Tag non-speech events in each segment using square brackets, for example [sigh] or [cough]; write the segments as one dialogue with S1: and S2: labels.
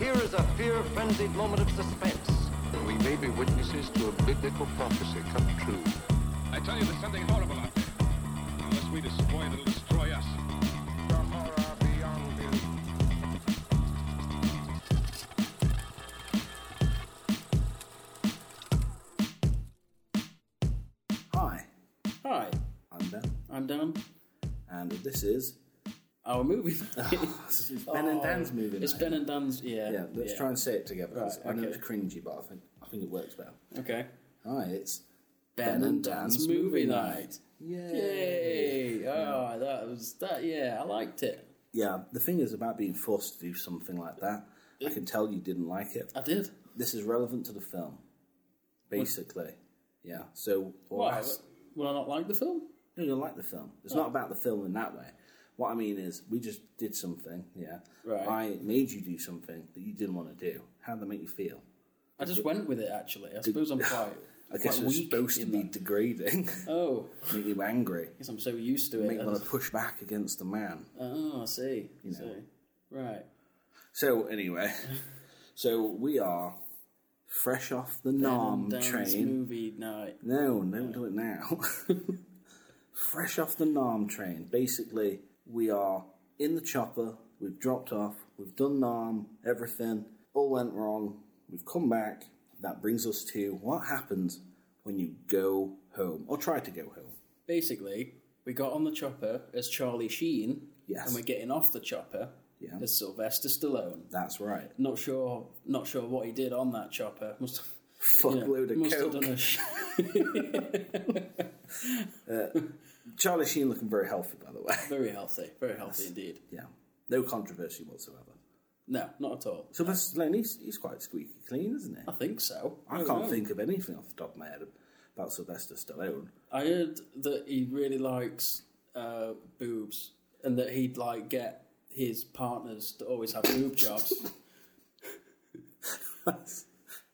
S1: is a fear-frenzied moment of suspense.
S2: We may be witnesses to a biblical prophecy come true.
S3: I tell you, there's something horrible out there. Unless we destroy it, it'll destroy us.
S4: The horror beyond belief.
S5: Hi,
S6: Hi,
S5: I'm Ben,
S6: I'm Dan.
S5: and this is
S6: Our movie.
S5: [laughs]
S6: night.
S5: this is Ben and Dan's movie.
S6: Oh, It's
S5: night.
S6: Ben and Dan's. Yeah.
S5: Yeah, let's try and say it together. 'cause
S6: Right,
S5: I know
S6: okay.
S5: it's cringy, but I think I think it works better.
S6: Okay.
S5: Hi, it's
S6: Ben, and Dan's, movie night.
S5: Yay!
S6: Yay! Oh, that was that. Yeah, I liked it.
S5: Yeah, the thing is about being forced to do something like that. I can tell you didn't like it.
S6: I did.
S5: This is relevant to the film, basically. Yeah. So
S6: Why? Oh.
S5: last-
S6: Would I not like the film?
S5: No, you like the film. It's not about the film in that way. What I mean is, we just did something. Yeah.
S6: Right.
S5: I made you do something that you didn't want to do. How would that make you feel?
S6: I just went with it. Actually, I suppose I'm quite.
S5: [laughs] I guess
S6: quite
S5: it's
S6: weak
S5: supposed to
S6: in
S5: be
S6: that.
S5: degrading. [laughs]
S6: Oh,
S5: make you angry.
S6: because I'm so used to it.
S5: Make you
S6: I
S5: want to
S6: just-
S5: push back against the man.
S6: oh, I see. I see. Right.
S5: So anyway, so we are fresh off the
S6: Ben and
S5: Nam
S6: Dan's
S5: train.
S6: movie night.
S5: No, don't do it now. [laughs] fresh off the Nam train. Basically, we are in the chopper. We've dropped off. We've done Nam. Everything all went wrong. We've come back. That brings us to what happens when you go home or try to go home.
S6: basically, we got on the chopper as Charlie Sheen,
S5: Yes.
S6: and we're getting off the chopper
S5: Yeah.
S6: as Sylvester Stallone.
S5: That's right.
S6: Not sure, not sure what he did on that chopper. Must have, you know,
S5: Fuckload
S6: must
S5: of
S6: have
S5: coke.
S6: done a sh-
S5: Charlie Sheen looking very healthy, by the way.
S6: very healthy, very healthy indeed.
S5: Yeah, no controversy whatsoever.
S6: No, not at all.
S5: So that's Stallone, he's, he's quite squeaky clean, isn't he?
S6: I think so.
S5: I
S6: don't
S5: can't
S6: know.
S5: think of anything off the top of my head about Sylvester Stallone. [laughs]
S6: I heard that he really likes uh, boobs, and that he'd like get his partners to always have
S5: [laughs]
S6: boob jobs. [laughs]
S5: That's,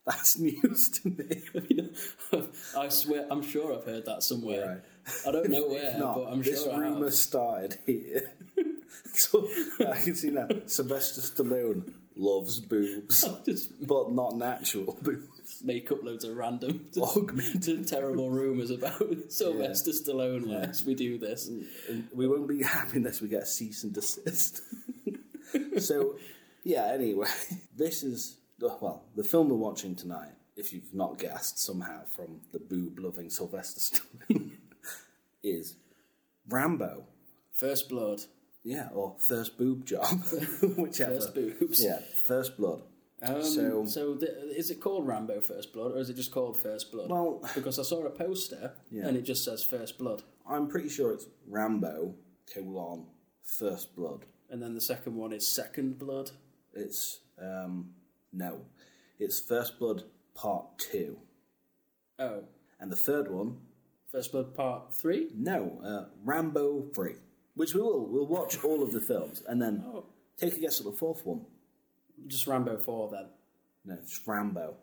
S5: that's news to
S6: [laughs]
S5: me.
S6: You know, I swear, I'm sure I've heard that somewhere. I
S5: [laughs]
S6: don't know where,
S5: No,
S6: but I'm
S5: this
S6: sure I have.
S5: rumor started here. [laughs] so I can see now. Sylvester Stallone loves
S6: [laughs]
S5: boobs,
S6: just
S5: but not natural [laughs] boobs.
S6: make up loads of random
S5: Augmented.
S6: [laughs] terrible rumors about [laughs] Sylvester Stallone lets we do this.
S5: We won't be [laughs] happy unless we get a cease and desist. [laughs] so, yeah, anyway, [laughs] this is, well, the film we're watching tonight, if you've not guessed somehow from the boob loving Sylvester Stallone, [laughs] is Rambo.
S6: First blood,
S5: Yeah, or First Boob Job, [laughs] whichever.
S6: first boobs.
S5: Yeah, First Blood.
S6: Um,
S5: So-
S6: so, th- is it called Rambo First Blood, or is it just called First Blood?
S5: Well-
S6: because I saw a poster
S5: Yeah.
S6: and it just says First Blood,
S5: I'm pretty sure it's Rambo, colon, First Blood.
S6: and then the second one is Second Blood.
S5: It's, um, no. It's First Blood Part 2.
S6: Oh,
S5: And the third one
S6: First Blood Part Three.
S5: No, uh, Rambo 3. Which we will. We'll watch all of the films and then
S6: Oh.
S5: take a guess at the fourth one.
S6: Just Rambo Four then.
S5: No, it's Rambo.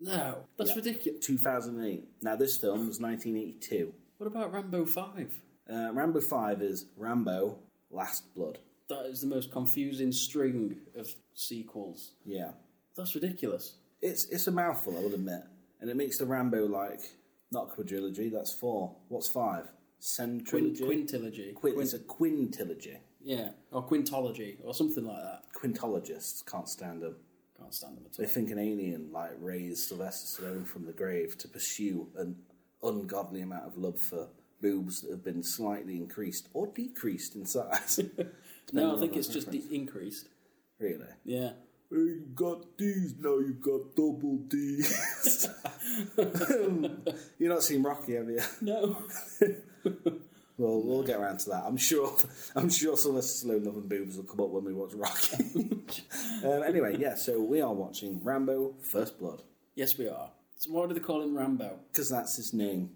S6: No, that's
S5: Yeah.
S6: ridiculous.
S5: 2008. Now, this film was 1982.
S6: What about Rambo Five?
S5: Uh, Rambo 5 is Rambo Last Blood.
S6: That is the most confusing string of sequels.
S5: Yeah.
S6: That's ridiculous.
S5: It's, it's a mouthful, I will admit. And it makes the Rambo like, not quadrilogy, that's four. What's five?
S6: Quin-
S5: Centrilogy?
S6: quintilogy.
S5: Quin- it's a quintilogy.
S6: Yeah, or quintology, or something like that.
S5: Quintologists can't stand them.
S6: Can't stand them at
S5: They
S6: all.
S5: think an alien like raised Sylvester Stallone from the grave to pursue an ungodly amount of love for boobs that have been slightly increased or decreased in size. [laughs]
S6: No, I think it's just de- increased.
S5: really?
S6: Yeah.
S5: You've got D's, now you've got double D's. [laughs] You've not seen Rocky, have you? [laughs]
S6: No.
S5: Well, we'll get around to that. I'm sure. [laughs] I'm sure Sylvester Stallone loving boobs will come up when we watch Rocky. [laughs] um, anyway, yeah. So we are watching Rambo: First Blood
S6: [laughs] Yes, we are. So why do they call him Rambo?
S5: because that's his name.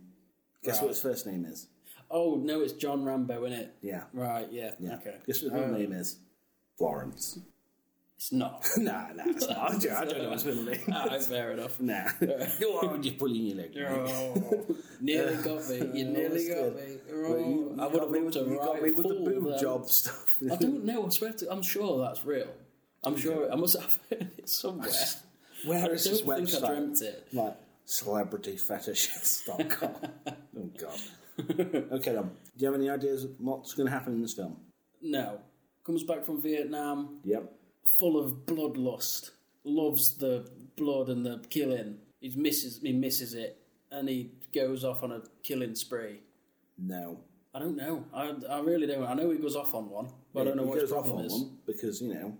S5: Guess what his first name is?
S6: Oh no, it's John Rambo, isn't it?
S5: Yeah.
S6: Right. Yeah.
S5: Yeah.
S6: Okay.
S5: Guess what her name is? Florence.
S6: It's
S5: [laughs]
S6: not.
S5: nah, nah, it's not. I don't, I don't know what's middle name.
S6: Ah, fair enough.
S5: [laughs]
S6: [laughs]
S5: Nah. Go on, you're pulling your leg.
S6: Oh, nearly got me. You nearly got me.
S5: Well, you,
S6: Oh, I would have
S5: got me
S6: looked
S5: with,
S6: a
S5: you got
S6: right
S5: me with the
S6: fool
S5: boob
S6: then.
S5: job stuff.
S6: I don't know. I swear to. I'm sure that's real. I'm sure I must have [laughs] heard
S5: [laughs]
S6: it somewhere.
S5: [laughs] Where
S6: I
S5: is this
S6: don't think I
S5: website?
S6: dreamt it.
S5: Like celebrityfetishes.com. oh god. Okay then. Do you have any ideas of what's going to happen in this film?
S6: No. Comes back from Vietnam,
S5: Yep.
S6: full of bloodlust, loves the blood and the killing. He misses, he misses it, and he goes off on a killing spree.
S5: No.
S6: I don't know. I, I really don't. I know he goes off on one, but I don't know
S5: It
S6: what his
S5: goes off
S6: problem
S5: on
S6: is.
S5: one because you know,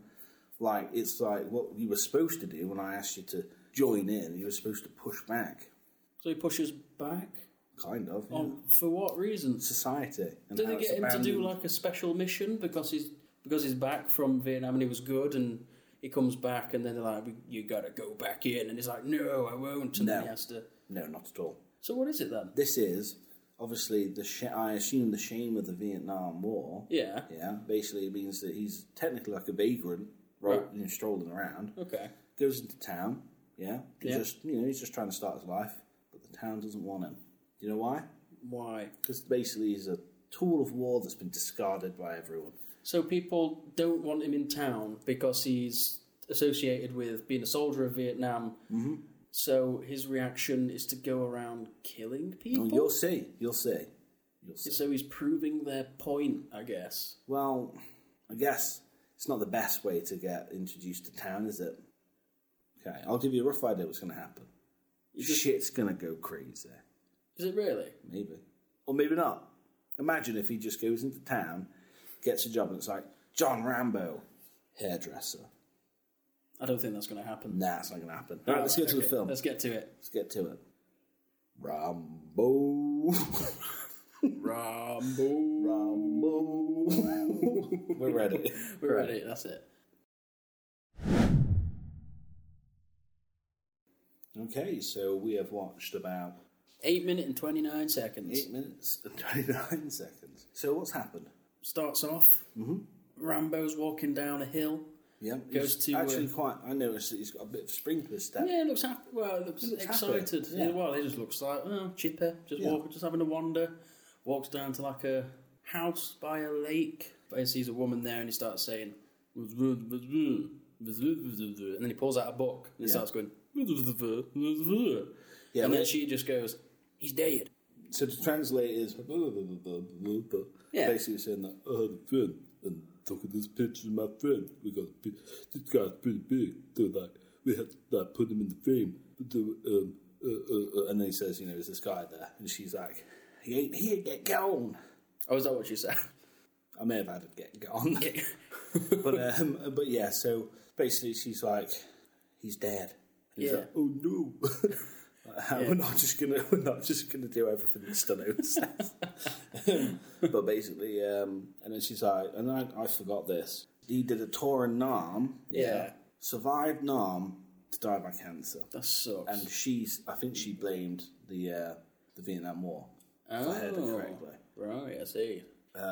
S5: like it's like what you were supposed to do when I asked you to join in. You were supposed to push back,
S6: So he pushes back.
S5: kind of. you know,
S6: On, for what reason?
S5: Society. and
S6: Oh. Did
S5: how
S6: they
S5: it's
S6: get him to do
S5: abandoned.
S6: like a special mission because he's because he's back from Vietnam and he was good and he comes back and then they're like, "You gotta go back in," and he's like, "No, I won't," and then
S5: No.
S6: he has to.
S5: No, not at all.
S6: So what is it then?
S5: This is obviously the sh- I assume the shame of the Vietnam War.
S6: Yeah.
S5: Yeah, basically it means that he's technically like a vagrant, right,
S6: Right.
S5: you know, strolling around.
S6: Okay.
S5: Goes into town, yeah, to
S6: Yeah.
S5: just you know he's just trying to start his life, but the town doesn't want him. You know why?
S6: Why?
S5: Because basically he's a tool of war that's been discarded by everyone.
S6: So people don't want him in town because he's associated with being a soldier of Vietnam. Mm-hmm. So his reaction is to go around killing people.
S5: And you'll see, you'll see, you'll see.
S6: So he's proving their point, I guess.
S5: Well, I guess it's not the best way to get introduced to town, is it? Okay, I'll give you a rough idea what's going to happen.
S6: just-
S5: Shit's going to go crazy.
S6: Is it really?
S5: Maybe. Or maybe not. Imagine if he just goes into town, gets a job, and it's like, John Rambo, hairdresser.
S6: I don't think that's going to happen.
S5: Nah, it's not going to happen. All right, let's go to the
S6: Okay,
S5: film.
S6: Let's
S5: Let's,
S6: get to it.
S5: get to it. Rambo. [laughs]
S6: Rambo.
S5: Rambo. We're ready.
S6: We're ready. That's it.
S5: Okay, so we have watched about
S6: Eight minute and twenty nine seconds.
S5: Eight minutes and 29 seconds. So what's happened?
S6: Starts off.
S5: Mm-hmm.
S6: Rambo's walking down a hill.
S5: Yeah,
S6: Goes
S5: he's
S6: to, uh,
S5: actually quite. I noticed that he's got a bit of spring to his step.
S6: Yeah, looks happy. Well, looks
S5: looks
S6: excited.
S5: happy, yeah.
S6: Yeah, Well, he just looks like oh, chipper, just
S5: Yeah.
S6: walking, just having a wander. Walks down to like a house by a lake. But he sees a woman there, and he starts saying, and then he pulls out a book and he
S5: Yeah.
S6: starts going. and
S5: well-
S6: then she just goes, "He's dead."
S5: So to translate is
S6: Yeah.
S5: basically saying that I had a friend and look at this picture of my friend. We got a pic- this guy's pretty big. So like we had to like put him in the frame. But the, um, uh, uh, uh, and then he says, you know, is this guy there? And she's like, he ain't here. Get gone.
S6: Oh, is that what she said? [laughs]
S5: I may have had it get gone. [laughs] but um, but yeah, so basically she's like, he's dead. And he's
S6: Yeah.
S5: like, oh no. [laughs] Uh, We're not just gonna [laughs] we're not just gonna do everything that Stano says.
S6: [laughs]
S5: Um, but basically, um, and then she's like, and I, I forgot this. He did a tour in Nam.
S6: Yeah.
S5: Survived Nam to die by cancer.
S6: That sucks.
S5: And she's I think she blamed the uh, the Vietnam War. If I heard it
S6: Oh.
S5: correctly.
S6: Right, I see.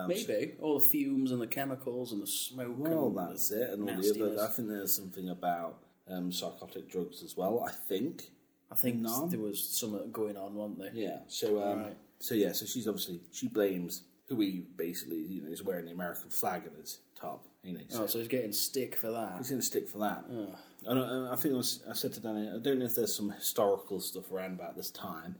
S6: Maybe all the fumes and the chemicals and the smoke.
S5: Um, Well,
S6: and
S5: that's it, and all the
S6: nastiness.
S5: other. I think there's something about um, psychotic drugs as well. I think.
S6: I think
S5: No.
S6: there was something going on, weren't there?
S5: Yeah. So. Um,
S6: Right.
S5: So yeah. So she's obviously she blames who he basically you know is wearing the American flag in his top. You know, so
S6: Oh, so he's getting stick for that.
S5: he's going to stick for that. I, don't, I think I, was, I said to Danny, I don't know if there's some historical stuff around about this time,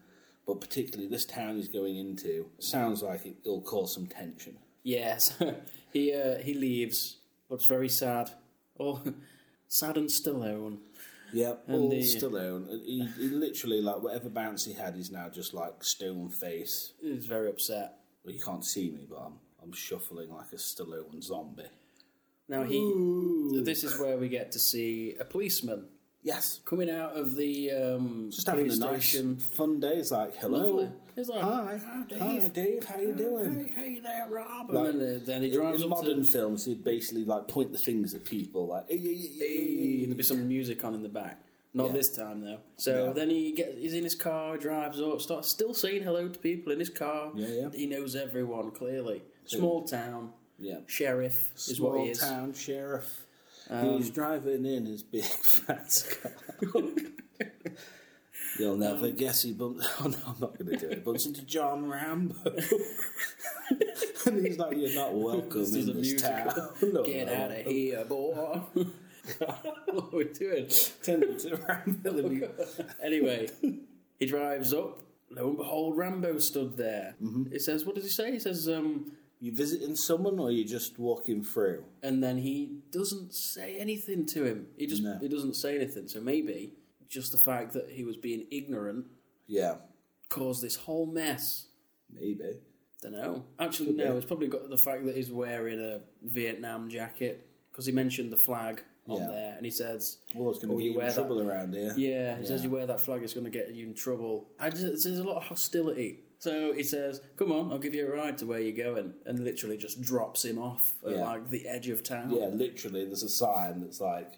S5: but particularly this town he's going into sounds like it, it'll cause some tension.
S6: Yes, [laughs] he uh, he leaves. Looks very sad. Oh, [laughs] sad and still alone.
S5: Yeah, all
S6: the-
S5: Stallone. He, he literally like whatever bounce he had, he's now just like stone face.
S6: He's very upset.
S5: Well, you can't see me, but I'm I'm shuffling like a Stallone zombie.
S6: Now he. This is where we get to see a policeman
S5: Yes,
S6: coming out of the um,
S5: just having a
S6: police
S5: nice
S6: station.
S5: fun day. It's like hello,
S6: Lovely. He's like,
S5: hi,
S6: "Hi, Dave.
S5: hi Dave, how you doing?
S6: Hey, hey there, Rob.
S5: Like,
S6: and then, then he
S5: In,
S6: drives
S5: in
S6: up to
S5: modern films, he'd basically like point the fingers at people, like hey, hey, hey, hey.
S6: Hey, there'll be some music on in the back. Not
S5: Yeah.
S6: this time though. So
S5: No.
S6: then he gets he's in his car, drives up, starts still saying hello to people in his car.
S5: Yeah, yeah.
S6: He knows everyone clearly. Small town
S5: yeah.
S6: sheriff is
S5: Small
S6: what he is. Um,
S5: town sheriff. He's driving in his big [laughs] fat car. You'll never guess he bumps. Oh no, [laughs] I'm not going to do it. Bumps into John Rambo, [laughs] and he's like, "You're not welcome
S6: This is
S5: in
S6: a
S5: this
S6: [laughs] musical.
S5: town. [laughs] No,
S6: Get
S5: no.
S6: out of here, boy. [laughs] what are we doing?
S5: Tended to
S6: [laughs]
S5: Rambo. the Mut-
S6: Anyway, he drives up. Lo and behold, Rambo stood there.
S5: Mm-hmm.
S6: It says, what does he say? He says, um,
S5: You visiting someone or you just walking through?
S6: and then he doesn't say anything to him. He just
S5: No.
S6: he doesn't say anything. So maybe just the fact that he was being ignorant
S5: Yeah,
S6: caused this whole mess.
S5: maybe.
S6: Don't know. Actually, no. It's probably got the fact that he's wearing a Vietnam jacket because he mentioned the flag on
S5: Yeah.
S6: there, and he says,
S5: Well, it's going
S6: "Oh,
S5: to
S6: you
S5: be
S6: wear that-
S5: trouble around here.
S6: Yeah, he says you wear that flag, it's going to get you in trouble. I just, there's a lot of hostility. So he says, "Come on, I'll give you a ride to where you're going," and literally just drops him off at
S5: Yeah.
S6: like the edge of town.
S5: Yeah, literally, there's a sign that's like,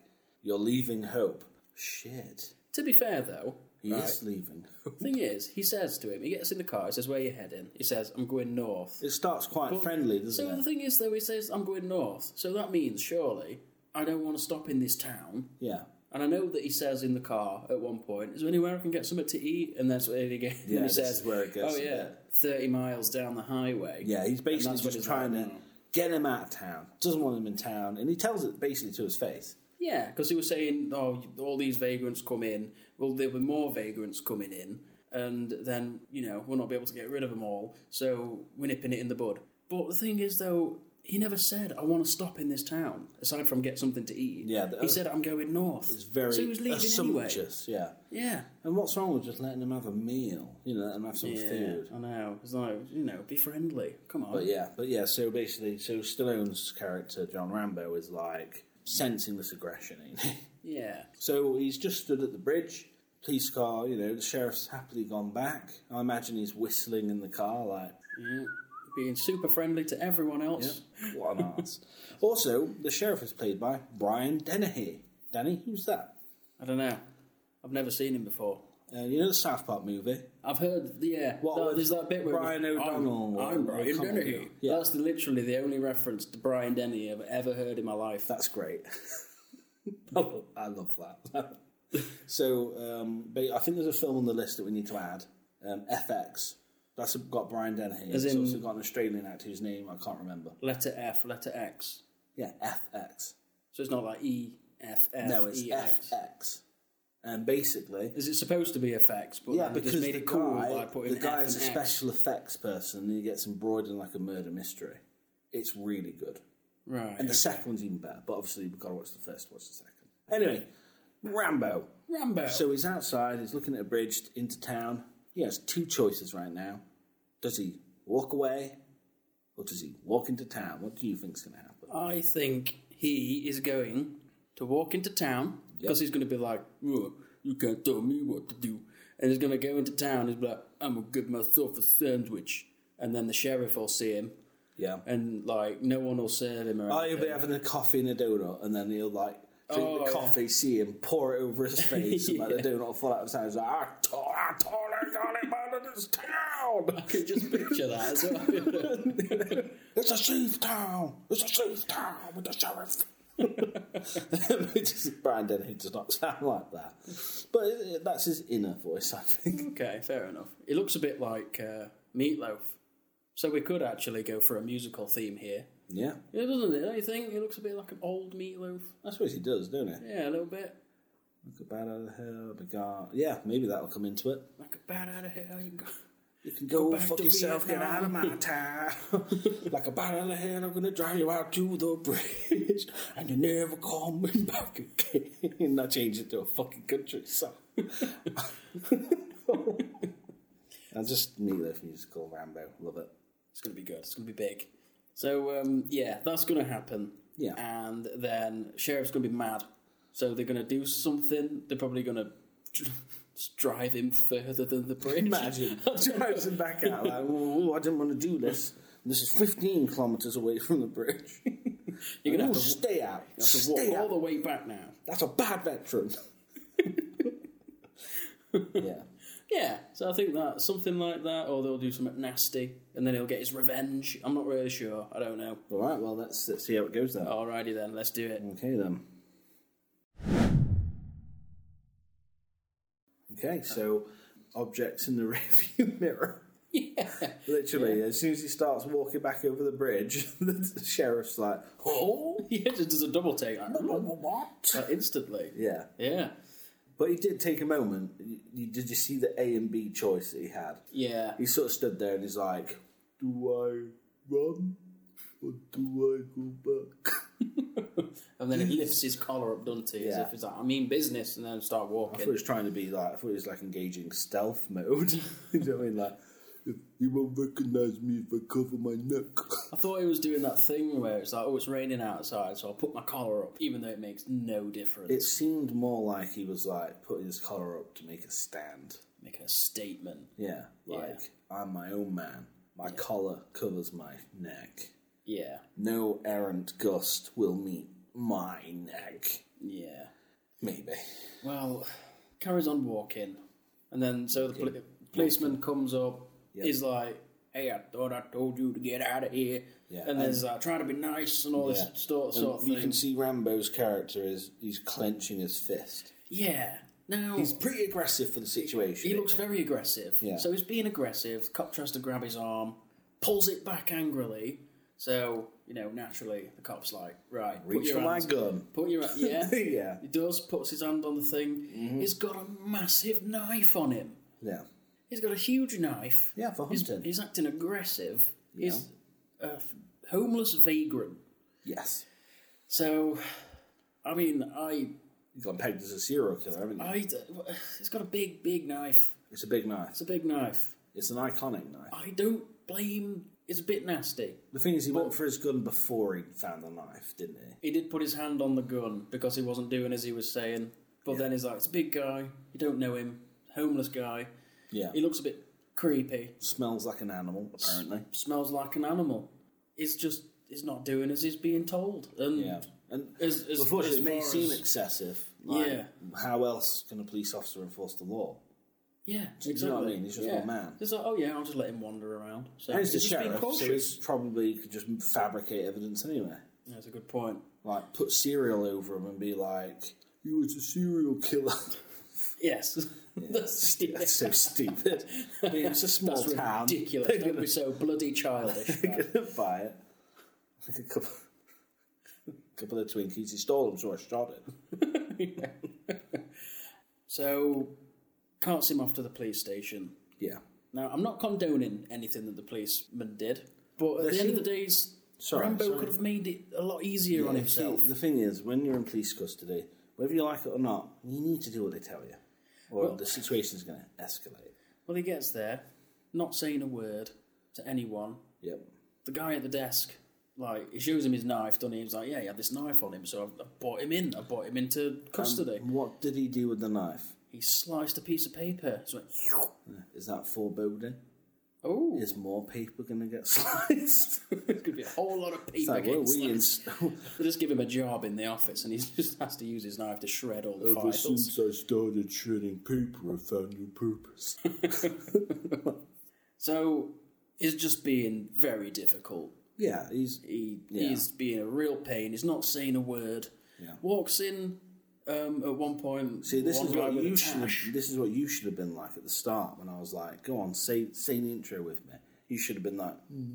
S5: "You're leaving hope." Shit,
S6: To be fair, though,
S5: he
S6: right,
S5: is leaving.
S6: thing is, he says to him, he gets in the car, he says, "Where you heading?" He says, "I'm going north."
S5: It starts quite
S6: But-
S5: friendly, doesn't
S6: So the
S5: it?
S6: thing is, though, he says, "I'm going north," so that means surely I don't want to stop in this town.
S5: yeah,
S6: And I know that he says in the car at one point, "Is there anywhere I can get something to eat?" And that's what he again.
S5: Yeah,
S6: [laughs] he
S5: this
S6: says,
S5: is where it gets
S6: "Oh
S5: a
S6: yeah,
S5: bit-
S6: thirty miles down the highway."
S5: yeah. He's basically
S6: that's what
S5: just
S6: he's
S5: trying
S6: like, "Oh."
S5: to get him out of town. Doesn't want him in town, and he tells it basically to his face.
S6: yeah, because he was saying, "Oh, all these vagrants come in. Well, there'll be more vagrants coming in, and then you know we'll not be able to get rid of them all. So we're nipping it in the bud." But the thing is, though, he never said, "I want to stop in this town." Aside from get something to eat,
S5: Yeah, the-
S6: he said, "I'm going north."
S5: It's very
S6: so he was leaving anyway.
S5: assumptuous. Yeah,
S6: Yeah,
S5: and what's wrong with just letting him have a meal? You know, let him have some
S6: yeah,
S5: food.
S6: I know. It's like you know, be friendly. Come on.
S5: But yeah, but yeah, so basically, so Stallone's character, John Rambo, is like sensing this aggression. ain't he? [laughs]
S6: Yeah.
S5: so he's just stood at the bridge, police car, you know, the sheriff's happily gone back. I imagine he's whistling in the car, like,
S6: Yeah. Being super friendly to everyone else.
S5: what an arse. [laughs] also, the sheriff is played by Brian Dennehy. Danny, who's that?
S6: I don't know. I've never seen him before.
S5: Uh, you know the South Park movie?
S6: I've heard, yeah.
S5: What
S6: no,
S5: would
S6: there's that bit where
S5: Brian
S6: it was,
S5: O'Donnell
S6: I'm, I'm
S5: or
S6: Brian
S5: O'Connell
S6: Dennehy.
S5: do? Yeah.
S6: That's the, literally the only reference to Brian Dennehy I've ever heard in my
S5: [laughs]
S6: life.
S5: That's great. I love that. [laughs] so, um, but I think there's a film on the list that we need to add. Um, FX. That's got Brian Dennehy.
S6: As
S5: it's
S6: in-
S5: also got an Australian actor whose name I can't remember.
S6: letter F, letter X.
S5: Yeah, FX.
S6: So it's not like E F F
S5: No, it's
S6: E, X.
S5: FX. And basically,
S6: Is it supposed to be FX? But
S5: yeah,
S6: they
S5: because
S6: just made
S5: the
S6: it cool
S5: guy,
S6: by putting
S5: the guy
S6: F
S5: is a
S6: and X.
S5: special effects person, and he gets embroidered in like a murder mystery. It's really good.
S6: Right.
S5: And the second one's even better, but obviously we've got to watch the first, watch the second. Anyway, Rambo.
S6: Rambo.
S5: So he's outside, he's looking at a bridge into town. He has two choices right now. Does he walk away or does he walk into town? What do you think's going to happen?
S6: I think he is going to walk into town because he's going to be like, "Oh, "You can't tell me what to do," and he's going to go into town. He's like, "I'm gonna give myself a sandwich," and then the sheriff will see him,
S5: Yeah.
S6: and like no one will serve him. Or
S5: Oh, he'll
S6: anything.
S5: be having a coffee and a donut, and then he'll like drink
S6: Oh,
S5: the
S6: yeah.
S5: coffee, see him, pour it over
S6: [laughs]
S5: his face, and like the donut will fall out of his hand. He's like, I told, I told I got him out of this
S6: [laughs] I
S5: town.
S6: could just picture that. As well. [laughs]
S5: It's a safe town. It's a safe town with the sheriff. [laughs] Which is Brian Dennehy does not sound like that, but it- it- that's his inner voice, I think. [laughs]
S6: okay, fair enough. It looks a bit like uh, Meatloaf, so we could actually go for a musical theme here.
S5: Yeah,
S6: Yeah, doesn't it? Don't you think it looks a bit like an old Meatloaf?
S5: I suppose he does, don't he?
S6: Yeah, a little bit.
S5: Like a bat out of hell, but God- Yeah, maybe that'll come into it.
S6: Like a bat out of hell, you can go.
S5: You can go,
S6: back
S5: fuck
S6: to
S5: yourself, get out of
S6: Vietnam. [laughs]
S5: my town. [laughs] like a bat out of hell, I'm gonna drive you out to the [laughs] bridge, and you're never coming [laughs] back again. and I changed it to a fucking country song. [laughs] I just Meatloaf musical Rambo, love it.
S6: It's going to be good. It's going to be big. So um, yeah, that's going to happen.
S5: Yeah.
S6: And then sheriff's going to be mad. So they're going to do something. They're probably going to [laughs] drive him further than the
S5: [laughs]
S6: bridge.
S5: Imagine drives him back out like, oh, I didn't want to do this. This is 15 kilometers away from the bridge.
S6: [laughs] [laughs] You're going to have to, w-
S5: stay out.
S6: have to walk
S5: stay out.
S6: all the way back now.
S5: That's a bad
S6: [laughs]
S5: veteran. yeah.
S6: Yeah. So I think that something like that, or they'll do something nasty, and then he'll get his revenge. I'm not really sure. I don't know.
S5: All right. Well, let's, let's see how it goes then.
S6: Alrighty then, let's do it. [laughs]
S5: Okay then. Okay, so objects in the [laughs] rearview mirror.
S6: yeah. [laughs]
S5: Literally, as soon as he starts walking back over the bridge, [laughs] the sheriff's like, "Oh,
S6: Yeah, just does a double take. [laughs] Like,
S5: what?"
S6: like, instantly.
S5: Yeah,
S6: Yeah.
S5: but he did take a moment. You- you- Did you see the A and B choice that he had?
S6: Yeah.
S5: He sort of stood there and he's like, "Do I run or do I go back?" [laughs]
S6: And then he lifts his collar up, doesn't he? As
S5: Yeah.
S6: if he's like, I mean business, and then start
S5: I thought he
S6: walking.
S5: was trying to be like, I thought he was like engaging stealth mode. [laughs] you know what I mean? Like, if you won't recognise me if I cover my neck. [laughs]
S6: I thought he was doing that thing where it's like, oh, it's raining outside, so I'll put my collar up, even though it makes no difference.
S5: It seemed more like he was like putting his collar up to make a stand.
S6: Making a statement.
S5: Yeah, like I'm my own man. My collar covers my neck.
S6: Yeah.
S5: No errant gust will meet my neck.
S6: Yeah.
S5: Maybe.
S6: Well, carries on walking, and then so the poli- policeman comes up.
S5: Yep.
S6: He's like, "Hey, I thought I told you to get out of here."
S5: Yeah,
S6: And, then he's like, "Trying to be nice and all
S5: Yeah.
S6: this sort,
S5: And
S6: sort of
S5: you
S6: thing."
S5: can see Rambo's character is he's clenching his fist.
S6: yeah. Now
S5: He's pretty aggressive for the situation.
S6: Oh. he looks very aggressive.
S5: Yeah.
S6: So he's being aggressive. Cop tries to grab his arm, pulls it back angrily. So you know, naturally, the cop's like, "Right, put
S5: Reach
S6: your
S5: for my
S6: hands-
S5: gun.
S6: Put your
S5: [laughs]
S6: yeah."
S5: yeah. Mm-hmm.
S6: He does. Puts his hand on the thing. He's got a massive knife on him.
S5: Yeah.
S6: He's got a huge knife.
S5: Yeah, for
S6: He's,
S5: hunting.
S6: he's acting aggressive. He's a f- homeless vagrant.
S5: Yes.
S6: So, I mean, I,
S5: He's got pegged as a serial killer, haven't you?
S6: I, d- [sighs] he's got a big, big knife.
S5: It's a big knife.
S6: It's a big knife.
S5: It's an iconic knife.
S6: I don't blame. It's a bit nasty.
S5: The thing is, he went for his gun before he found the knife, didn't he?
S6: He did put his hand on the gun because he wasn't doing as he was saying. But then he's like, it's a big guy. You don't know him. Homeless guy.
S5: Yeah.
S6: He looks a bit creepy.
S5: smells like an animal, apparently.
S6: Smells like an animal. It's just. He's not doing as he's being told. And
S5: Yeah. And
S6: As, as,
S5: unfortunately,
S6: as
S5: it may
S6: far
S5: seem
S6: as-
S5: excessive. Like,
S6: Yeah.
S5: How else can a police officer enforce the law?
S6: yeah, exactly.
S5: you know what I mean? He's just
S6: yeah.
S5: one man.
S6: He's like, oh yeah, I'll just let him wander around. So
S5: And he's the
S6: he's just being
S5: sheriff, so
S6: cautious.
S5: he's probably could just fabricate evidence anyway.
S6: That's a good point.
S5: Like, put cereal over him and be like, "You was a serial killer." [laughs]
S6: Yes, [laughs] that's, yeah.
S5: That's
S6: [laughs]
S5: so stupid. I mean, it's a small
S6: That's
S5: town.
S6: ridiculous.
S5: They're
S6: Don't
S5: gonna-
S6: be so bloody
S5: [laughs]
S6: childish. man.
S5: gonna buy it. Like a couple, [laughs] couple of Twinkies. He stole them, so I shot it.
S6: so, carts him off to the police station.
S5: Yeah.
S6: Now, I'm not condoning anything that the policeman did, but at the end of the day, s-
S5: Sorry,
S6: Rambo
S5: sorry.
S6: could have made it a lot easier on
S5: The
S6: himself.
S5: thing- The thing is, when you're in police custody, whether you like it or not, you need to do what they tell you, or the situation's going to escalate.
S6: Well, he gets there, not saying a word to anyone,
S5: Yep.
S6: the guy at the desk, like, he shows him his knife, doesn't he? He's like, yeah, he had this knife on him, so I, I brought him in. I brought him into
S5: Um,
S6: custody.
S5: And what did he do with the knife?
S6: he sliced a piece of paper. So went,
S5: Is that foreboding?
S6: oh, [laughs]
S5: Is more paper going to get [laughs] sliced?
S6: there's going to be a whole lot of
S5: It's
S6: paper
S5: like,
S6: getting
S5: well, we
S6: sliced.
S5: [laughs]
S6: They just give him a job in the office, and he [laughs] just has to use his knife to shred all the files.
S5: I started shredding paper, I found your purpose.
S6: So he's just being very difficult.
S5: yeah, he's
S6: He
S5: Yeah.
S6: he's being a real pain. He's not saying a word.
S5: Yeah.
S6: Walks in um, at one point.
S5: See, this
S6: one
S5: is
S6: guy
S5: what
S6: with a
S5: you should.
S6: cash.
S5: Have, this is what you should have been like at the start when I was like, "Go on, say say the intro with me." You should have been like, "Hmm,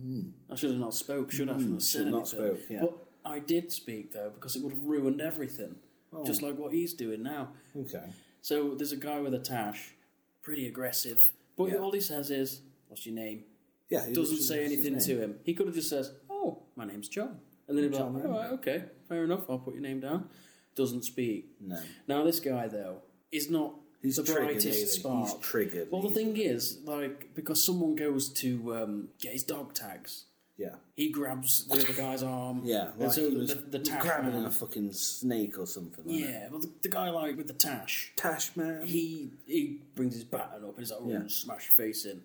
S6: I should have not spoke. Should I? Should not said
S5: Mm, should not
S6: anything.
S5: spoke, yeah.
S6: But I did speak though because it would have ruined everything,
S5: Oh.
S6: just like what he's doing now.
S5: "Okay,
S6: So there's a guy with a tash, pretty aggressive, but
S5: Yeah.
S6: all he says is, "What's your name?"
S5: yeah." he
S6: Doesn't
S5: literally
S6: say
S5: just
S6: anything
S5: his
S6: to
S5: name.
S6: him. He could have just says, "Oh, my name's John," and then he'd be like,
S5: John
S6: "All
S5: Rambo."
S6: right, okay, fair enough. I'll put your name down." Doesn't speak.
S5: No,
S6: Now this guy though is not
S5: he's
S6: the
S5: triggered.
S6: brightest
S5: isn't he?
S6: spark.
S5: He's triggered.
S6: Well, the
S5: He's-
S6: thing is, like, because someone goes to um, get his dog tags,
S5: yeah,
S6: he grabs the other
S5: [laughs]
S6: guy's arm.
S5: yeah.
S6: and
S5: Like
S6: so
S5: he was
S6: the, the tash
S5: grabbing
S6: man-
S5: a fucking snake or something. Like that.
S6: yeah, well, the, the guy like with the tash,
S5: Tash man.
S6: he he brings his baton up and he's like, oh,
S5: Yeah.
S6: smash your face in.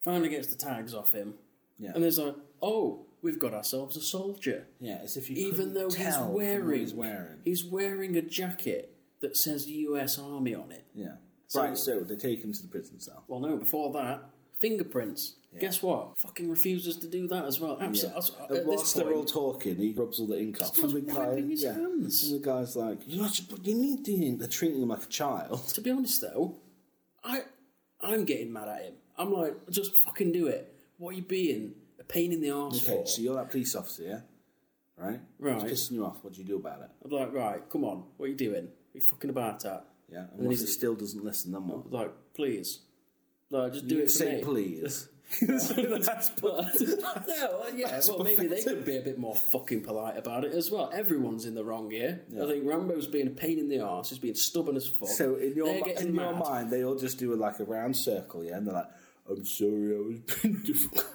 S6: Finally gets the tags off him,
S5: yeah,
S6: and there's like, oh, we've got ourselves a soldier.
S5: yeah. As if you couldn't
S6: Even though
S5: tell
S6: he's
S5: from what
S6: wearing,
S5: he's wearing.
S6: he's wearing a jacket that says U.S. Army on it.
S5: Yeah. right. So they take him to the prison cell.
S6: Well, no, before that, fingerprints. Guess what? Fucking refuses to do that as well.
S5: Yeah.
S6: Absolutely.
S5: And
S6: At this
S5: whilst they're all
S6: point,
S5: talking, he rubs all the ink off.
S6: starts
S5: And the guy,
S6: wiping his
S5: yeah,
S6: hands.
S5: and the guy's like, "You're not. supp- You need the ink." They're treating him like a child.
S6: to be honest though, I I'm getting mad at him. I'm like, just fucking do it. What are you being? A pain in the arse
S5: Okay,
S6: for?
S5: so you're that police officer, yeah? Right?
S6: Right.
S5: He's pissing you off. What do you do about it?
S6: I'm like, right, come on, what are you doing? What are you fucking about at?
S5: Yeah. And,
S6: then
S5: what if he
S6: he's-
S5: still doesn't listen, then what?
S6: Like, please. Like, just do it for
S5: Say [laughs]
S6: me.
S5: please.
S6: [laughs] That's but [laughs] no, well, yeah. well, maybe they
S5: pathetic.
S6: could be a bit more fucking polite about it as well. Everyone's in the wrong here.
S5: Yeah.
S6: I think Rambo's being a pain in the arse. He's being stubborn as fuck.
S5: So in your
S6: They're
S5: mi-
S6: getting
S5: in your
S6: mad.
S5: mind, they all just do like a round circle, yeah, and they're like, "I'm sorry, I was [laughs] being difficult.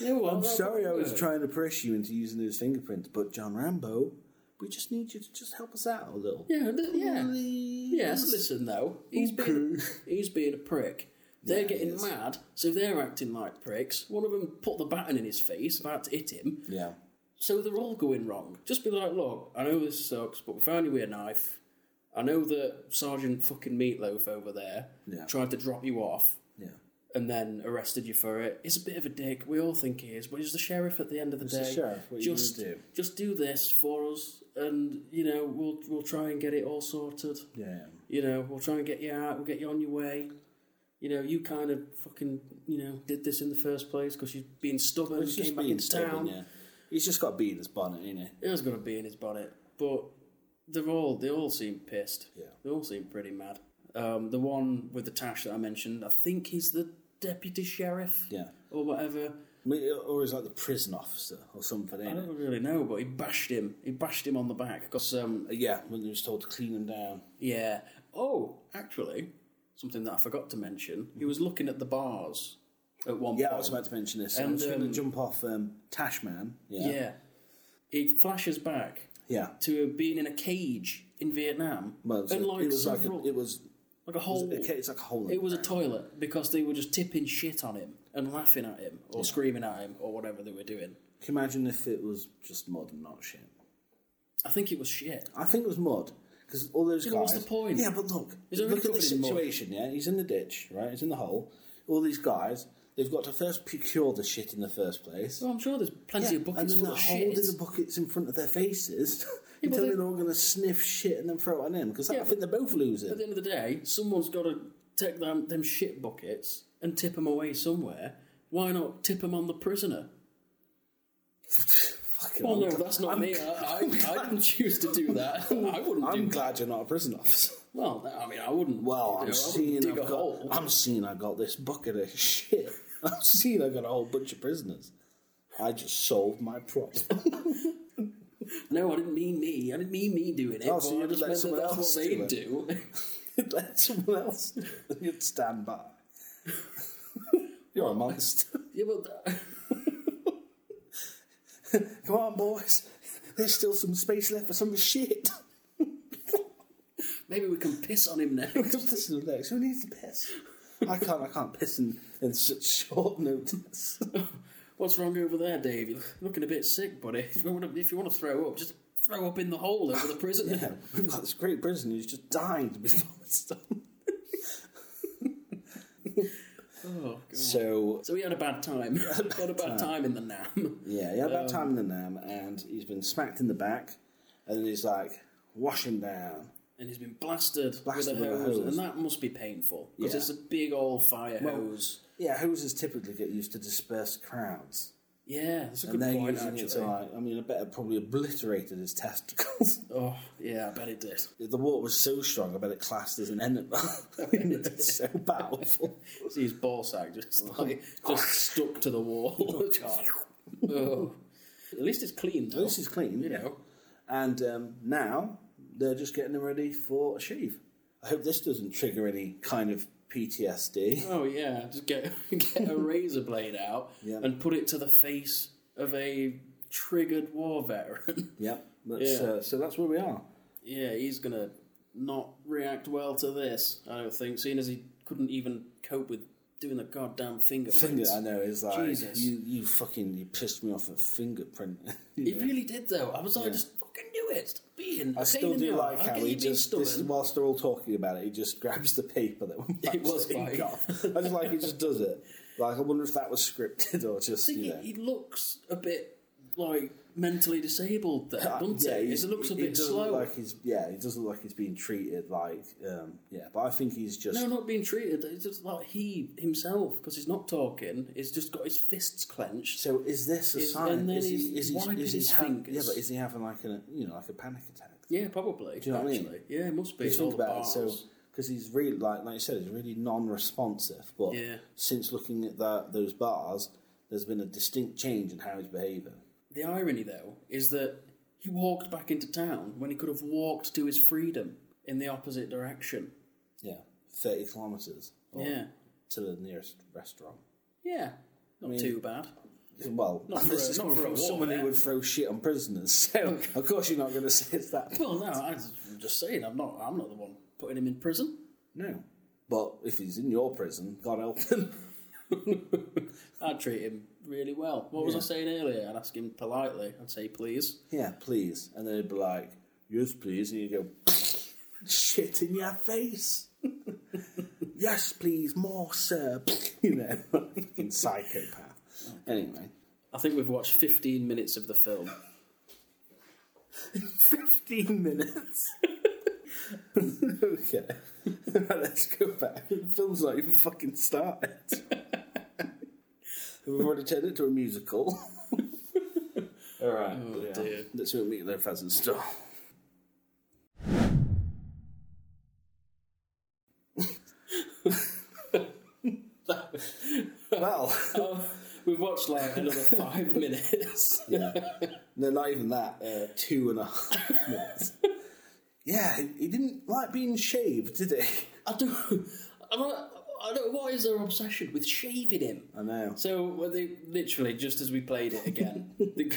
S6: Yeah, well,
S5: I'm
S6: well,
S5: sorry, I was
S6: well.
S5: trying to press you into using those fingerprints." But John Rambo, we just need you to just help us out a little.
S6: Yeah, and, uh, yeah,
S5: Please.
S6: yes. Listen though, he's being
S5: Okay.
S6: he's being a prick. They're
S5: Yeah, he
S6: getting
S5: is.
S6: mad, so they're acting like pricks. One of them put the baton in his face, about to hit him.
S5: Yeah.
S6: So they're all going wrong. Just be like, look, I know this sucks, but we found you with a knife. I know that Sergeant fucking Meatloaf over there
S5: Yeah.
S6: tried to drop you off
S5: Yeah.
S6: and then arrested you for it. He's a bit of a dick. We all think he is, but he's the sheriff at the end of the
S5: the
S6: day.
S5: sheriff. What are you gonna
S6: just,
S5: do?
S6: just do this for us, and you know we'll we'll try and get it all sorted.
S5: Yeah.
S6: You know we'll try and get you out. We'll get you on your way. You know you kind of fucking you know did this in the first place because you've been stubborn. and
S5: He's
S6: came
S5: just
S6: back
S5: being
S6: into town.
S5: stubborn. Yeah. He's just got to be in his bonnet, ain't he?
S6: It has got to be in his bonnet, but they're all they all seem pissed.
S5: Yeah.
S6: they all seem pretty mad. Um, the one with the tash that I mentioned, I think he's the deputy sheriff.
S5: Yeah.
S6: or whatever.
S5: I mean, Or he's like the prison officer or something,
S6: I
S5: ain't it?
S6: don't really know, but he bashed him. He bashed him on the back because um,
S5: Yeah, when he was told to clean him down.
S6: yeah. Oh, actually, something that I forgot to mention. He was looking at the bars at one
S5: Yeah,
S6: point.
S5: I was about to mention this.
S6: And,
S5: I'm just going
S6: um,
S5: to jump off um, Tashman. Yeah.
S6: yeah, he flashes back
S5: Yeah.
S6: to being in a cage in Vietnam,
S5: Well, so
S6: and like
S5: it was like
S6: several,
S5: a, it was
S6: like a whole.
S5: it- it's like a hole. in
S6: It was a
S5: the
S6: toilet because they were just tipping shit on him and laughing at him or screaming at him or whatever they were doing.
S5: Can you imagine if it was just mud and not shit?
S6: I think it was shit.
S5: I think it was mud because all those
S6: Yeah,
S5: guys.
S6: what's the point?
S5: Yeah, but look,
S6: He's already
S5: look at this
S6: covered in mud.
S5: situation. Yeah, he's in the ditch, right? He's in the hole. All these guys, they've got to first procure the shit in the first place.
S6: Well, I'm sure there's plenty
S5: Yeah,
S6: of Oh, buckets
S5: and
S6: full
S5: then
S6: of
S5: they're
S6: shit.
S5: holding the buckets in front of their [laughs] faces
S6: but
S5: until
S6: they-
S5: they're all going to sniff shit and then throw it on him because
S6: Yeah,
S5: I think they're both losing.
S6: At the end of the day, someone's got to take them, them shit buckets and tip them away somewhere. Why not tip them on the prisoner?
S5: Fucking
S6: Well, Oh, no,
S5: hell.
S6: that's not
S5: [laughs]
S6: me. I, I, I didn't choose to do that. I wouldn't
S5: I'm
S6: do
S5: glad you're not a prison officer.
S6: Well, I mean, I wouldn't.
S5: Well, I'm
S6: you know, I wouldn't
S5: seeing
S6: dig
S5: I've
S6: a
S5: got,
S6: hole.
S5: I'm seeing I got this bucket of shit. [laughs] I'm seeing I got a whole bunch of prisoners. I just solved my problem. [laughs]
S6: No, I didn't mean me. I didn't mean me doing it.
S5: Oh, so
S6: but
S5: you
S6: I
S5: would
S6: just
S5: let
S6: meant that
S5: someone
S6: that's
S5: else
S6: what they
S5: do it.
S6: do.
S5: Let someone else. do it. You'd stand by. [laughs] You're a monster.
S6: [laughs] yeah, but
S5: Come on, boys. There's still some space left for some shit. [laughs]
S6: maybe we can piss on him now. [laughs]
S5: This is the next. Who needs to piss? I can't. I can't piss in, in such short notice. [laughs]
S6: What's wrong over there, Dave? You're looking a bit sick, buddy. If you want to, if you want to throw up, just throw up in the hole over [laughs] the prisoner.
S5: Yeah, we've got this great prisoner who's just dying [laughs] before it's done.
S6: Oh, God.
S5: So
S6: So he had a bad time. [laughs] Got a bad time in the Nam.
S5: Yeah, he had
S6: Um,
S5: that time in the Nam, and he's been smacked in the back, and then he's like, wash him down.
S6: And he's been blasted,
S5: Blasted
S6: with a hose,
S5: hose.
S6: and that must be painful because
S5: Yeah.
S6: it's a big old fire hose.
S5: Yeah, hoses typically get used to disperse crowds.
S6: Yeah, that's a
S5: And
S6: good
S5: they're
S6: point.
S5: using it to,
S6: Actually,
S5: like, I mean, I bet it probably obliterated his testicles. [laughs]
S6: oh yeah, I bet it did.
S5: the water was so strong, I bet it classed as an enema. [laughs] I mean, it's so
S6: [laughs]
S5: powerful.
S6: See his ball sack [laughs] just like just stuck to the [laughs] wall. oh. At least it's clean though.
S5: This is clean.
S6: you know.
S5: And um, now they're just getting him ready for a shave. I hope this doesn't trigger any kind of
S6: [laughs]
S5: PTSD.
S6: Oh yeah, just get [laughs] get a razor blade out
S5: [laughs] Yeah.
S6: and put it to the face of a triggered war veteran. [laughs]
S5: Yep. That's,
S6: Yeah.
S5: Uh, so that's where we are.
S6: yeah, he's gonna not react well to this. I don't think, seeing as he couldn't even cope with doing the goddamn
S5: Finger,
S6: fingerprints.
S5: I know. It's like
S6: Jesus.
S5: you, you fucking, you pissed me off at fingerprint.
S6: He
S5: [laughs]
S6: really did though. I was like, just fucking do it. Stop being.
S5: I still do like how he just, this,
S6: stubborn.
S5: whilst they're all talking about it, he just [laughs] grabs the paper that we
S6: It was funny.
S5: off. I just like he just does it. Like I wonder if that was scripted or just
S6: See,
S5: you
S6: he,
S5: know.
S6: he looks a bit like mentally disabled there, doesn't
S5: Uh, yeah,
S6: it?
S5: he-
S6: It looks a
S5: he
S6: bit
S5: doesn't
S6: slow.
S5: Look like he's yeah, he doesn't look like he's being treated like um, yeah, but I think he's just
S6: No, not being treated. It's just like he himself, because he's not talking, he's just got his fists clenched.
S5: So is this a
S6: Is-
S5: sign?
S6: and then
S5: is he,
S6: he's
S5: is he,
S6: wiping
S5: is he
S6: his
S5: ha-
S6: fingers.
S5: Yeah, but is he having like a you know like a panic attack?
S6: Yeah, probably.
S5: you know what I
S6: actually.
S5: mean?
S6: Yeah, it must be.
S5: You
S6: It's all
S5: think
S6: the
S5: about it, so
S6: bars.
S5: because he's really like like you said, he's really non-responsive. But
S6: Yeah.
S5: since looking at that those bars, there's been a distinct change in how he's behaving.
S6: The irony, though, is that he walked back into town when he could have walked to his freedom in the opposite direction.
S5: Yeah, thirty kilometers. or-
S6: Yeah.
S5: to the nearest restaurant.
S6: Yeah. Not too bad.
S5: Well, [laughs]
S6: Not for
S5: this
S6: a-
S5: is
S6: not
S5: coming
S6: for a
S5: from
S6: war,
S5: someone
S6: yeah.
S5: who would throw shit on prisoners.
S6: [laughs]
S5: So of course you're not going to say it's that.
S6: Well, no, I was- I'm just saying, I'm not. I'm not the one putting him in prison.
S5: No, but if he's in your prison, God help him.
S6: I'd treat him really well. What was I saying earlier? I'd ask him politely. I'd say, please.
S5: yeah, please. And then he'd be like, yes, please. And you go, [laughs] shit in your face. [laughs] yes, please, more, sir. [laughs] you know, fucking psychopath. Anyway,
S6: I think we've watched 15 minutes of the film.
S5: 15 minutes. [laughs] okay. Right, let's go back. The film's not even fucking started. We've already turned it to a musical. Alright.
S6: dear.
S5: Let's see what Meatloaf has in store. well,
S6: We've watched like [laughs] another five minutes.
S5: yeah. [laughs] No, not even that. Uh, two and a half [laughs] minutes. Yeah, he- he didn't like being shaved, did he?
S6: I don't. I'm not, I don't. What is their obsession with shaving him?
S5: I know.
S6: So well, they literally just as we played it again, they,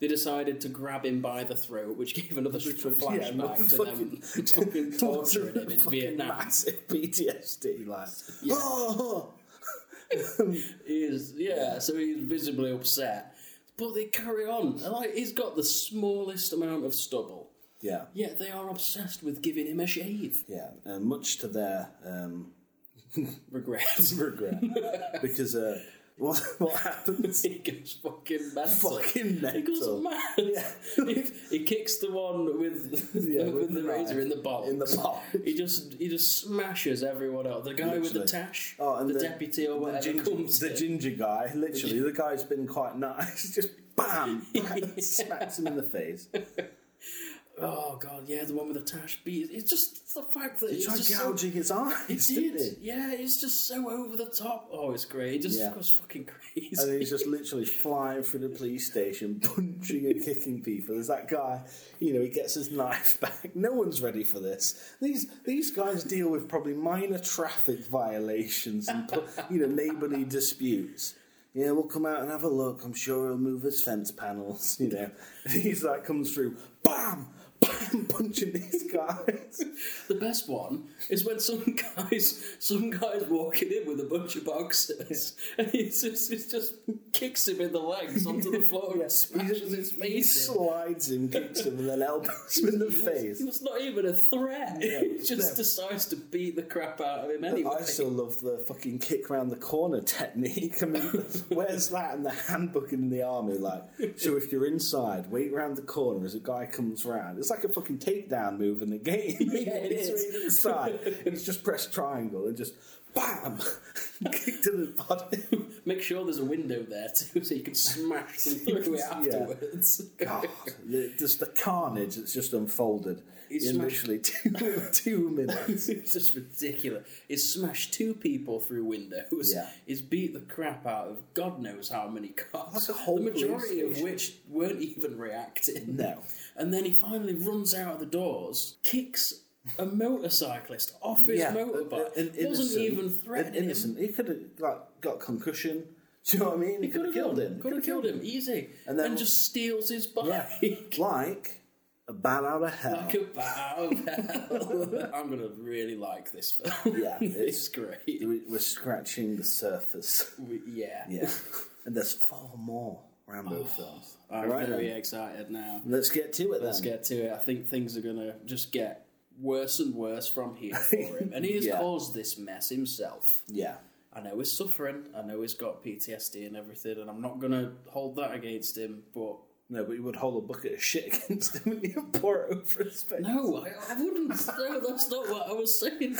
S6: they decided to grab him by the throat, which gave another flashback to them [laughs] fucking torturing him in
S5: fucking
S6: Vietnam. [laughs]
S5: Massive PTSD, like. Oh,
S6: He is yeah, so he's visibly upset, but they carry on. They're Like he's got the smallest amount of stubble,
S5: [laughs] Yeah,
S6: yet they are obsessed with giving him a shave.
S5: yeah. And much to their um,
S6: Regret.
S5: regret,
S6: [laughs]
S5: because uh, what what happens?
S6: He goes fucking mental.
S5: Fucking
S6: He
S5: mental.
S6: goes mad. [laughs] he, he kicks the one with,
S5: Yeah,
S6: [laughs] with,
S5: with
S6: the,
S5: the
S6: razor
S5: knife.
S6: in the box.
S5: In the box.
S6: He just he just smashes everyone out. The guy with the
S5: Literally.
S6: tash, the, deputy or whatever
S5: Oh, the ginger,
S6: comes.
S5: the
S6: in.
S5: ginger guy. Literally, the guy's been quite nice. [laughs] Just
S6: [laughs]
S5: bam, bam smacks him in the face.
S6: oh god, yeah, the one with the tash. Beat. It's just the fact that
S5: He
S6: it's
S5: tried
S6: just so-
S5: gouging his eyes.
S6: He
S5: didn't
S6: did.
S5: he?
S6: Yeah, it's just so over the top. Oh, it's great. It just
S5: Yeah.
S6: goes fucking crazy.
S5: And he's just literally flying through the police station, [laughs] punching and kicking people. There's that guy, you know, he gets his knife [laughs] back. No one's ready for this. These these guys deal with probably minor traffic violations and pu- [laughs] you know neighbourly disputes. Yeah, we'll come out and have a look. I'm sure he'll move his fence panels. [laughs] You know, he's like comes through, bam, bam, [laughs] punching these guys. [laughs]
S6: The best one is when some [laughs] guys, some guys walking in with a bunch of boxes, and he just, he just kicks him in the legs onto the
S5: [laughs]
S6: floor and
S5: he,
S6: Oh, smashes his
S5: just, he
S6: face. in.
S5: slides him, kicks him, and then elbows him in
S6: [laughs]
S5: the face.
S6: It's not even a threat. [laughs] he just
S5: No.
S6: decides to beat the crap out of him anyway.
S5: I still love the fucking kick round the corner technique. [laughs] I mean, where's that in the handbook in the army? Like, so if you're inside, wait round the corner as a guy comes round. It's like a fucking takedown move in the game. [laughs]
S6: Yeah, it
S5: It's
S6: is.
S5: right Inside, it's just press triangle and just bam, [laughs] kick to the body.
S6: Make sure there's a window there too, so
S5: [laughs]
S6: you can smash them through it
S5: Yeah.
S6: afterwards.
S5: God, the, just the carnage that's just unfolded
S6: He's
S5: in
S6: smashed-
S5: literally [laughs] two two minutes.
S6: [laughs] it's just ridiculous. He's smashed two people through windows.
S5: Yeah.
S6: He's beat the crap out of God knows how many cops.
S5: Like a whole
S6: the
S5: police
S6: majority of
S5: station.
S6: which weren't even reacting.
S5: No.
S6: And then he finally runs out of the doors, kicks a motorcyclist off his motorbike.
S5: an
S6: Wasn't
S5: innocent-
S6: even
S5: an
S6: threatening. him.
S5: Innocent. He could have like got concussion. [laughs] Do you know what I mean?
S6: He could have
S5: killed
S6: done.
S5: him.
S6: Could have killed him. Easy. And
S5: And
S6: then
S5: then-
S6: just steals his
S5: [laughs]
S6: bike.
S5: Like a bat out of hell.
S6: [laughs] Like a bow. [laughs] I'm gonna really like [laughs] this film.
S5: [laughs] Yeah,
S6: it's
S5: it's-
S6: great.
S5: We- We're scratching the
S6: [laughs]
S5: surface.
S6: We- yeah,
S5: Yeah, and there's four more Rambo
S6: Oh.
S5: films.
S6: I'm
S5: Right
S6: very
S5: then.
S6: excited now.
S5: Let's get to it.
S6: Let's
S5: then.
S6: get to it. I think things are gonna just get worse and worse from here for [laughs] him, and he has
S5: Yeah.
S6: caused this mess himself.
S5: Yeah,
S6: I know he's suffering. I know he's got PTSD and everything, and I'm not gonna hold that against him. But
S5: No, but you would hold a bucket of shit [laughs] against him and you pour it over his face.
S6: No, I, I wouldn't. No, [laughs] that's not what I was saying.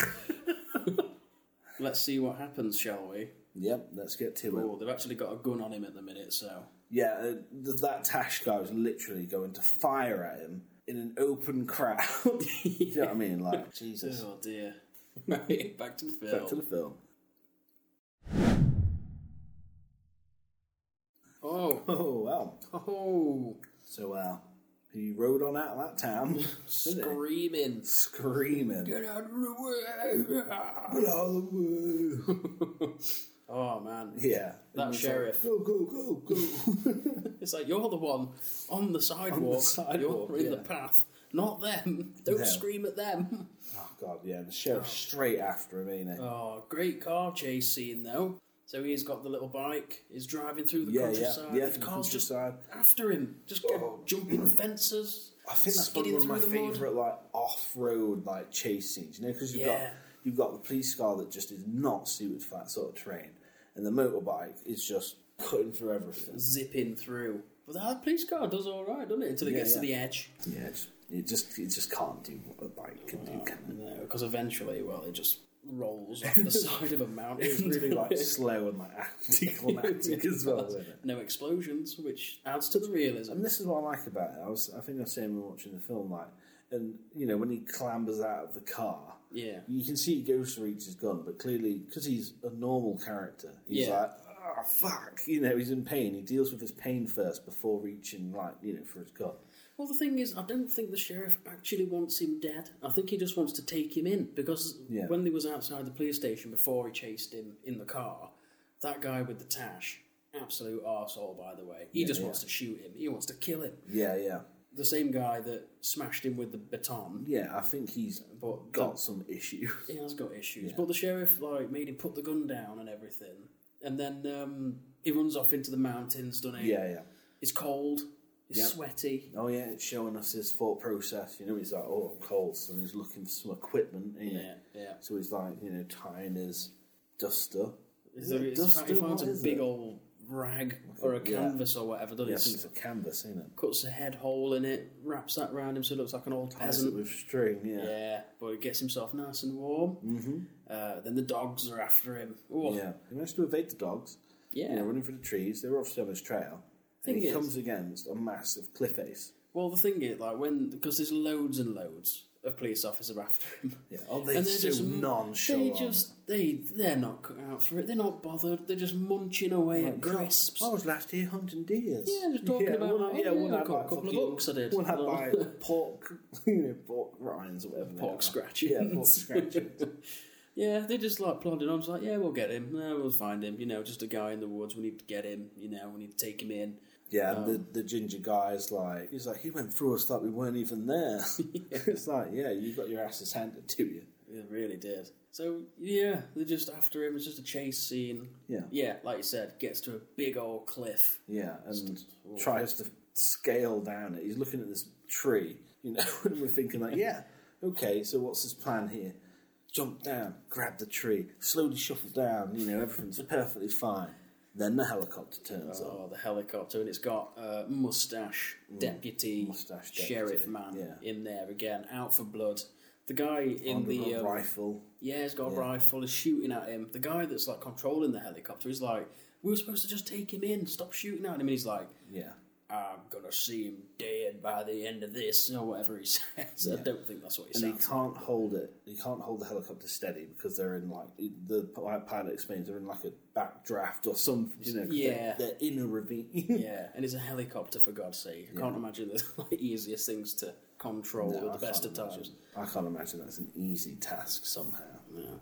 S6: Let's see what happens, shall we?
S5: Yep, let's get to it.
S6: Oh, they've actually got a gun on him at the minute, [laughs] so.
S5: Yeah, uh, th- that Tash guy was literally going to fire at him in an open crowd. [laughs] Do you know what I mean?
S6: [laughs]
S5: Like, Jesus.
S6: Oh dear. Right, back to the film.
S5: Back to the film.
S6: Oh,
S5: Oh, well.
S6: oh,
S5: So, uh, he rode on out of that town. [laughs] didn't he?
S6: screaming.
S5: Screaming.
S6: Get out of the way. [laughs] oh man,
S5: Yeah.
S6: that
S5: And it's
S6: sheriff.
S5: Like, go, go, go, go.
S6: It's like you're the one on the sidewalk.
S5: sidewalk,
S6: you're in the
S5: yeah.
S6: path, not them. Don't
S5: No.
S6: scream at them.
S5: oh, God, yeah. The sheriff's straight after him, ain't he?
S6: Oh, great car chase scene though. So he's got the little bike. He's driving through the
S5: Yeah, yeah.
S6: countryside.
S5: Yeah,
S6: the
S5: the
S6: car's just
S5: countryside. Oh.
S6: after him, just go- jumping fences.
S5: I think that's probably
S6: skidding
S5: one of my
S6: through the mud.
S5: favourite like off-road like chase scenes. You know, because you've got
S6: Yeah.
S5: you've got the police car that just is not suited for that sort of terrain, and the motorbike is just cutting through everything.
S6: zipping through. But that police car does all right, doesn't it? Until it
S5: Yeah,
S6: gets
S5: yeah.
S6: to the edge.
S5: Yeah, it's, it just it just can't do what a bike can do. Can
S6: No, because eventually, well, it just rolls
S5: [laughs]
S6: off the side of a
S5: it?
S6: [laughs] mountain.
S5: It's really like slow and like [laughs]
S6: [laughs]
S5: anticlimactic as well. Isn't it?
S6: no explosions, which adds to the realism.
S5: And this is what I like about it. I was I think I was saying when watching the film like, and you know when he clambers out of the car,
S6: Yeah.
S5: You can see he goes to reach his gun, but clearly, because he's a normal character, he's
S6: Yeah.
S5: like, oh, fuck. You know, he's in pain. He deals with his pain first before reaching, like, you know, for his gun.
S6: Well, the thing is, I don't think the sheriff actually wants him dead. I think he just wants to take him in because
S5: Yeah.
S6: when he was outside the police station before he chased him in the car, that guy with the tash, absolute arsehole, by the way, he just wants to shoot him. He wants to kill him.
S5: Yeah, yeah.
S6: The same guy that smashed him with the baton.
S5: Yeah, I think he's
S6: But
S5: got some issues. [laughs]
S6: He has got issues, but the sheriff like made him put the gun down and everything, and then um, he runs off into the mountains, doesn't he?
S5: yeah, yeah.
S6: It's cold. It's
S5: Yep.
S6: sweaty.
S5: Oh, yeah, it's showing us his thought process. You know, he's like, oh, I'm cold, so he's looking for some equipment. You know?
S6: Yeah, yeah.
S5: So he's like, you know, tying his duster.
S6: Is there,
S5: it
S6: it's
S5: dust
S6: fi-
S5: or
S6: he finds
S5: what is
S6: a big
S5: it?
S6: old rag or a
S5: Yeah.
S6: canvas or whatever, doesn't
S5: Yeah, I
S6: he?
S5: think it's a canvas, isn't it?
S6: Cuts a head hole in it, wraps that round him so it looks like an old
S5: Ties it
S6: peasant.
S5: with string, yeah.
S6: Yeah, but he gets himself nice and warm. Mm-hmm. Uh, then the dogs are after him. Oh,
S5: Yeah. He managed to evade the dogs. you
S6: yeah.
S5: know, running through the trees. They were obviously on his trail. And
S6: Thing
S5: he
S6: is-
S5: comes against a massive cliff face.
S6: Well, the thing is, like when because there's loads and loads of police officers after him.
S5: Yeah,
S6: [laughs]
S5: oh, they're so
S6: They
S5: nonchalant.
S6: just they they're not cut out for it. They're not bothered. They're just munching away at crisps.
S5: I was last here hunting deers.
S6: Yeah, just talking about
S5: one,
S6: that. Oh,
S5: yeah,
S6: Yeah,
S5: one
S6: I
S5: had
S6: caught a
S5: like
S6: couple of
S5: fucking-
S6: bucks, I did.
S5: One had
S6: Oh.
S5: like
S6: [laughs]
S5: pork, [laughs] you know, pork rinds or whatever. they
S6: Pork
S5: are.
S6: scratchings.
S5: Yeah, pork scratchings.
S6: [laughs] Yeah, they just like plodding on. It's like, yeah, we'll get him. No, we'll find him. You know, just a guy in the woods. We need to get him. You know, we need to take him in.
S5: yeah, and
S6: Um,
S5: the, the ginger guy's like, he's like, he went through us like we weren't even there. [laughs]
S6: [laughs]
S5: it's like, yeah, you got your asses handed to you.
S6: It really did. So yeah, they're just after him. It's just a chase scene.
S5: Yeah.
S6: Yeah, like you said, gets to a big old cliff.
S5: Yeah, and tries to scale down it. He's looking at this tree, you know, [laughs] and we're thinking like, yeah, okay, so what's his plan here? Jump down, grab the tree, slowly shuffle down, you know, everything's perfectly fine. Then the helicopter turns up.
S6: Oh, the helicopter, and it's got uh, mustache deputy,
S5: Mm. Mustache deputy,
S6: sheriff man
S5: yeah.
S6: in there again, out for blood. The guy in
S5: Under
S6: the
S5: a
S6: um,
S5: rifle.
S6: yeah, he's got a rifle, is shooting at him. The guy that's like controlling the helicopter is like, "We were supposed to just take him in, stop shooting at him," and he's like,
S5: Yeah.
S6: "I'm gonna see him dead by the end of this," or whatever he [laughs] says. I don't think that's what he
S5: And he
S6: said.
S5: can't hold it. He can't hold the helicopter steady because they're in like the pilot explains they're in like a backdraft or something. You know, 'cause they're-
S6: Yeah.
S5: they're, in a ravine. [laughs]
S6: Yeah, and it's a helicopter for God's sake. I can't imagine the [laughs] like, easiest things to control
S5: No,
S6: at the
S5: I
S6: best of
S5: can't
S6: times.
S5: imagine- I can't imagine that's an easy task somehow.
S6: Yeah.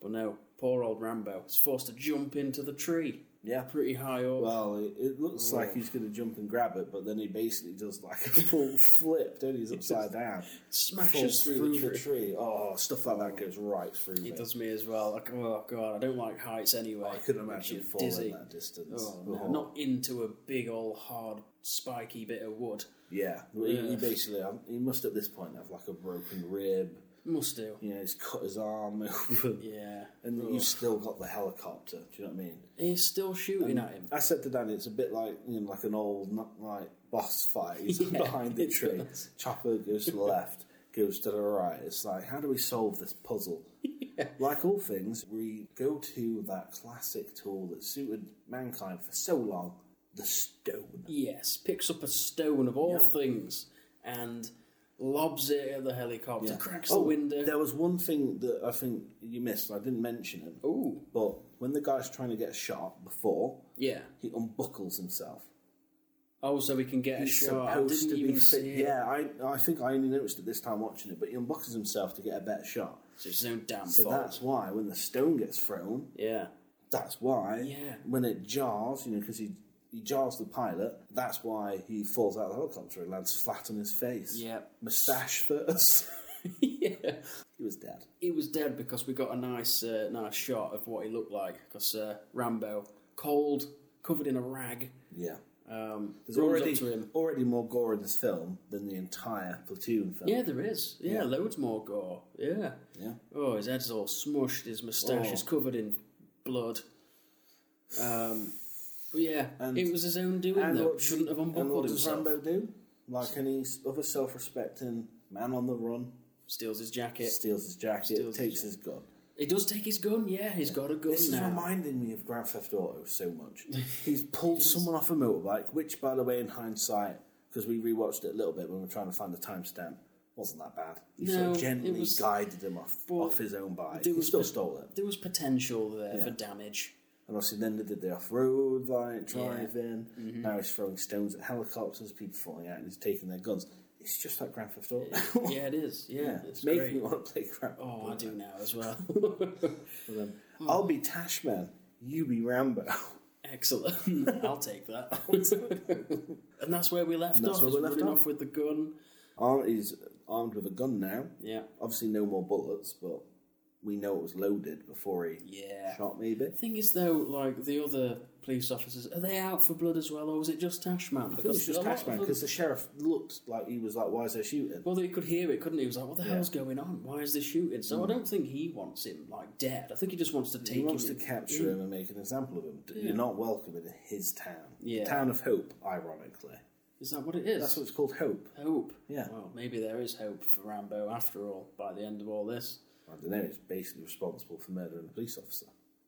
S6: But no, poor old Rambo is forced to jump into the tree.
S5: Yeah.
S6: Pretty high up.
S5: Well, it, it looks like he's going to jump and grab it, but then he basically does like a
S6: [laughs]
S5: full flip, then he's upside down.
S6: smashes
S5: Falls
S6: through, the tree.
S5: Oh, stuff like that goes right through
S6: It
S5: me.
S6: does me as well. Like, oh god, I don't like heights anyway.
S5: I couldn't
S6: Makes
S5: imagine
S6: you
S5: falling
S6: dizzy.
S5: that distance.
S6: Oh, no,
S5: Oh.
S6: Not into a big old hard spiky bit of wood.
S5: Yeah, Well, He, he basically, um, he must at this point have like a broken rib.
S6: Must do.
S5: You know, he's cut his arm [laughs] open.
S6: Yeah. Oh.
S5: And
S6: Ugh.
S5: you've still got the helicopter. Do you know what I mean?
S6: He's still shooting at him.
S5: I said to Danny, it's a bit like you know, like an old not like boss fight. He's
S6: [laughs] Yeah,
S5: behind the
S6: it
S5: tree.
S6: does.
S5: Chopper goes to
S6: [laughs]
S5: the left, goes to the right. It's like, how do we solve this
S6: [laughs]
S5: puzzle? Like all things, we go to that classic tool that suited mankind for so long, the stone.
S6: Yes, picks up a stone of all things and lobs it at the helicopter,
S5: Yeah.
S6: cracks
S5: Oh,
S6: the window.
S5: There was one thing that I think you missed. and I didn't mention it.
S6: Ooh.
S5: But when the guy's trying to get shot before,
S6: Yeah.
S5: he unbuckles himself.
S6: Oh, so we can get a
S5: He's
S6: shot. I
S5: supposed
S6: didn't
S5: to
S6: even
S5: be fit.
S6: see it.
S5: Yeah, I I think I only noticed it this time watching it, but he unbuckles himself to get a better shot.
S6: So it's his own damn
S5: So
S6: fault.
S5: that's why when the stone gets thrown,
S6: [laughs] Yeah.
S5: that's why
S6: Yeah.
S5: when it jars, you know, because he he jars the pilot. That's why he falls out of the helicopter and lands flat on his face.
S6: Yep.
S5: mustache first. [laughs]
S6: yeah.
S5: he was dead.
S6: He was dead because we got a nice, uh, nice shot of what he looked like. Because uh, Rambo, cold, covered in a rag,
S5: Yeah.
S6: um,
S5: There's
S6: runs
S5: already
S6: up to him.
S5: already more gore in this film than the entire platoon film.
S6: Yeah, there is. Yeah, loads more gore. Yeah.
S5: Yeah.
S6: Oh, his head's all smushed. His moustache
S5: Oh.
S6: is covered in blood. Um, but yeah,
S5: And-
S6: it was his own doing though.
S5: what-
S6: Shouldn't have
S5: and what
S6: unbuckled
S5: does
S6: himself.
S5: Rambo do? Like any s- other self-respecting man on the run,
S6: Steals his jacket.
S5: steals his jacket,
S6: Steals his
S5: takes
S6: jacket.
S5: his gun.
S6: He does take his gun. Yeah, he's got a gun
S5: This is
S6: now.
S5: reminding me of Grand Theft Auto so much.
S6: [laughs]
S5: He's pulled someone off a motorbike, which, by the way, in hindsight, because we rewatched it a little bit when we were trying to find the timestamp, wasn't that bad. He sort
S6: No,
S5: of
S6: it
S5: gently
S6: was-
S5: guided him off
S6: but
S5: off his own bike.
S6: there
S5: He
S6: was
S5: still
S6: pot-
S5: stole it,
S6: There was potential there
S5: Yeah.
S6: for damage.
S5: [laughs] and obviously then they did the off-road like driving.
S6: Mm-hmm.
S5: Now he's throwing stones at helicopters, people falling out, and he's taking their guns. It's just like Grand Theft Auto.
S6: yeah, it is. Yeah,
S5: [laughs] Yeah,
S6: it's
S5: it's making
S6: great.
S5: me want to play crap.
S6: Oh, I do Oh. now as well. [laughs]
S5: I'll be Tashman, you be Rambo. [laughs]
S6: Excellent. [laughs] I'll take that. and that's where we left
S5: that's
S6: off.
S5: where
S6: is
S5: we left
S6: running
S5: off.
S6: off with the gun.
S5: Armed, he's armed with a gun now.
S6: Yeah.
S5: Obviously, no more bullets, but we know it was loaded before he
S6: Yeah.
S5: shot. Maybe
S6: The thing is, though, like the other police officers, are they out for blood as well, or was it just Tashman?
S5: it was just
S6: a lot
S5: Tashman
S6: of
S5: because
S6: them-
S5: the sheriff looked like he was like, "Why is there shooting?"
S6: Well, they could hear it, couldn't he? He was like, "What the hell's going on? Why is this shooting?" So I don't think he wants him like dead. I think he just wants to take
S5: Mm. he wants to
S6: him.
S5: capture him and make an example of him. You're not welcome in his town,
S6: Yeah.
S5: the town of Hope. Ironically,
S6: Is that what it is?
S5: that's what it's called, Hope.
S6: hope.
S5: Yeah.
S6: Well, maybe there is hope for Rambo after all. By the end of all this,
S5: I don't know. It's basically responsible for murdering a police officer.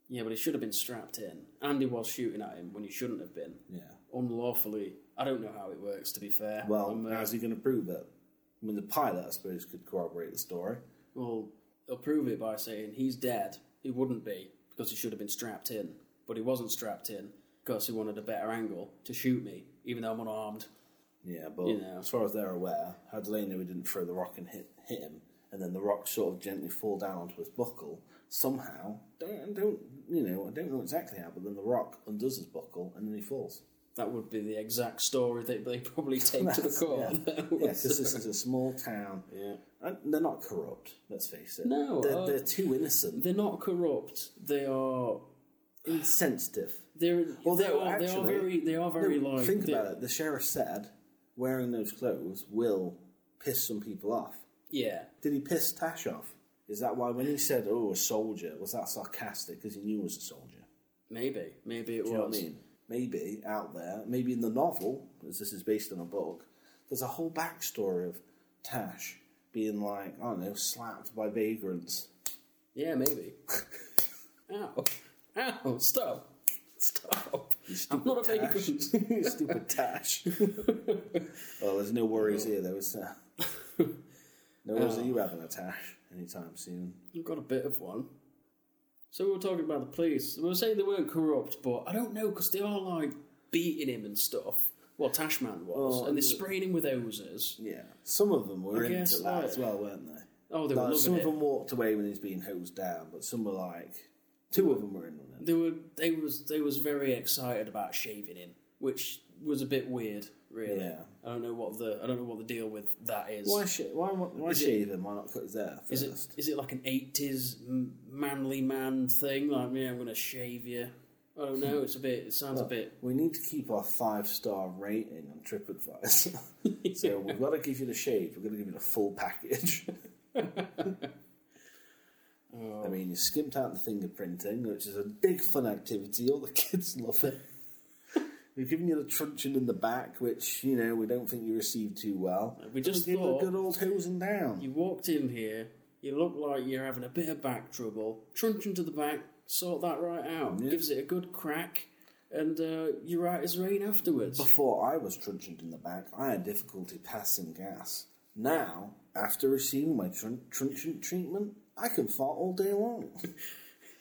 S6: yeah, but he should have been strapped in. Andy was shooting at him when he shouldn't have been.
S5: Yeah.
S6: Unlawfully, I don't know how it works. To be fair,
S5: Well,
S6: I'm, uh,
S5: how's he going to prove it? I mean, the pilot, I suppose, could corroborate the story.
S6: Well, they'll prove it by saying he's dead. He wouldn't be because he should have been strapped in, but he wasn't strapped in because he wanted a better angle to shoot me, even though I'm unarmed.
S5: Yeah, but
S6: You know.
S5: as far as they're aware, how do they know he didn't throw the rock and hit, hit him? And then the rock sort of gently fall down onto his buckle somehow. Don't, don't you know? I don't know exactly how, but then the rock undoes his buckle and then he falls.
S6: That would be the exact story that they [laughs] probably take to the
S5: That's-
S6: [laughs] court.
S5: Yeah, because this
S6: [laughs]
S5: is a small town.
S6: Yeah.
S5: and they're not corrupt. Let's face it.
S6: No,
S5: they're,
S6: uh,
S5: they're too innocent,
S6: They're not corrupt. They are.
S5: insensitive.
S6: They're.
S5: Well,
S6: they,
S5: they
S6: are,
S5: were
S6: they are
S5: actually-
S6: very. They are very
S5: No,
S6: like.
S5: think
S6: they-
S5: about it. The sheriff said wearing those clothes will piss some people off.
S6: Yeah.
S5: Did he piss Tash off? Is that why when he said, "Oh, a soldier," was that sarcastic because he knew he was a soldier?
S6: Maybe. Maybe it
S5: Do you know what
S6: was.
S5: I mean? Maybe out there, maybe in the novel, as this is based on a book, there's a whole backstory of Tash being like, I don't know, slapped by vagrants. [laughs]
S6: Yeah. Maybe. Ow! Ow! Stop! Stop! I'm not a
S5: Tash.
S6: vagrant. [laughs]
S5: Stupid [laughs] Tash. well, there's no worries here, though. Is there? no worries that you having a Tash anytime soon.
S6: I've got a bit of one. So we were talking about the police. We were saying they weren't corrupt, but I don't know because they are like beating him and stuff. Well, Tashman was,
S5: Oh,
S6: and they're
S5: yeah.
S6: spraying him with hoses.
S5: Yeah, some of them were
S6: I
S5: into
S6: guess,
S5: that
S6: like-
S5: as well, weren't they?
S6: Oh, they were
S5: Like,
S6: loving
S5: some
S6: it.
S5: of them walked away when he's being hosed down, but some were like, two of them were in on it.
S6: They were, they was, they was very excited about shaving him, which was a bit weird, really.
S5: Yeah.
S6: I don't know what the, I don't know what the deal with that is.
S5: Why, sh- why, why
S6: it-
S5: shave him? Why not cut his hair
S6: is
S5: first?
S6: it, is it like an eighties manly man thing? Like, yeah, I'm gonna shave you. I
S5: [laughs]
S6: don't know. It's a bit. It sounds a bit.
S5: We need to keep our five star rating on
S6: [laughs]
S5: TripAdvisor. so we've got to give you the shave, we're going to give you the full package. I mean, you skimped out the fingerprinting, which is a big fun activity. All the kids love it. We've given you the truncheon in the back, which you know we don't think you received too well.
S6: We just
S5: give you a
S6: thought-
S5: good old hosing down.
S6: You walked in here, you look like you're having a bit of back trouble, trunch into the back, sort that right out, gives it a good crack, and uh, you're right as rain afterwards.
S5: Before I was truncheoned in the back, I had difficulty passing gas. Now, after receiving my trun- truncheon treatment, I can fart all day long.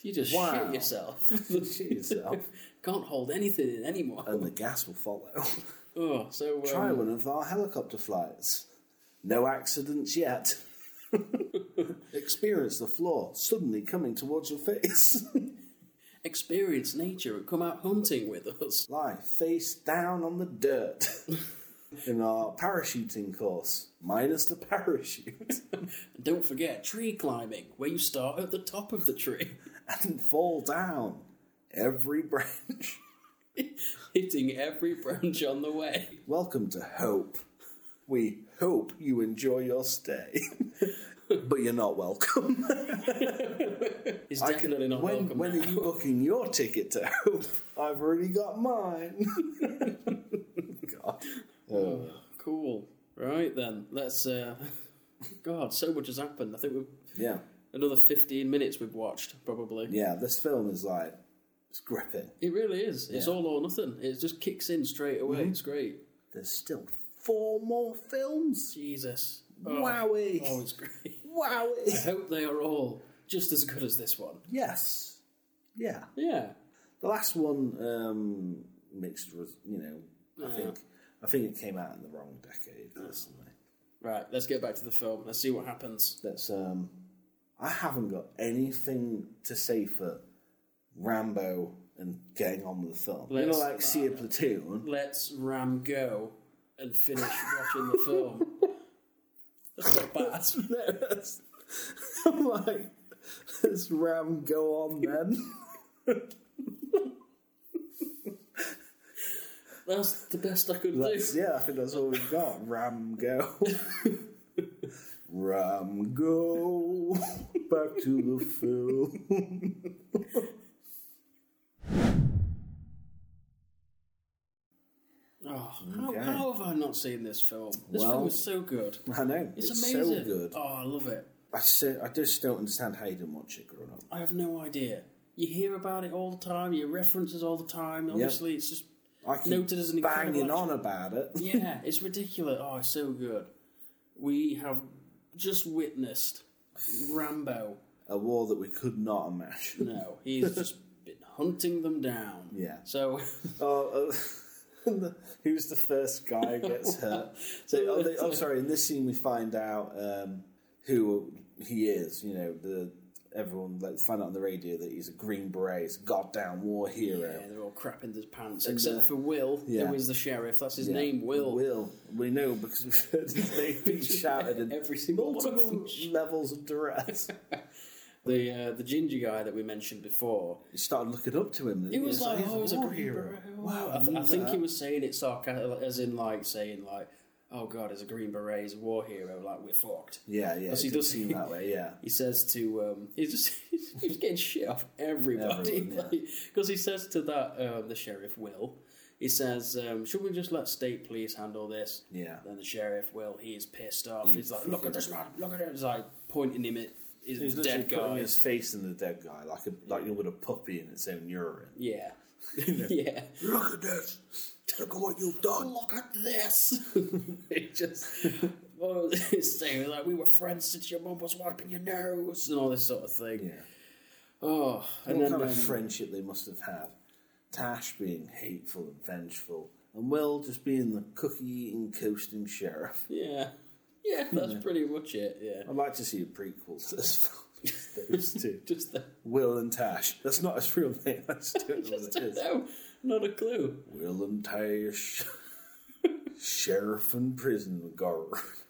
S6: You just
S5: Wow.
S6: shit yourself. [laughs]
S5: Shit yourself.
S6: Can't hold anything in anymore.
S5: and the gas will follow.
S6: oh, so um,
S5: Try one of our helicopter flights. No accidents yet. [laughs] Experience the floor suddenly coming towards your face. [laughs]
S6: experience nature and come out hunting with us.
S5: Lie face down on the dirt in our parachuting course, minus the parachute.
S6: And don't forget tree climbing, where you start at the top of the tree, [laughs]
S5: and fall down every branch. [laughs]
S6: hitting every branch on the way.
S5: Welcome to Hope. We hope you enjoy your stay, [laughs] but you're not welcome.
S6: It's
S5: I
S6: [laughs] definitely
S5: can-
S6: not
S5: when,
S6: welcome.
S5: When
S6: [laughs] now.
S5: are you booking your ticket to Hope? I've already got mine. [laughs] God. Oh,
S6: Cool. Right then, let's. Uh, [laughs] God, so much has happened. I think we've
S5: yeah,
S6: another fifteen minutes we've watched probably.
S5: yeah. This film is like it's gripping.
S6: It really is. It's
S5: Yeah. Mm-hmm.
S6: all or nothing. It just kicks in straight away. It's great.
S5: There's still four more films.
S6: Jesus.
S5: Wowie.
S6: Oh, it's great.
S5: Wow.
S6: I hope they are all just as good as this one.
S5: Yes. Yeah.
S6: Yeah.
S5: The last one um, mixed was, you know, I think I think it came out in the wrong decade. Personally,
S6: Right. Let's get back to the film. Let's see what happens.
S5: that's um, I haven't got anything to say for Rambo and getting on with the film. you know,
S6: Let's-
S5: like see a platoon. [laughs]
S6: Let's ram go and finish watching the
S5: [laughs]
S6: film. That's not bad.
S5: Yes. I'm like, let's Ram go on then.
S6: That's the best I could
S5: That's,
S6: do.
S5: yeah, I think that's all we've got. Ram go. [laughs] Ram go. Back to the film.
S6: Oh, how,
S5: Okay.
S6: how have I not seen this film? This
S5: Well-
S6: film is so good.
S5: I know. It's,
S6: It's, amazing.
S5: so good.
S6: Oh, I love it.
S5: I, so, I just don't understand how you didn't watch it growing up.
S6: I have no idea. You hear about it all the time. You reference it all the time. Obviously, it's just
S5: I keep
S6: Noted as an incredible
S5: banging on
S6: action-
S5: about it.
S6: yeah, [laughs] it's ridiculous. Oh, it's so good. We have just witnessed Rambo.
S5: A war that we could not imagine.
S6: No, he's just
S5: [laughs]
S6: been hunting them down.
S5: Yeah.
S6: So [laughs]
S5: [laughs] Oh, uh, who's the first guy who
S6: [laughs]
S5: gets hurt? so, oh, they, oh, sorry. In this scene, we find out um, who he is. You know, the everyone like find out on the radio that he's a Green Beret, he's a goddamn war hero.
S6: yeah, they're all crap in their pants except for Will,
S5: uh, yeah.
S6: who is the sheriff. That's his
S5: Yeah.
S6: name, Will.
S5: Will. We know because we've heard his name
S6: [laughs]
S5: being shouted in
S6: Every single one of
S5: multiple
S6: them.
S5: levels of duress.
S6: The uh, the ginger guy that we mentioned before.
S5: You started looking up to him.
S6: It was like, oh, he's a
S5: war
S6: great hero. Wow, I,
S5: I
S6: th- I
S5: knew
S6: think
S5: that.
S6: he was saying it sarcastic, as in like saying like, "Oh God, he's a Green Beret, he's a war hero. Like we're fucked."
S5: Yeah, yeah.
S6: Yes,
S5: It
S6: he
S5: did
S6: does.
S5: seem that way. Yeah.
S6: He says to um, [laughs] he just he was getting shit off everybody
S5: Everyone, yeah.
S6: because he says to that um, the sheriff Will. He says, um, "Should we just let state police handle this?"
S5: Yeah.
S6: Then the sheriff Will he is pissed off. He's like, "Look at this man! Look at him!" He's like pointing him at his
S5: He's literally
S6: dead
S5: putting
S6: guy.
S5: his face in the dead guy, like a, like you would a puppy in its own urine. [laughs]
S6: Yeah, [laughs] yeah.
S5: Look at this! Look at what you've done!
S6: look at this. [laughs] it just, well, [laughs] it's saying like we were friends since your mum was wiping your nose and all this sort of thing.
S5: Yeah.
S6: Oh, and
S5: what
S6: then
S5: kind
S6: um,
S5: of friendship they must have had? Tash being hateful and vengeful, and Will just being the cookie-eating, coasting sheriff.
S6: yeah, yeah, that's pretty much it. Yeah, [laughs]
S5: I'd like to see a prequel to this film. [laughs] Just Those two,
S6: just that.
S5: Will and Tash. That's not his real name. I just
S6: [laughs]
S5: don't know
S6: Just
S5: what it
S6: don't
S5: is.
S6: know. Not a clue.
S5: Will and Tash, sheriff and prison guard.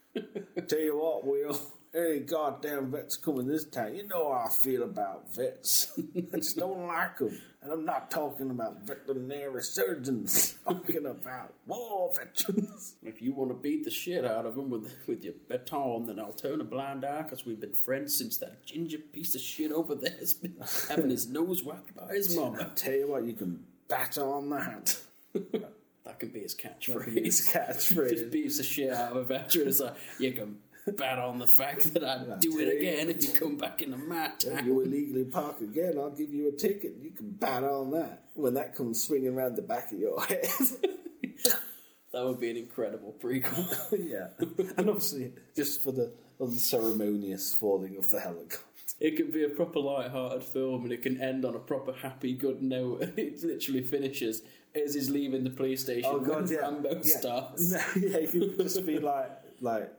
S5: [laughs] Tell you what, Will. Any goddamn vets coming this town. You know how I feel about vets. [laughs] I just don't like them. And I'm not talking about veterinary surgeons. I'm [laughs] talking about war veterans.
S6: If you want to beat the shit out of them with, [laughs] with your baton, then I'll turn a blind eye because we've been friends since that ginger piece of shit over there has been
S5: [laughs]
S6: having his nose whacked by his mama.
S5: Tell you what, you can batter on that.
S6: That can be his catchphrase.
S5: It's catchphrase.
S6: [laughs] Just beats the shit out of a veteran. It's like, you can bet on the fact that I'd do it again if you come back into my
S5: If you
S6: town.
S5: illegally park again, I'll give you a ticket. You can bat on that when that comes swinging round the back of your [laughs] head.
S6: That would be an incredible prequel.
S5: [laughs] yeah, and obviously just for the unceremonious falling of the helicopter.
S6: It could be a proper light-hearted film, and it can end on a proper happy, good note. [laughs] And it literally finishes as he's leaving the police station
S5: Oh,
S6: when Rambo
S5: [laughs]
S6: starts.
S5: No, yeah, he could just be like, like,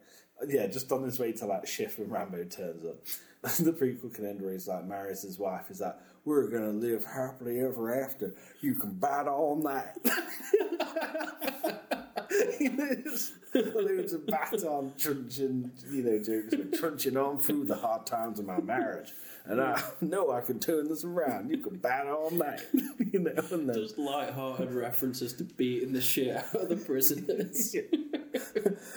S5: yeah, just on his way to like shift when Rambo turns up. [laughs] the prequel can end where he's like, marries his wife. He's like, we're gonna live happily ever after. You can bat all night. [laughs] He lives loads of baton truncheon, you know, jokes, but truncheon on through the hard times of my marriage. And I [laughs] know I can turn this around. You can bat all night, [laughs] you know. And then,
S6: Just light-hearted references to beating the shit out of
S5: [laughs]
S6: the prisoners.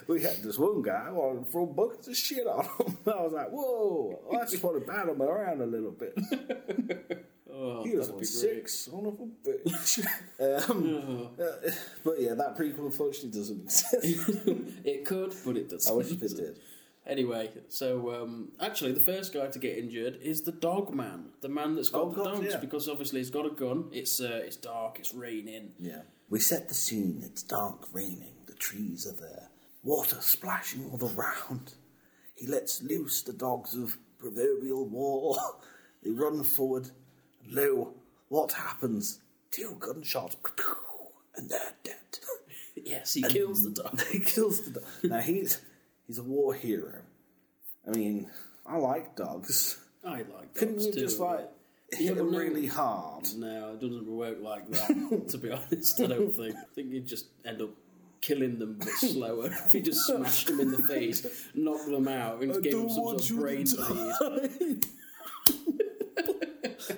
S5: we had this one guy wanted to throw buckets of shit on him. [laughs] I was like, whoa, I just want to battle him around a little [laughs] bit. he Oh, was
S6: that'd
S5: on
S6: be
S5: six, son of a [laughs] bitch. um, uh, but yeah, that prequel unfortunately doesn't [laughs] exist.
S6: [laughs] it could, but it doesn't.
S5: I wish it did.
S6: Anyway, so um, actually, the first guy to get injured is the dog man, the man that's got
S5: Oh,
S6: the
S5: God,
S6: dogs,
S5: yeah.
S6: because obviously he's got a gun. It's uh, it's dark, it's raining.
S5: Yeah. We set the scene. It's dark, raining. The trees are there. Water splashing all around. He lets loose the dogs of proverbial war. [laughs] They run forward. And lo, what happens? Two gunshots. And they're dead.
S6: Yes, he [laughs] kills the dog.
S5: he [laughs] kills the dog. Now, he's, he's a war hero. I mean, I like dogs.
S6: I like dogs
S5: Couldn't you
S6: too.
S5: just, like, hit
S6: Yeah, but
S5: 'em
S6: no-
S5: really hard?
S6: No, it doesn't work like that. to be honest, I don't think. I think you'd just end up killing them a bit slower if you just smashed them in the face, knocked them out, and gave them some sort of brain bleed. [laughs] Shoots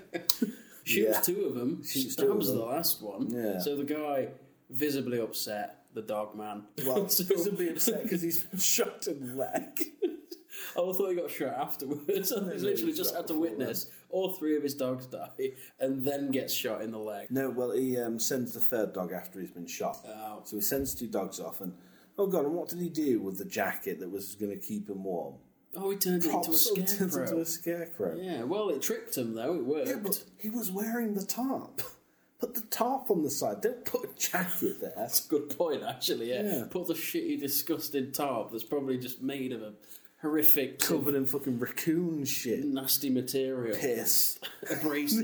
S5: Yeah.
S6: two of them,
S5: Shoots two of
S6: stabs
S5: them.
S6: the last one.
S5: Yeah.
S6: So the guy visibly upset. The dog man.
S5: [laughs] Well,
S6: [laughs] So-
S5: visibly upset because he's been [laughs] shot in the leg.
S6: Oh, I thought he got shot afterwards. [laughs] He's
S5: he
S6: literally
S5: was
S6: just
S5: shot
S6: had to
S5: before
S6: witness all three of his dogs die and then gets shot in the leg.
S5: No, well, he um, sends the third dog after he's been shot.
S6: Oh.
S5: So he sends two dogs off, and oh god, and what did he do with the jacket that was going to keep him warm?
S6: Oh, he turned it into a
S5: Pops him,
S6: scarecrow.
S5: turns into a scarecrow.
S6: Yeah, well, it tricked him though. It worked.
S5: Yeah, but he was wearing the tarp. Put the tarp on the side. Don't put a jacket [laughs] there.
S6: That's a good point, actually. Yeah.
S5: Yeah.
S6: put the shitty, disgusting tarp that's probably just made of a horrific,
S5: Covered in fucking raccoon shit.
S6: nasty material,
S5: Piss.
S6: abrasive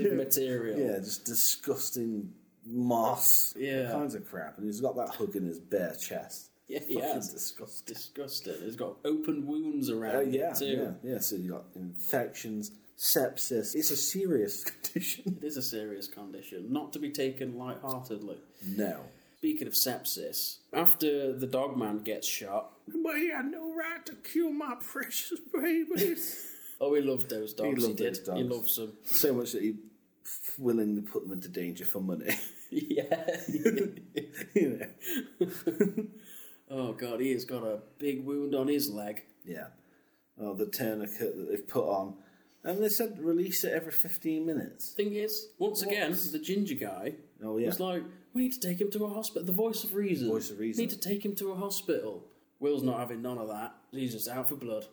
S5: [laughs] Yeah.
S6: material.
S5: Yeah, just disgusting moss.
S6: Yeah.
S5: All kinds of crap. And he's got that hook in his bare chest.
S6: [laughs] Yeah, he
S5: Fucking
S6: has.
S5: disgusting.
S6: [laughs] Disgusting. It's got open wounds around
S5: Oh
S6: it
S5: yeah,
S6: too.
S5: yeah, yeah. So you got infections, sepsis. It's a serious [laughs] condition.
S6: It is a serious condition, not to be taken lightheartedly.
S5: no,
S6: Speaking of sepsis, after the dog man gets shot,
S5: but he had no right to kill my precious
S6: [laughs]
S5: babies.
S6: oh, he loved those dogs. He,
S5: loved
S6: did.
S5: those dogs.
S6: He loves them.
S5: so much that he willingly put them into danger for money.
S6: [laughs]
S5: [laughs]
S6: Yeah.
S5: you know.
S6: Oh god, he has got a big wound on his leg.
S5: Yeah. Oh, the tourniquet that they've put on, and they said release it every fifteen minutes.
S6: Thing is, once again, the ginger guy
S5: Oh, yeah.
S6: was like, "We need to take him to a hospital." The voice of reason.
S5: Voice of reason.
S6: Need to take him to a hospital. Will's not having none of that. He's just out for blood.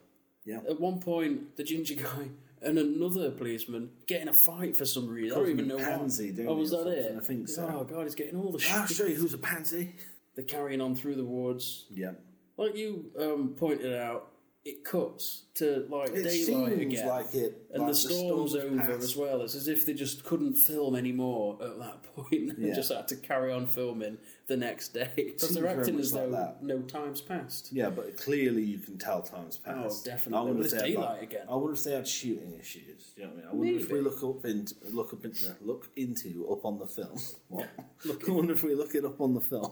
S5: Yeah.
S6: At one point, the ginger [laughs] guy and another policeman get in a fight for some reason. I don't even know
S5: Pansy,
S6: why.
S5: don't
S6: Oh,
S5: they,
S6: was
S5: or
S6: that it?
S5: something? I think so. Ah,
S6: Oh god, he's getting all the
S5: I'll
S6: shit.
S5: show you who's a pansy.
S6: They're carrying on through the woods.
S5: Yeah.
S6: Like you um, pointed out, it cuts to like
S5: It
S6: daylight
S5: seems
S6: again.
S5: like it.
S6: And
S5: like
S6: the storm's over
S5: passed.
S6: as well. It's as if they just couldn't film anymore at that [laughs] point. They
S5: Yeah.
S6: just had to carry on filming the next day. Because
S5: seems
S6: they're
S5: very
S6: acting
S5: much
S6: as
S5: like
S6: though
S5: that.
S6: no time's passed. [laughs]
S5: Yeah, but clearly you can tell time's passed.
S6: Oh, definitely.
S5: I wonder
S6: Well,
S5: if
S6: it's
S5: they had,
S6: daylight
S5: like-
S6: again.
S5: I wonder if they had shooting issues. Do you know what I mean? I wonder if we
S6: Maybe.
S5: look up into look up into look into up on the film. [laughs] What? I wonder if we look [laughs] it up on the film.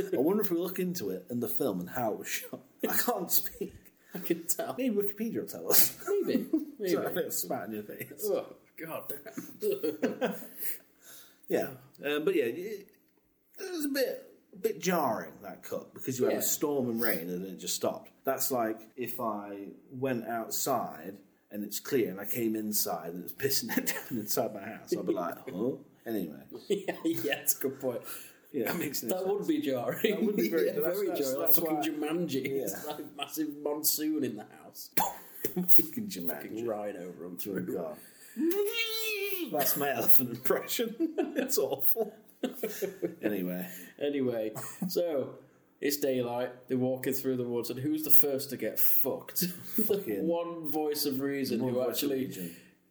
S5: [laughs] I wonder if we look into it in the film and how it was shot. I can't speak.
S6: I can tell.
S5: Maybe Wikipedia will tell us. [laughs]
S6: Maybe. Maybe.
S5: Sorry, I think I spat in your face.
S6: oh, God. [laughs]
S5: Yeah, um, but yeah, it, it was a bit a bit jarring that cut because you had
S6: Yeah.
S5: a storm and rain and it just stopped. That's like if I went outside and it's clear and I came inside and it's pissing [laughs] it down inside my house. I'd be
S6: [laughs]
S5: like, huh? Anyway,
S6: yeah, yeah, that's a good point.
S5: yeah, it makes no
S6: That
S5: sense.
S6: would be jarring. That
S5: would be very-
S6: [laughs] yeah,
S5: that's-
S6: very
S5: that's-
S6: jarring.
S5: that's
S6: like fucking
S5: why-
S6: Jumanji.
S5: Yeah.
S6: It's like a massive monsoon in the house.
S5: fucking [laughs] Jumanji.
S6: Ride over them
S5: Oh,
S6: through.
S5: God. That's my elephant impression. [laughs] it's
S6: [laughs]
S5: awful. anyway,
S6: Anyway, so it's daylight. They're walking through the woods, and who's the first to
S5: [laughs]
S6: get fucked? The
S5: Fucking-
S6: one voice of reason
S5: One
S6: who
S5: voice of
S6: actually
S5: reason.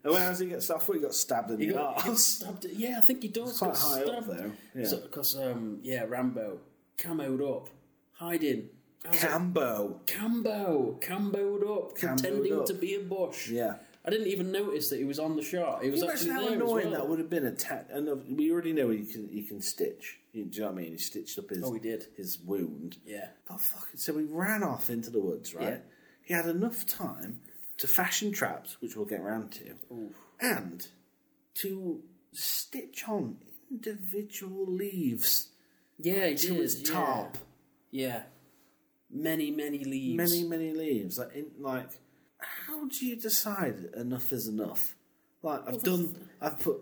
S5: and when does Oh, he get stuff? He got stabbed in
S6: he
S5: the
S6: got, he got
S5: arse.
S6: [laughs] stabbed. Yeah, I think he does.
S5: It's quite
S6: get
S5: high up
S6: stabbed.
S5: though. Yeah.
S6: Because um, yeah, Rambo camoed up, hiding. As a-
S5: Cambo.
S6: Cambo, camboed up, pretending
S5: up.
S6: to be a bush.
S5: Yeah.
S6: I didn't even notice that he was on the shot. He was
S5: Imagine
S6: actually
S5: how
S6: there
S5: annoying
S6: as well.
S5: that would have been. Attack, and of- we already know he can he can stitch. You, do you know what I mean? He stitched up his
S6: Oh, he did.
S5: his wound.
S6: Yeah.
S5: But fucking so he ran off into the woods, right?
S6: Yeah.
S5: He had enough time to fashion traps, which we'll get round to, and to stitch on individual leaves
S6: Yeah, he
S5: to
S6: did,
S5: his
S6: yeah.
S5: tarp.
S6: Yeah. Many, many leaves.
S5: Many many leaves. Like in, like, how do you decide enough is enough? Like I've done, I've put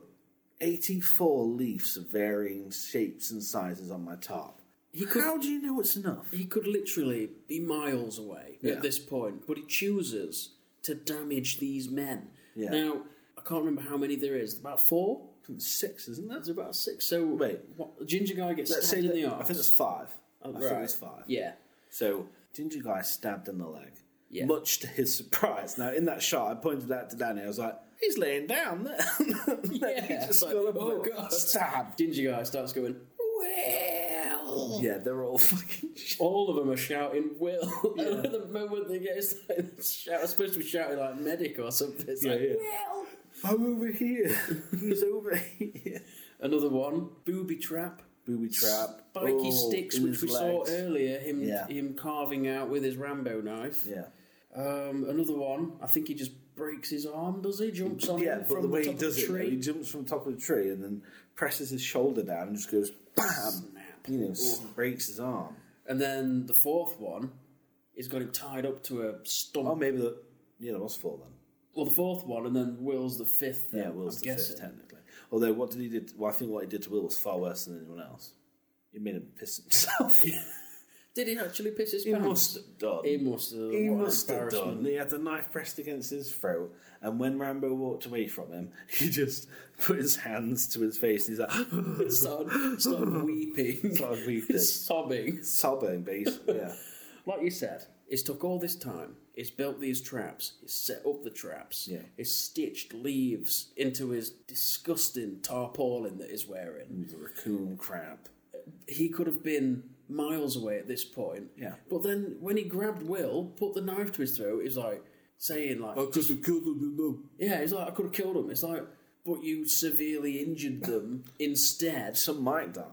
S5: eighty four leaves of varying shapes and sizes on my tarp.
S6: He could-
S5: how do you know what's enough?
S6: He could literally be miles away
S5: Yeah.
S6: at this point, but he chooses to damage these men.
S5: Yeah.
S6: Now, I can't remember how many there is. About four?
S5: Six, isn't
S6: There's
S5: that?
S6: about six. So,
S5: Wait.
S6: What, ginger guy gets
S5: Let's say
S6: stabbed in
S5: that,
S6: the
S5: I
S6: arm.
S5: think it's five. I think
S6: Oh, Right.
S5: it's five.
S6: Yeah.
S5: So Ginger Guy stabbed in the leg.
S6: Yeah.
S5: Much to his surprise. Now in that shot I pointed out to Danny, I was like, he's laying down [laughs] there. And then he
S6: Yeah,
S5: just
S6: it's like,
S5: got up
S6: "Oh,
S5: and went,
S6: God."
S5: stabbed.
S6: Ginger guy starts going, Well.
S5: Yeah, they're all [laughs] fucking shit.
S6: All of them are shouting "Will" [laughs] and at the moment they get it's like it's shout, it's supposed to be shouting like "medic" or something. It's like
S5: yeah.
S6: "Will."
S5: I'm over
S6: [laughs]
S5: here. He's over here.
S6: Another one, booby trap,
S5: Booby trap.
S6: spiky
S5: Oh,
S6: sticks,
S5: in
S6: which
S5: his
S6: we saw
S5: legs.
S6: earlier. Him
S5: Yeah.
S6: him carving out with his Rambo knife.
S5: Yeah.
S6: Um, another one, I think he just breaks his arm. Does he? Jumps on
S5: Yeah,
S6: him
S5: but
S6: from
S5: the way
S6: top
S5: he does
S6: of
S5: it,
S6: the
S5: though,
S6: tree.
S5: he jumps from the top of the tree and then presses his shoulder down and just goes bam.
S6: Snap.
S5: You know, s- breaks his arm.
S6: and then the fourth one is got him tied up to a stump.
S5: Oh, maybe the yeah, there was four then.
S6: well, the fourth one, and then Will's the fifth. Then,
S5: Yeah, Will's
S6: I'm
S5: the
S6: guessing.
S5: fifth, technically. Although, what did he did? Well, I think what he did to Will was far worse than anyone else. It made him piss
S6: [laughs]
S5: himself.
S6: Did he actually piss his
S5: he
S6: pants?
S5: must have done.
S6: He must have.
S5: He
S6: what an
S5: must have
S6: embarrassment. [laughs]
S5: done. He had the knife pressed against his throat, and when Rambo walked away from him, [laughs] he just put his hands to his face. And he's like, [gasps] [laughs]
S6: Started, started weeping. [laughs]
S5: Started weeping.
S6: sobbing.
S5: sobbing, basically.
S6: [laughs]
S5: Yeah,
S6: Like you said, it's took all this time. It's built these traps. It's set up the traps.
S5: Yeah.
S6: It's stitched leaves into his disgusting tarpaulin that he's wearing.
S5: he's a raccoon crab.
S6: He could have been miles away at this point.
S5: Yeah.
S6: But then when he grabbed Will, put the knife to his throat, he's like saying like
S5: just killed him.
S6: Yeah, he's like, I could have killed him. It's like but you severely injured [laughs] them instead.
S5: Some might die.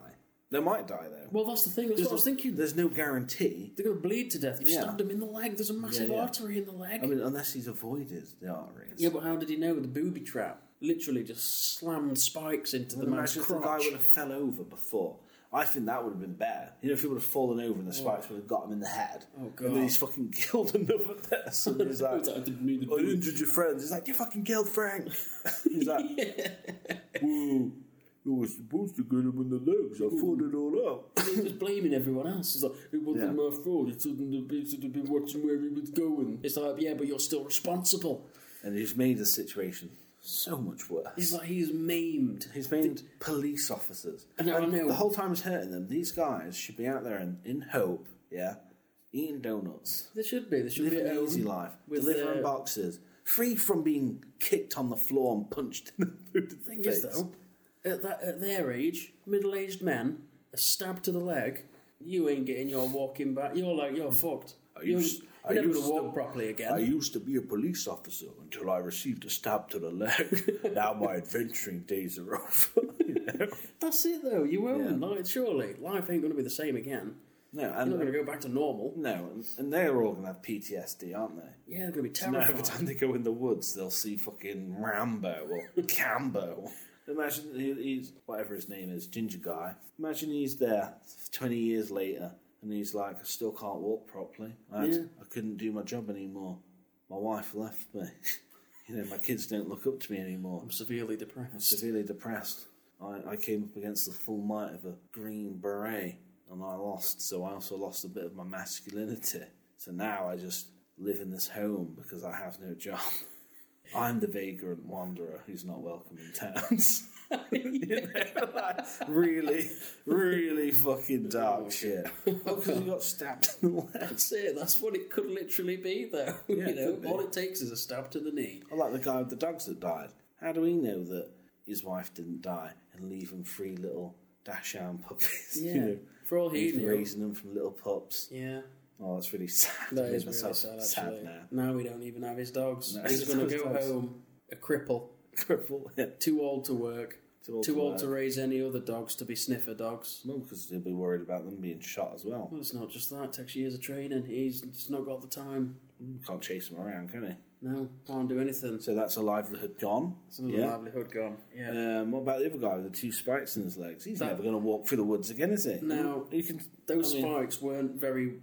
S5: They might die though.
S6: Well, that's the thing. That's what I was thinking.
S5: There's no guarantee.
S6: They're going to bleed to death. You've
S5: Yeah.
S6: stabbed him in the leg. There's a massive
S5: Yeah, yeah.
S6: artery in the leg.
S5: I mean, unless he's avoided the arteries.
S6: yeah, but how did he know the booby trap? Literally just slammed spikes into the man's
S5: Imagine if the guy
S6: crotch.
S5: would have fell over before. I think that would have been better. You know, if he would have fallen over and the spikes would have got him in the head.
S6: Oh,
S5: And
S6: God.
S5: then he's fucking [laughs] killed another person.
S6: [laughs]
S5: He's like,
S6: I didn't mean to
S5: I
S6: do
S5: injured your friends. He's like, you fucking killed
S6: [laughs]
S5: Frank. he's like, well, you were supposed to get him in the legs. I thought it all out.
S6: He was blaming everyone else. He's like, it wasn't
S5: Yeah.
S6: my fault. It shouldn't have been, should have been watching where he was going. It's like, yeah, but you're still responsible.
S5: And he's made the situation so much worse.
S6: He's like, he's maimed.
S5: He's named police officers.
S6: And I know-
S5: the whole time he's hurting them. These guys should be out there in, in hope, yeah, eating donuts.
S6: There should be. There should
S5: Living
S6: be
S5: an
S6: an
S5: easy life,
S6: with
S5: delivering
S6: their-
S5: boxes, free from being kicked on the floor and punched in the [laughs] booted
S6: thing is, though, at, that, at their age, middle-aged men, a stab to the leg, you ain't getting your walking back. You're like, you're fucked. You're,
S5: used- I
S6: you're never going
S5: used
S6: to
S5: to-
S6: walk properly again.
S5: I used to be a police officer until I received a stab to the
S6: [laughs]
S5: leg. now my adventuring days are [laughs] over.
S6: That's it, though. You won't.
S5: Yeah.
S6: Like, surely life ain't going to be the same again.
S5: No,
S6: You're
S5: and uh,
S6: not going to go back to normal.
S5: no, and, and they're all going to have PTSD, aren't they?
S6: Yeah, they're going to be
S5: No,
S6: terrified.
S5: every time they go in the woods, they'll see fucking Rambo or Cambo. Imagine he- he's whatever his name is, Ginger Guy. Imagine he's there 20 years later and he's like, I still can't walk properly. I, had-
S6: Yeah.
S5: I couldn't do my job anymore. My wife left me. [laughs] you know, my kids don't look up to me anymore.
S6: I'm severely
S5: I'm
S6: depressed.
S5: severely depressed. I, I came up against the full might of a green beret and I lost, so I also lost a bit of my masculinity. So now I just live in this home because I have no job. [laughs] I'm the vagrant wanderer who's not welcome in towns. [laughs] You know, like, really, really fucking dark shit. Because you got stabbed in the leg.
S6: That's it. That's what it could literally be, though. [laughs]
S5: Yeah,
S6: you
S5: it
S6: know,
S5: could be.
S6: all it takes is a stab to the knee.
S5: I like the guy with the dogs that died. How do we know that his wife didn't die and leave him three little Dachshund puppies? [laughs]
S6: Yeah.
S5: you know,
S6: For all he
S5: he's
S6: knew.
S5: raising them from little pups.
S6: Yeah.
S5: Oh, that's really [laughs] sad.
S6: That
S5: I
S6: is
S5: mean,
S6: really
S5: that's
S6: sad,
S5: sad
S6: actually.
S5: now. [laughs]
S6: Now we don't even have his dogs.
S5: No.
S6: He's [laughs] going to go
S5: Dogs.
S6: home a cripple,
S5: Cripple. Yeah.
S6: too old to work,
S5: Too old
S6: too
S5: to
S6: old
S5: work.
S6: to raise any other dogs to be sniffer dogs.
S5: Well, because he'll be worried about them being shot as well.
S6: Well, it's not just that. It takes years of training. He's just not got the time.
S5: Can't chase them around, can he?
S6: No, can't do anything.
S5: So that's a livelihood gone.
S6: It's another
S5: yeah.
S6: livelihood gone. Uh, Yeah.
S5: Um, what about the other guy with the two spikes in his legs? He's
S6: That-
S5: never going to walk through the woods again, is he?
S6: No.
S5: You can.
S6: Those
S5: I mean-
S6: spikes weren't very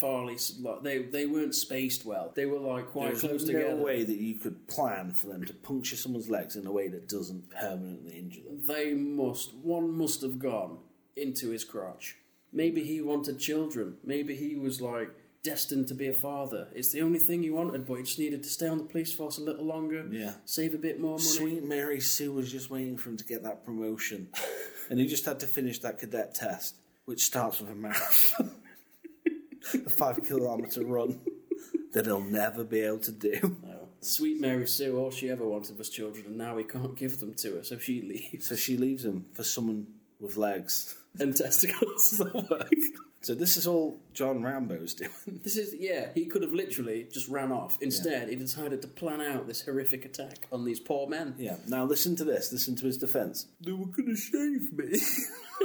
S6: farly. s- Like, they they weren't spaced well. They were like quite
S5: There's
S6: close
S5: no
S6: together.
S5: way that you could plan for them to puncture someone's legs in a way that doesn't permanently injure them.
S6: They must. One must have gone into his crotch. Maybe he wanted children. Maybe he was like destined to be a father. It's the only thing he wanted, but he just needed to stay on the police force a little longer.
S5: Yeah.
S6: Save a bit more money.
S5: Sweet Mary Sue was just waiting for him to get that [laughs] promotion, and he just had to finish that cadet test, which starts with a marathon, [laughs] a five kilometre run [laughs] that he'll never be able to do.
S6: Sweet Mary Sue, all she ever wanted was children, and now he can't give them to her, so she leaves. [laughs]
S5: So she leaves him for someone with legs.
S6: And testicles. [laughs]
S5: So this is all John Rambo's doing.
S6: This is yeah. He could have literally just ran off. Instead, he decided to plan out this horrific attack on these poor men.
S5: Yeah. Now listen to this. Listen to his defence. They were going to shave me. [laughs]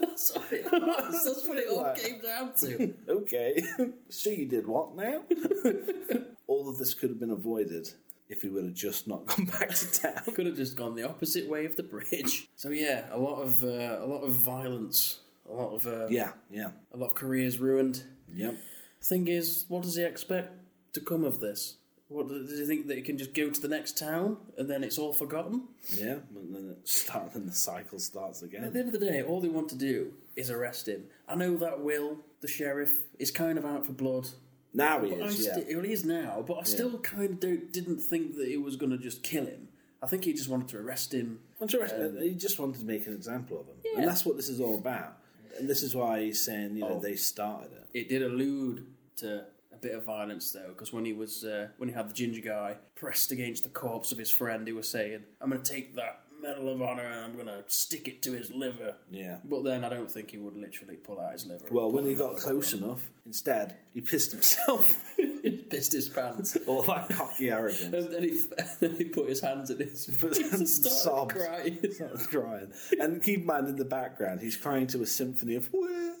S6: That's what it was. That's what it all
S5: Right.
S6: came down to.
S5: okay. [laughs] so you did what now? [laughs] All of this could have been avoided if he would have just not [laughs] gone back to town.
S6: could have just gone the opposite way of the bridge. [laughs] So yeah, a lot of uh, a lot of violence, a lot of uh,
S5: Yeah, yeah.
S6: a lot of careers ruined.
S5: Yep.
S6: Thing is, what does he expect to come of this? What does he think that he can just go to the next town and then it's all forgotten?
S5: Yeah. And then it start, then the cycle starts
S6: At the
S5: again.
S6: end of the day, all they want to do is arrest him. I know that Will, the sheriff, is kind of out for blood.
S5: Now he
S6: But I
S5: is, yeah.
S6: sti- well, he is now, but I still kind of don't, didn't think that he was going to just kill him. I think he just wanted to arrest him.
S5: Interesting. he just wanted to make an example of him.
S6: Yeah. Oh.
S5: And that's what this is all about. And this is why he's saying, you know, they started it.
S6: It did allude to a bit of violence though, because when he was uh, when he had the ginger guy pressed against the corpse of his friend, he was saying, "I'm going to take that Medal of Honor and I'm going to stick it to his liver."
S5: Yeah.
S6: But then I don't think he would literally pull out his liver.
S5: Well, when he got close enough, instead, he pissed himself.
S6: [laughs]
S5: [laughs]
S6: he pissed his pants.
S5: all that cocky arrogance.
S6: [laughs] And then he, then he put his hands in his [laughs] face
S5: [laughs]
S6: and started
S5: Sobs.
S6: crying.
S5: He's [laughs] crying. And keep in mind, in the background, he's crying to a symphony of Will,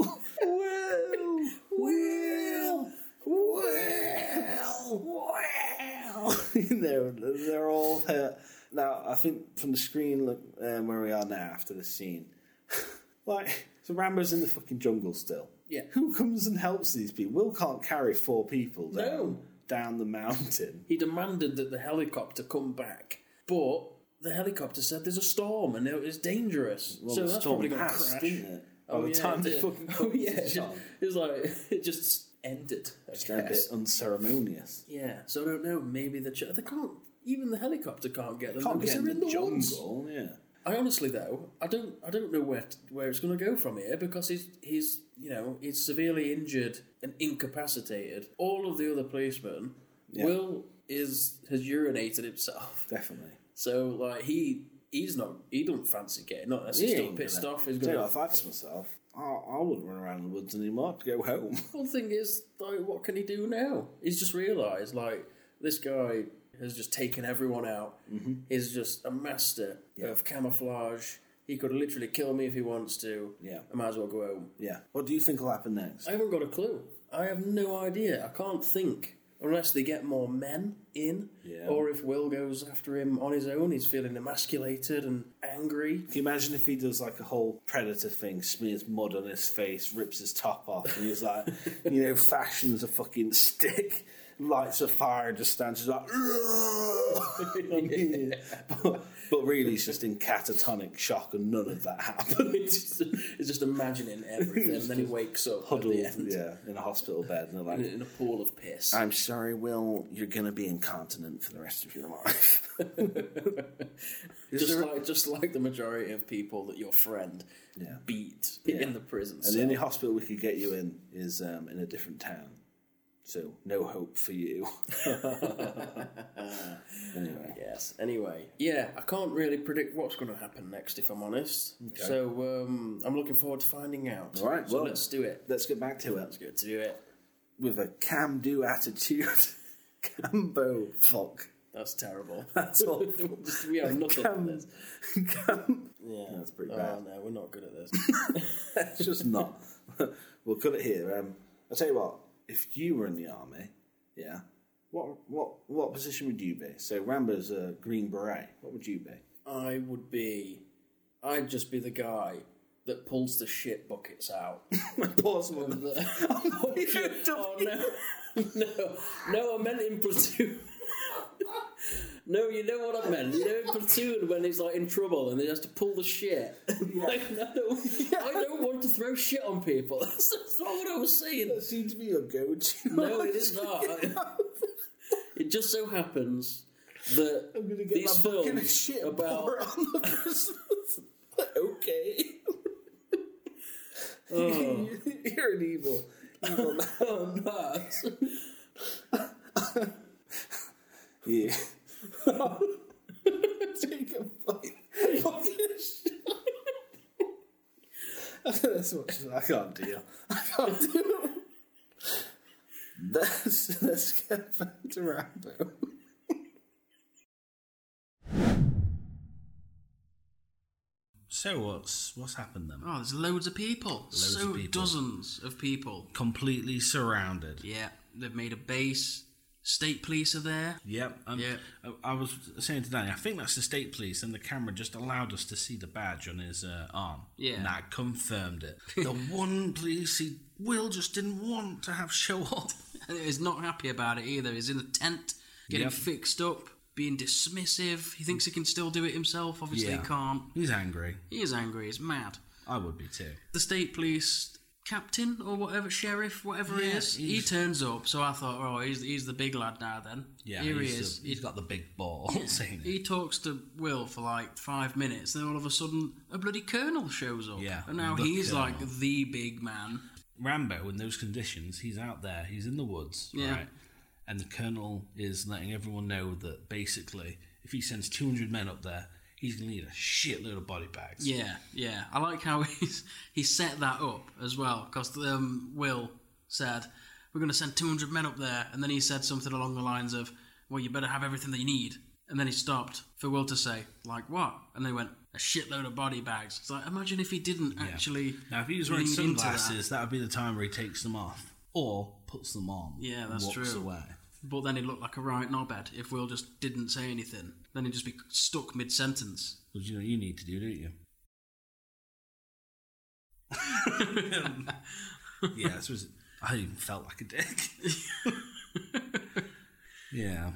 S6: [laughs]
S5: Will, Will, Will, Will. [laughs] You know, they're all hurt. Now, I think from the screen, look um, where we are now after this scene, [laughs] like, so Rambo's in the fucking jungle still.
S6: Yeah.
S5: Who comes and helps these people? Will can't carry four people down,
S6: No.
S5: down the mountain.
S6: He demanded that the helicopter come back, but the helicopter said there's a storm and it was dangerous.
S5: Well,
S6: so
S5: the
S6: that's
S5: storm
S6: probably going to
S5: passed,
S6: crash.
S5: didn't it? By
S6: Oh,
S5: the
S6: yeah,
S5: time
S6: it
S5: they
S6: did.
S5: fucking
S6: [laughs] oh,
S5: closed
S6: yeah,
S5: the
S6: it just-
S5: shop.
S6: it was like it just ended. I
S5: They're a bit
S6: guess.
S5: unceremonious.
S6: Yeah, so I don't know. Maybe the ch- they can't. Even the helicopter can't get them
S5: Can't
S6: because
S5: get in
S6: they're
S5: the,
S6: in the, woods.
S5: jungle, yeah.
S6: I honestly though, I don't I don't know where t where it's going to go from here because he's he's you know he's severely injured and incapacitated. All of the other policemen, Will is has urinated himself,
S5: Definitely.
S6: so like he he's not he don't fancy getting up unless he's still pissed off. He's
S5: Tell you
S6: going.
S5: what, if I was myself, I, I wouldn't run around the woods anymore. I'd go home. [laughs]
S6: One thing is like, what can he do now? He's just realised like this guy
S5: Mm-hmm.
S6: has just taken everyone out. He's just a master of camouflage. He could literally kill me if he wants to.
S5: Yeah.
S6: I might as well go home.
S5: Yeah. What do you think will happen next?
S6: I haven't got a clue. I have no idea. I can't think. Unless they get more men in,
S5: Yeah.
S6: or if Will goes after him on his own, he's feeling emasculated and angry. [laughs]
S5: Can you imagine if he does like a whole predator thing, smears mud on his face, rips his top off, and he's [laughs] like, you know, fashions a fucking stick, lights a fire, and just stands just like, [laughs] "I'm here." but, but really, he's just in catatonic shock, and none of that [laughs] happened.
S6: it's, just, it's just imagining everything, and then he wakes up
S5: Huddled,
S6: at the end
S5: yeah, in a hospital bed, and they're
S6: in,
S5: like,
S6: in a pool of piss.
S5: "I'm sorry, Will, you're gonna be incontinent for the rest of your life."
S6: [laughs] just
S5: there-
S6: like just like the majority of people that your friend
S5: Yeah.
S6: beat
S5: Yeah.
S6: in the prison
S5: And
S6: cell.
S5: the only hospital we could get you in is um, in a different town. So no hope for you. [laughs] anyway,
S6: Yes. Anyway, yeah, I can't really predict what's going to happen next, if I'm honest. So um, I'm looking forward to finding out.
S5: All right,
S6: So
S5: well-
S6: let's do it.
S5: let's get back to it
S6: Let's get to do it.
S5: with a cam do attitude. [laughs] Cambo fuck.
S6: That's terrible.
S5: [laughs]
S6: [laughs]
S5: That's all.
S6: Just- we have nothing for
S5: Cam,
S6: this.
S5: [laughs] cam.
S6: Yeah.
S5: That's pretty
S6: Oh
S5: bad.
S6: no, we're not good at this.
S5: It's [laughs] just not. we'll cut it here. Um, I'll tell you what. If you were in the army, yeah, what what what position would you be? So Rambo's a green beret. What would you be?
S6: I would be. I'd just be the guy that pulls the shit
S5: [laughs]
S6: buckets out.
S5: Portsmouth. [laughs]
S6: [laughs] oh no, [laughs] no, no! I meant in pursuit. [laughs] no, you know what I meant. You know, in pursuit when he's like in trouble and he has to pull the shit. [laughs] like, no, I don't want to throw shit on people. [laughs] That's, that's not what I was saying.
S5: That seems to be your go-to.
S6: [laughs] No, it is
S5: [laughs]
S6: not. [laughs] it just so happens that
S5: gonna get
S6: these
S5: my bucket of
S6: films
S5: shit and
S6: about
S5: pour it on the prisoners. [laughs]
S6: [laughs]
S5: okay. [laughs] You're an evil, evil
S6: [laughs]
S5: man.
S6: oh, nuts.
S5: Yeah. [laughs] Take a bite. Fuck this shit. That's what I can't deal. I can't deal. Let's, let's get back to Rambo. So what's what's happened then?
S6: Oh, there's loads of people.
S5: Loads
S6: so
S5: of people.
S6: dozens of people.
S5: Completely surrounded.
S6: Yeah, they've made a base. State police are there. [laughs]
S5: Yep. Um,
S6: Yeah.
S5: I I was saying to Danny, I think that's the state police, and the camera just allowed us to see the badge on his uh, arm.
S6: Yeah.
S5: And that confirmed
S6: [laughs]
S5: it. the one police he Will just didn't want to have show up.
S6: And he's not happy about it either. He's in a tent, getting
S5: Yep.
S6: fixed up, being dismissive. He thinks he can still do it himself. Obviously,
S5: Yeah.
S6: he can't.
S5: He's angry.
S6: He is angry. He's mad.
S5: I would be too.
S6: The state police captain or whatever, sheriff, whatever he
S5: Yeah,
S6: is, he
S5: he's-
S6: turns up. So I thought, oh, he's, he's the big lad now then.
S5: Yeah.
S6: Here he
S5: he's
S6: is.
S5: the- he's got the big ball. saying it.
S6: He talks to Will for like five minutes, then all of a sudden a bloody colonel shows up.
S5: Yeah,
S6: And now
S5: the
S6: he's
S5: colonel.
S6: like the big man.
S7: Rambo in those conditions, he's out there, he's in the woods,
S6: Yeah.
S7: right? And the colonel is letting everyone know that basically, if he sends 200 men up there, he's going to need a shitload of body bags.
S6: Yeah, yeah. I like how [laughs] he's he set that up as well because um, Will said we're going to send 200 men up there, and then he said something along the lines of, "Well, you better have everything that you need." And then he stopped for Will to say, "Like what?" And they went, "A shitload of body bags." It's like imagine if he didn't actually.
S7: Now, if he was wearing
S6: lean into that.
S7: sunglasses, that would be the time where he takes them off or puts them on.
S6: Yeah,
S7: and
S6: that's
S7: walks
S6: true.
S7: away.
S6: But then he looked like a right knobhead if Will just didn't say anything. Then he'd just be stuck mid sentence.
S7: Which you know you need to do, don't
S6: [laughs]
S7: you? yeah, this was. I even felt like
S6: [laughs]
S7: a dick. yeah.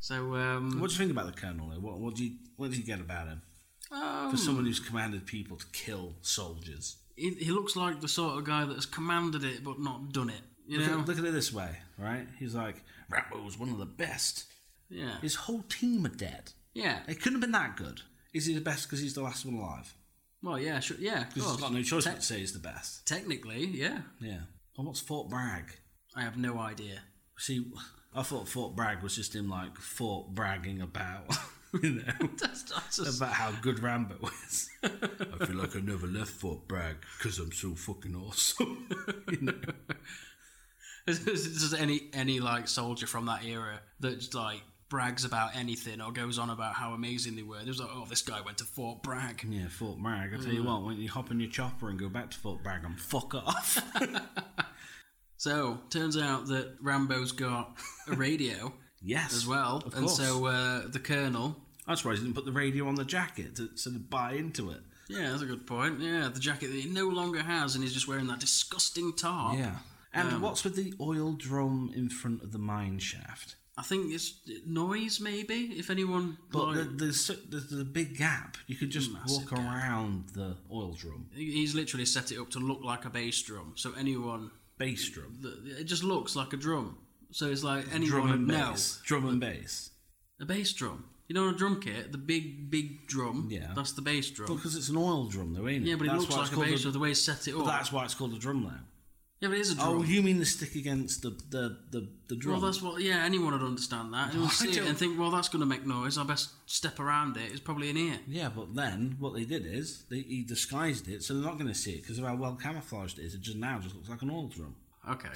S6: So, um.
S7: What do you think about the colonel? Though? What, what do you what do you get about him?
S6: um,
S7: For someone who's commanded people to kill soldiers,
S6: he, he looks like the sort of guy that has commanded it but not done it. You
S7: look,
S6: know?
S7: at, look at it this way, right? He's like Rambo was one of the best.
S6: yeah.
S7: His whole team are dead.
S6: Yeah.
S7: It couldn't have been that good. Is he the best because he's the last one alive?
S6: Well, yeah, sure. Yeah, of
S7: Because
S6: course.
S7: he's got no choice but
S6: Te-
S7: to say he's the best.
S6: technically, yeah.
S7: Yeah. And what's Fort Bragg?
S6: I have no idea. [laughs]
S7: See, I thought Fort Bragg was just him like Fort bragging about, [laughs] you know,
S6: That's, that's just- [laughs]
S7: about how good Rambo is. I feel like I never left Fort Bragg because I'm so fucking awesome. [laughs] you know?
S6: Is- is- is there any any like soldier from that era that's like brags about anything or goes on about how amazing they were. There's like, oh, this guy went to Fort Bragg.
S7: Yeah, Fort Bragg. I tell you what, when you hop in your chopper and go back to Fort Bragg and fuck off.
S6: So turns out that Rambo's got a
S7: [laughs]
S6: radio
S7: yes,
S6: as well,
S7: Of
S6: and
S7: course.
S6: so uh, the Colonel.
S7: I'm surprised he didn't put the radio on the jacket to sort of buy into it.
S6: Yeah, that's a good point. Yeah, the jacket that he no longer has, and he's just wearing that disgusting top.
S7: And
S6: Um,
S7: what's with the oil drum in front of the mine shaft?
S6: I think it's noise, maybe. If anyone,
S7: But
S6: like,
S7: there- there's, so- there's a big gap. You could just
S6: Massive
S7: walk
S6: gap.
S7: around the oil drum,
S6: he- he's literally set it up to look like a bass drum. So anyone,
S7: bass drum,
S6: th- it just looks like a drum. So it's like anyone
S7: drum and
S6: would know
S7: bass, drum and bass.
S6: a bass drum. You know, on a drum kit, the big, big drum.
S7: Yeah.
S6: that's the bass drum.
S7: Because it's an oil drum, though, ain't it?
S6: yeah, but it
S7: That's
S6: looks
S7: why it's
S6: like a
S7: called
S6: bass drum. The way it's set it up.
S7: That's why it's called a drum now.
S6: yeah, but it is a drum.
S7: Oh, you mean the stick against the the the, the drum?
S6: Well, that's what. Yeah, anyone would understand that. Anyone would see it
S7: don't-
S6: and think, well, that's going to make noise. I best step around it. It's probably in here.
S7: Yeah, but then what they did is they he disguised it, so they're not going to see it because of how well camouflaged it is. It just now just looks like an oil drum, [laughs]
S6: Okay.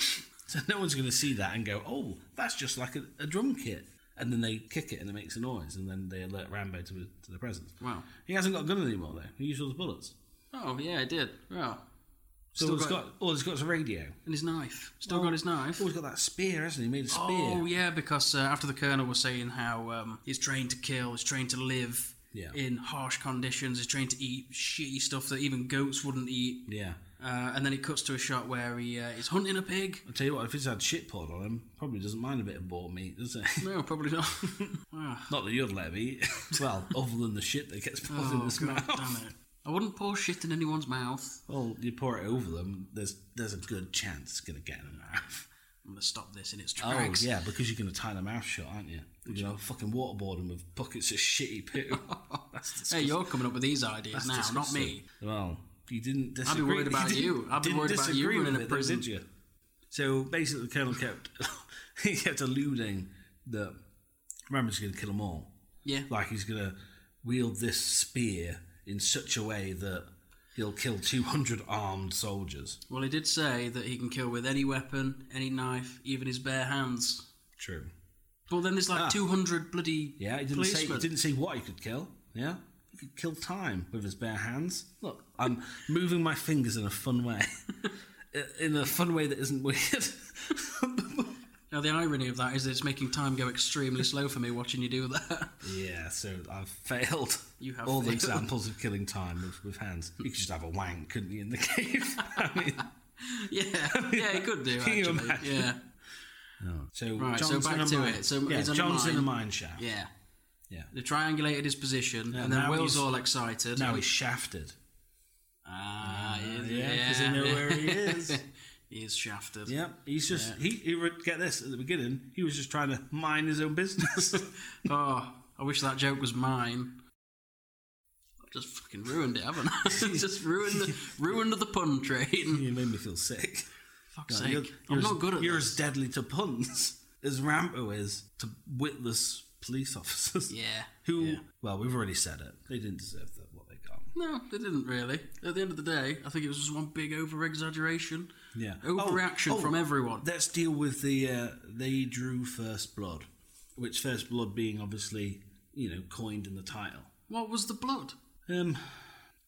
S7: so no one's going to see that and go, "Oh, that's just like a, a drum kit." And then they kick it and it makes a noise, and then they alert Rambo to, to the presence.
S6: Wow.
S7: He hasn't got a gun anymore though. He used all his bullets.
S6: Oh yeah, it did. Well,
S7: So
S6: Still
S7: all he's
S6: got-
S7: got, all he's got is a radio.
S6: and his knife. Still got his knife.
S7: Oh, he's got that spear, hasn't he? He made a spear.
S6: Oh yeah, because uh, after the colonel was saying how um, he's trained to kill, he's trained to live
S7: Yeah.
S6: in harsh conditions, he's trained to eat shitty stuff that even goats wouldn't eat,
S7: yeah.
S6: uh, and then it cuts to a shot where he uh, is hunting a pig.
S7: I tell you what, if he's had shit poured on him, probably doesn't mind a bit of boar meat, does he? [laughs]
S6: No, probably [laughs] not. wow.
S7: Not that you'd let him eat. [laughs] well, other than the shit that gets poured in
S6: Oh,
S7: his
S6: God
S7: mouth.
S6: damn it! I wouldn't pour shit in anyone's mouth.
S7: Well, you pour it over them. There's there's a good chance it's gonna get in the mouth.
S6: I'm gonna stop this in its
S7: [laughs] Oh
S6: tracks.
S7: yeah, because you're gonna tie the mouth shut, aren't you? You're gonna fucking waterboard them with buckets of shitty poo. [laughs] That's
S6: Hey,
S7: disgusting.
S6: you're coming up with these ideas now,
S7: disgusting.
S6: not me.
S7: Well, you didn't disagree.
S6: worried about
S7: didn't-
S6: you. I'd be
S7: didn't
S6: worried about you
S7: disagree
S6: running
S7: with
S6: a
S7: it, though,
S6: prison.
S7: Did you? So basically, the colonel kept [laughs] he kept alluding that Rambo's gonna kill them all.
S6: Yeah.
S7: Like he's gonna wield this spear in such a way that he'll kill 200 armed soldiers.
S6: Well, he did say that he can kill with any weapon, any knife, even his bare hands.
S7: True.
S6: But then there's like
S7: Ah.
S6: 200 bloody
S7: Yeah, he didn't say
S6: policemen.
S7: he didn't say what he could kill. Yeah, he could kill time with his bare hands. Look, I'm moving my fingers in a fun way, [laughs] in a fun way that isn't weird.
S6: Now, the irony of that is that it's making time go extremely slow for me watching you do that.
S7: [laughs]
S6: [laughs]
S7: yeah, so I've failed.
S6: You have
S7: all the
S6: failed.
S7: examples of killing time with, with hands. You could just have a wank, couldn't you, in the
S6: [laughs]
S7: [laughs] cave? I mean, [laughs]
S6: yeah, yeah, it could do, actually.
S7: Can you imagine?
S6: yeah,
S7: so
S6: Right, so
S7: Johnson
S6: back
S7: and
S6: to
S7: mine-
S6: it. So
S7: yeah,
S6: he's on a
S7: Johnson in a
S6: mine.
S7: mine shaft.
S6: yeah.
S7: Yeah.
S6: They triangulated his position,
S7: Yeah,
S6: and then
S7: now
S6: Will's
S7: he's-
S6: all excited.
S7: Now he's shafted.
S6: Ah,
S7: yeah, 'cause they know where he is.
S6: [laughs] he is shafted.
S7: Yep, he's just he, he. would- Get this at the beginning, he was just trying to mind his own business. [laughs]
S6: Oh, I wish that joke was mine. I've just fucking ruined it, haven't I? [laughs] just ruined
S7: [laughs]
S6: the ruined the pun train.
S7: you made me feel sick.
S6: Fuck's
S7: No,
S6: sake, I'm
S7: as-
S6: not good at
S7: You're
S6: this.
S7: as deadly to puns [laughs] as Rambo is to witless police officers.
S6: Yeah.
S7: [laughs] Who?
S6: yeah.
S7: Well, we've already said it. They didn't deserve the, what they got.
S6: No, they didn't really. At the end of the day, I think it was just one big over exaggeration.
S7: Yeah.
S6: Overreaction
S7: Oh, oh,
S6: from everyone.
S7: Let's deal with the. Uh, they drew first blood, which first blood being obviously you know coined in the title.
S6: what was the blood?
S7: Um.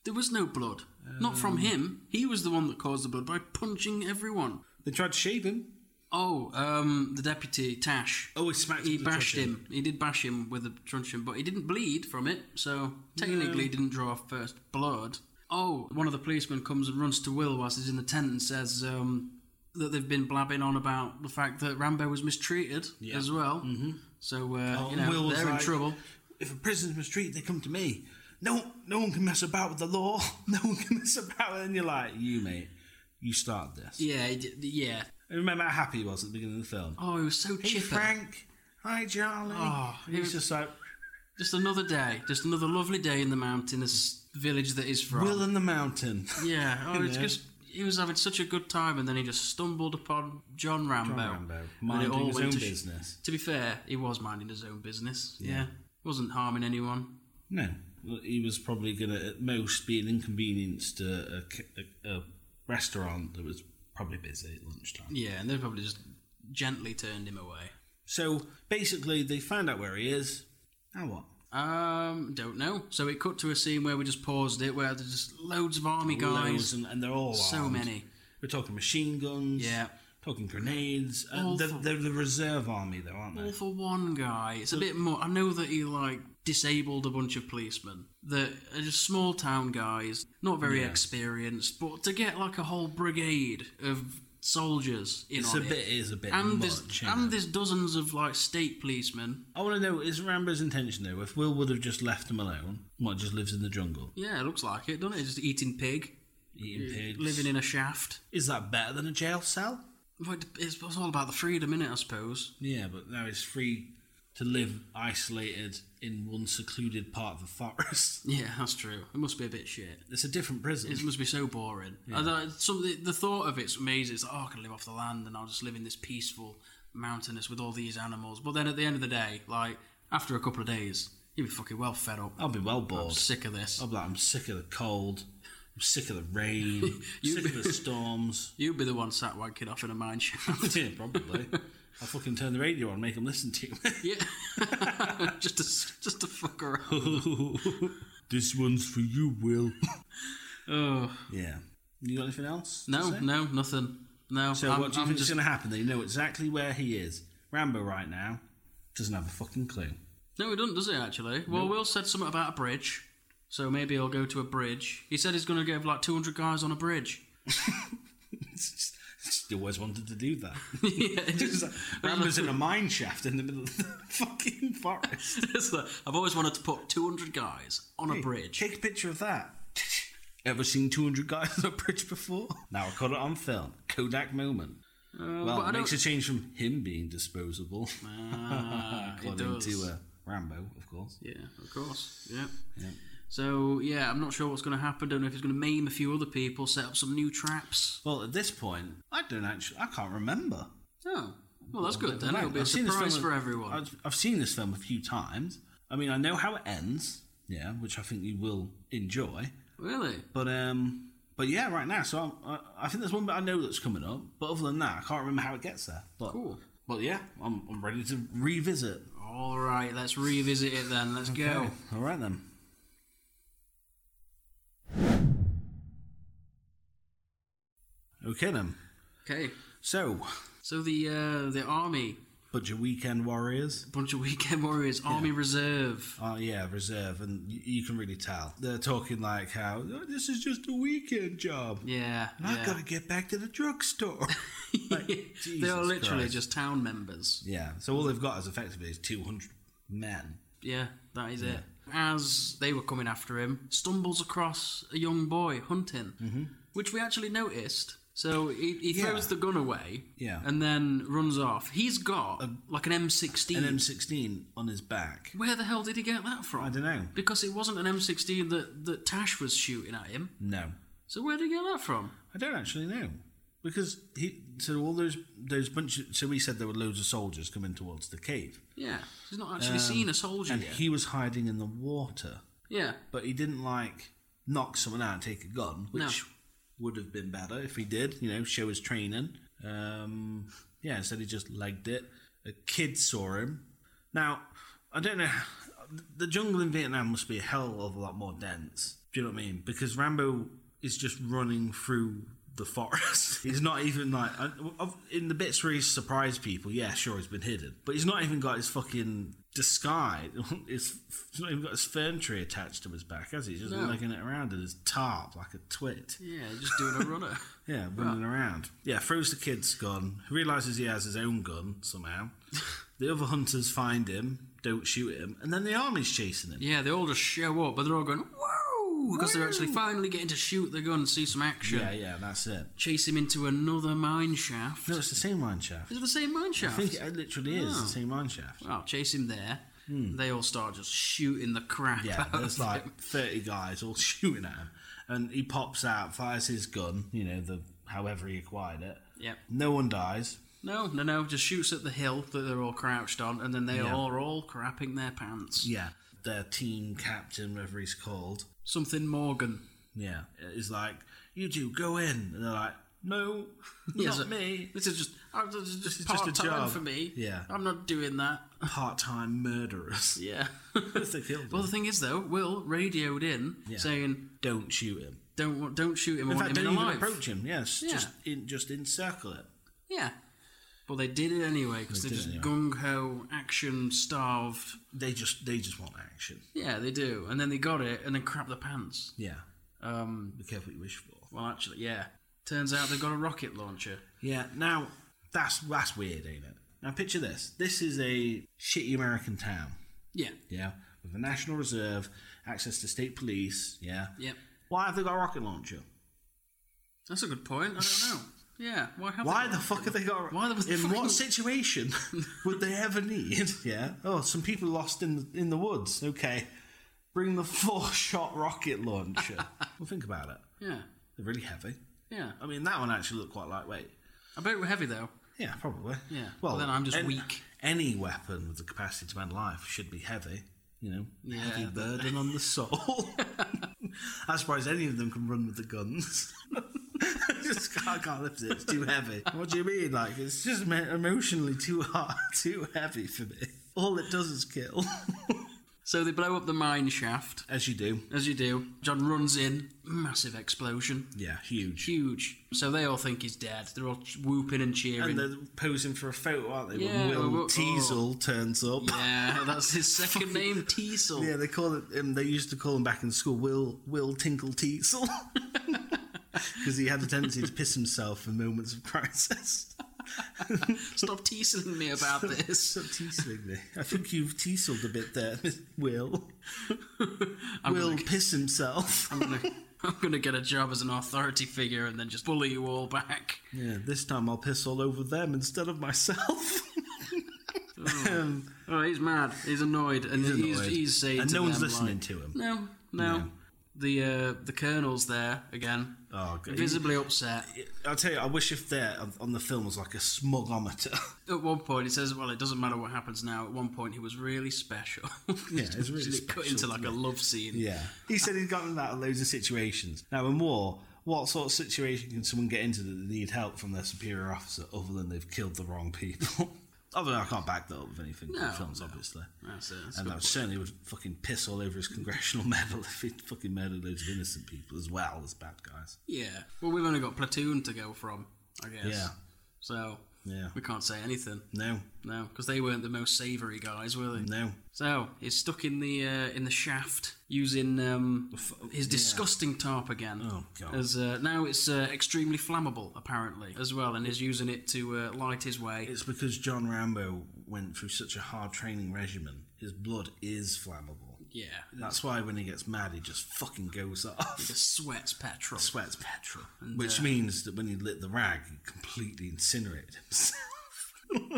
S6: There was no blood. not from him. He was the one that caused the blood by punching everyone.
S7: They tried to shave him.
S6: Oh, um, the deputy, Tash.
S7: Oh, he smacked.
S6: He
S7: him with a
S6: bashed
S7: truncheon.
S6: him. He did bash him with a truncheon, but he didn't bleed from it, so technically didn't draw first blood. Oh, one of the policemen comes and runs to Will whilst he's in the tent and says um, that they've been blabbing on about the fact that Rambo was mistreated as well. Mm-hmm. So uh,
S7: Oh,
S6: you
S7: and
S6: know
S7: Will was
S6: they're in
S7: like,
S6: trouble.
S7: If a prisoner's mistreated, they come to me. No, no one can mess about with the law. [laughs] No one can mess about. with it. And you're like, you mate, you started this.
S6: Yeah, he did- yeah.
S7: And remember how happy he was at the beginning of the film.
S6: Oh, he was so
S7: hey
S6: chipper.
S7: Frank, hi Charlie.
S6: Oh,
S7: he was just like
S6: Just another day. Just another lovely day in the mountainous village that is from.
S7: Will in the Mountain.
S6: Yeah, oh,
S7: You
S6: it's
S7: know?
S6: just he was having such a good time, and then he just stumbled upon John Rambo.
S7: Rambo,
S6: And it all
S7: minding his
S6: went
S7: own
S6: to sh-
S7: business.
S6: To be fair, he was minding his own business. Yeah,
S7: Yeah.
S6: wasn't harming anyone.
S7: [laughs] No, he was probably going to at most be an inconvenience to a, c- a- a restaurant that was probably busy at lunchtime.
S6: Yeah, and they probably just gently turned him away.
S7: So basically, they find out where he is. Now what?
S6: Um, don't know. So it cut to a scene where we just paused it, where there's just loads of army
S7: Loads
S6: guys.
S7: and, and they're all
S6: So
S7: armed.
S6: many.
S7: We're talking machine guns.
S6: Yeah.
S7: Talking grenades.
S6: All
S7: And they're,
S6: for-
S7: they're the reserve army, though, aren't
S6: All
S7: they?
S6: for one guy. It's a bit more. I know that he like disabled a bunch of policemen that are just small town guys, not very experienced, but to get like a whole brigade of soldiers in
S7: It's a
S6: on
S7: bit.
S6: it.
S7: It is a bit.
S6: and
S7: much,
S6: there's
S7: you know.
S6: and there's dozens of like state policemen.
S7: I want to know is Rambo's intention though? If Will would have just left him alone, what just lives in the jungle,
S6: Yeah, it looks like it, doesn't it? Just eating pig,
S7: eating pigs,
S6: living in a shaft.
S7: Is that better than a jail cell?
S6: But it's, it's all about the freedom, innit? I suppose.
S7: Yeah, but now he's free to live isolated in one secluded part of the forest. [laughs]
S6: Yeah, that's true. It must be a bit shit.
S7: It's a different prison.
S6: It must be so boring. I thought- some, the, the thought of it's amazing. It's like, oh, I can live off the land and I'll just live in this peaceful mountainous with all these animals. But then at the end of the day, like after a couple of days, you'd be fucking well fed up.
S7: I'll be well
S6: I'm
S7: bored.
S6: sick of this.
S7: I'll be like, I'm sick of the cold. I'm sick of the
S6: [laughs]
S7: rain.
S6: You-
S7: sick of the storms. [laughs]
S6: You'd be the one sat wanking off in a mine shaft.
S7: yeah, probably. I'll fucking turn the radio on, make them listen to
S6: [laughs] yeah, [laughs] just to s- just to fuck
S7: [laughs]
S6: around. [laughs]
S7: me. this one's for you, Will.
S6: Oh
S7: Yeah. You got anything else? to
S6: no,
S7: say?
S6: no, nothing. No,
S7: So
S6: I'm,
S7: what do you
S6: I'm
S7: think
S6: just
S7: is going to happen? They know exactly where he is. Rambo right now doesn't have a fucking clue. [laughs]
S6: No, he doesn't, does he, actually? Well, Will said something about a bridge, so maybe he'll go to a bridge. He said he's going to give like 200 guys on a bridge.
S7: He always wanted to
S6: [laughs]
S7: do that.
S6: yeah, it just,
S7: [laughs] Rambo's in a mine shaft in the middle of the [laughs] fucking forest.
S6: [laughs] it's like, I've always wanted to put 200 guys on a bridge.
S7: Take a picture of that. Ever seen 200 guys on a bridge before? Now I caught it on film. Kodak moment. well,
S6: Uh, but I
S7: it makes a
S6: don't-
S7: change from him being disposable. [laughs]
S6: Ah, it
S7: According
S6: does.
S7: to uh, Rambo, of course.
S6: yeah, of course. Yeah. So, yeah, I'm not sure what's going to happen. Don't know if he's going to maim a few other people, set up some new traps.
S7: Well, at this point, I don't actually, I can't remember.
S6: Oh, well, that's good then.
S7: Right,
S6: It'll be a
S7: I've seen this
S6: surprise
S7: film-
S6: for everyone.
S7: I've, I've seen this film a few times. I mean, I know how it ends, yeah, which I think you will enjoy.
S6: Really?
S7: But um, but yeah, right now, so I'm, I, I think there's one bit I know that's coming up. But other than that, I can't remember how it gets there. But
S6: Cool.
S7: But yeah, I'm, I'm ready to revisit.
S6: All right, let's revisit it then. Let's go.
S7: All right then. Okay then.
S6: Okay.
S7: So,
S6: So the uh, the army
S7: Budget Weekend Warriors.
S6: bunch of [laughs] weekend warriors, army reserve.
S7: Oh yeah, reserve, and y- you can really tell they're talking like how "Oh, this is just a weekend job.
S6: Yeah,
S7: and I
S6: yeah.
S7: gotta get back to the drugstore. [laughs] Like,
S6: they are
S7: Jesus
S6: literally
S7: Christ.
S6: just town members.
S7: yeah. So all they've got is effectively is two hundred men.
S6: Yeah, that is it. As they were coming after him, stumbles across a young boy hunting, which we actually noticed. So he, he throws
S7: Mm-hmm. Yeah.
S6: the gun away,
S7: Yeah.
S6: and then runs off. He's got like an M16.
S7: An M sixteen on his back.
S6: Where the hell did he get that from?
S7: I don't know.
S6: Because it wasn't an M16 that that Tash was shooting at him.
S7: No,
S6: So where did he get that from?
S7: I don't actually know because he. So all those those bunch. Of, so we said there were loads of soldiers coming towards the cave,
S6: Yeah, he's not actually seen a soldier
S7: Um, and
S6: yet.
S7: he was hiding in the water.
S6: yeah,
S7: but he didn't like knock someone out and take a gun, which
S6: No.
S7: would have been better if he did, you know, show his training. Um, yeah, instead he just legged it. A kid saw him. Now, I don't know. The jungle in Vietnam must be a hell of a lot more dense. Do you know what I mean? Because Rambo is just running through the forest. [laughs] he's not even like I- of- in the bits where he's surprised people. Yeah, sure, he's been hidden, but he's not even got his fucking disguise. [laughs] His, he's not even got his fern tree attached to his back, has he? He's just
S6: No.
S7: lugging it around in his tarp like a twit.
S6: yeah, just doing a
S7: [laughs]
S6: runner.
S7: Yeah, running around. Yeah, throws the kid's gun. Realizes he has his own gun
S6: [laughs]
S7: somehow. the other hunters find him, don't shoot him, and then the army's chasing him.
S6: Yeah, they all just show up, but they're all going whoa because they're actually finally getting to shoot the gun, and see some action,
S7: Yeah, yeah, that's it.
S6: chase him into another mine shaft.
S7: No, it's the same mine shaft. [laughs]
S6: Is it the same mine
S7: I
S6: shaft?
S7: think it literally is
S6: Oh.
S7: the same mine shaft.
S6: Well, chase him there. They all start just shooting the crap
S7: Hmm. Yeah,
S6: out
S7: there's
S6: of
S7: like
S6: him.
S7: 30 guys all [laughs] shooting at him. And he pops out, fires his gun, you know, the however he acquired it.
S6: Yep.
S7: No one dies.
S6: No, no, no. Just shoots at the hill that they're all crouched on, and then they
S7: Yeah.
S6: are all crapping their pants.
S7: Yeah. Their team captain, whatever he's called,
S6: Something Morgan. [laughs]
S7: yeah, is like, you two go in. And they're like, No,
S6: Yes,
S7: not
S6: uh,
S7: me.
S6: This is just, uh, this is just
S7: is just
S6: part
S7: a
S6: time
S7: job.
S6: for me.
S7: Yeah.
S6: I'm not doing that.
S7: Part-time murderers.
S6: Yeah.
S7: [laughs] They killed
S6: well,
S7: him.
S6: the thing is, though, Will radioed in saying,
S7: Don't shoot him.
S6: "Don't wa- don't shoot him. I
S7: In
S6: want
S7: fact,
S6: him
S7: don't
S6: in
S7: even
S6: alive."
S7: approach him. Yes,
S6: Yeah.
S7: just in, just encircle it.
S6: Yeah. But they did it anyway because
S7: They
S6: they're
S7: did
S6: just
S7: it
S6: gung ho, action starved.
S7: They just they just want action.
S6: Yeah, they do. And then they got it and then crap their pants.
S7: Yeah,
S6: Um,
S7: be careful what you wish for.
S6: well, actually, yeah. Turns out they've got a rocket launcher.
S7: Yeah. Now that's that's weird, ain't it? Now picture this. This is a shitty American town.
S6: Yeah.
S7: Yeah, with the National Reserve, access to state police. Yeah.
S6: Yep.
S7: Why have they got a rocket launcher?
S6: That's a good point. I don't
S7: [laughs]
S6: know. Yeah. Why have
S7: Why
S6: they-
S7: the fuck have they got?
S6: Why the
S7: in
S6: fuck- [laughs]
S7: what situation would they ever need? Yeah. Oh, some people lost in the, in the woods. Okay, bring the [laughs] four-shot rocket launcher. [laughs] well, think about it.
S6: Yeah.
S7: They're really heavy.
S6: Yeah.
S7: I mean, that one actually looked quite lightweight.
S6: I bet we're heavy though.
S7: Yeah, probably.
S6: Yeah. Well, then I'm just weak.
S7: Any weapon with the capacity to end life should be heavy. You know, heavy
S6: Yeah.
S7: burden on the [laughs] soul. I'm surprised any of them can run with the guns. [laughs] just can't, I can't lift it. It's too heavy. What do you mean? Like it's just me- emotionally too hard, [laughs] too heavy for me. All it does is kill.
S6: So they blow up the mine shaft,
S7: As you do.
S6: as you do. John runs in, massive explosion,
S7: Yeah, huge.
S6: huge. So they all think he's dead. They're all whooping and cheering.
S7: And they're posing for a photo, aren't they?
S6: Yeah,
S7: when Will
S6: well, oh.
S7: Teasel turns up.
S6: [laughs] yeah, that's his second name, Teasel.
S7: Yeah, they call it. Um, they used to call him back in school Will Will Tinkle Teasel
S6: [laughs]
S7: because he had a tendency to piss himself in moments of crisis.
S6: Stop teasing me about this.
S7: [laughs] Stop teasing me. I think you've teaseled a bit there, Miss Will.
S6: I'm
S7: Will
S6: gonna-
S7: piss himself.
S6: I'm gonna, [laughs] I'm gonna get a job as an authority figure and then just bully you all back.
S7: yeah, this time I'll piss all over them instead of myself. um,
S6: Oh, he's mad. He's annoyed, and he's he's,
S7: annoyed.
S6: saying
S7: and
S6: to
S7: no one's
S6: them,
S7: listening
S6: like,
S7: to him.
S6: No, no. The uh, the colonel's there again,
S7: Oh, God.
S6: visibly upset.
S7: I'll tell you, I wish if there on the film was like a smogometer.
S6: At one point, he says, "Well, it doesn't matter what happens now." At one point, he was really special. [laughs] yeah,
S7: it's really
S6: just cut
S7: special,
S6: into like a love scene.
S7: Yeah. He said he'd gotten out of loads of situations. Now, in war, what sort of situation can someone get into that they need help from their superior officer other than they've killed the wrong people? [laughs] other than I can't back that up with anything from
S6: No,
S7: films, obviously.
S6: That's it. That's
S7: and
S6: good.
S7: I certainly would fucking piss all over his congressional [laughs] medal if he'd fucking murdered loads of innocent people as well as bad guys.
S6: yeah. Well, we've only got platoon to go from, I guess.
S7: Yeah.
S6: So
S7: Yeah.
S6: we can't say anything.
S7: No,
S6: No, because they weren't the most savoury guys, were they?
S7: no.
S6: So he's stuck in the uh, in the shaft using um, his disgusting tarp again.
S7: Oh, God.
S6: As uh, now it's uh, extremely flammable apparently as well, and is using it to uh, light his way.
S7: It's because John Rambo went through such a hard training regimen, his blood is flammable.
S6: Yeah,
S7: That's why when he gets mad, he just fucking goes off.
S6: the sweat's petrol.
S7: sweats petrol,
S6: uh,
S7: which means that when he lit the rag, he completely incinerated
S6: [laughs]
S7: himself.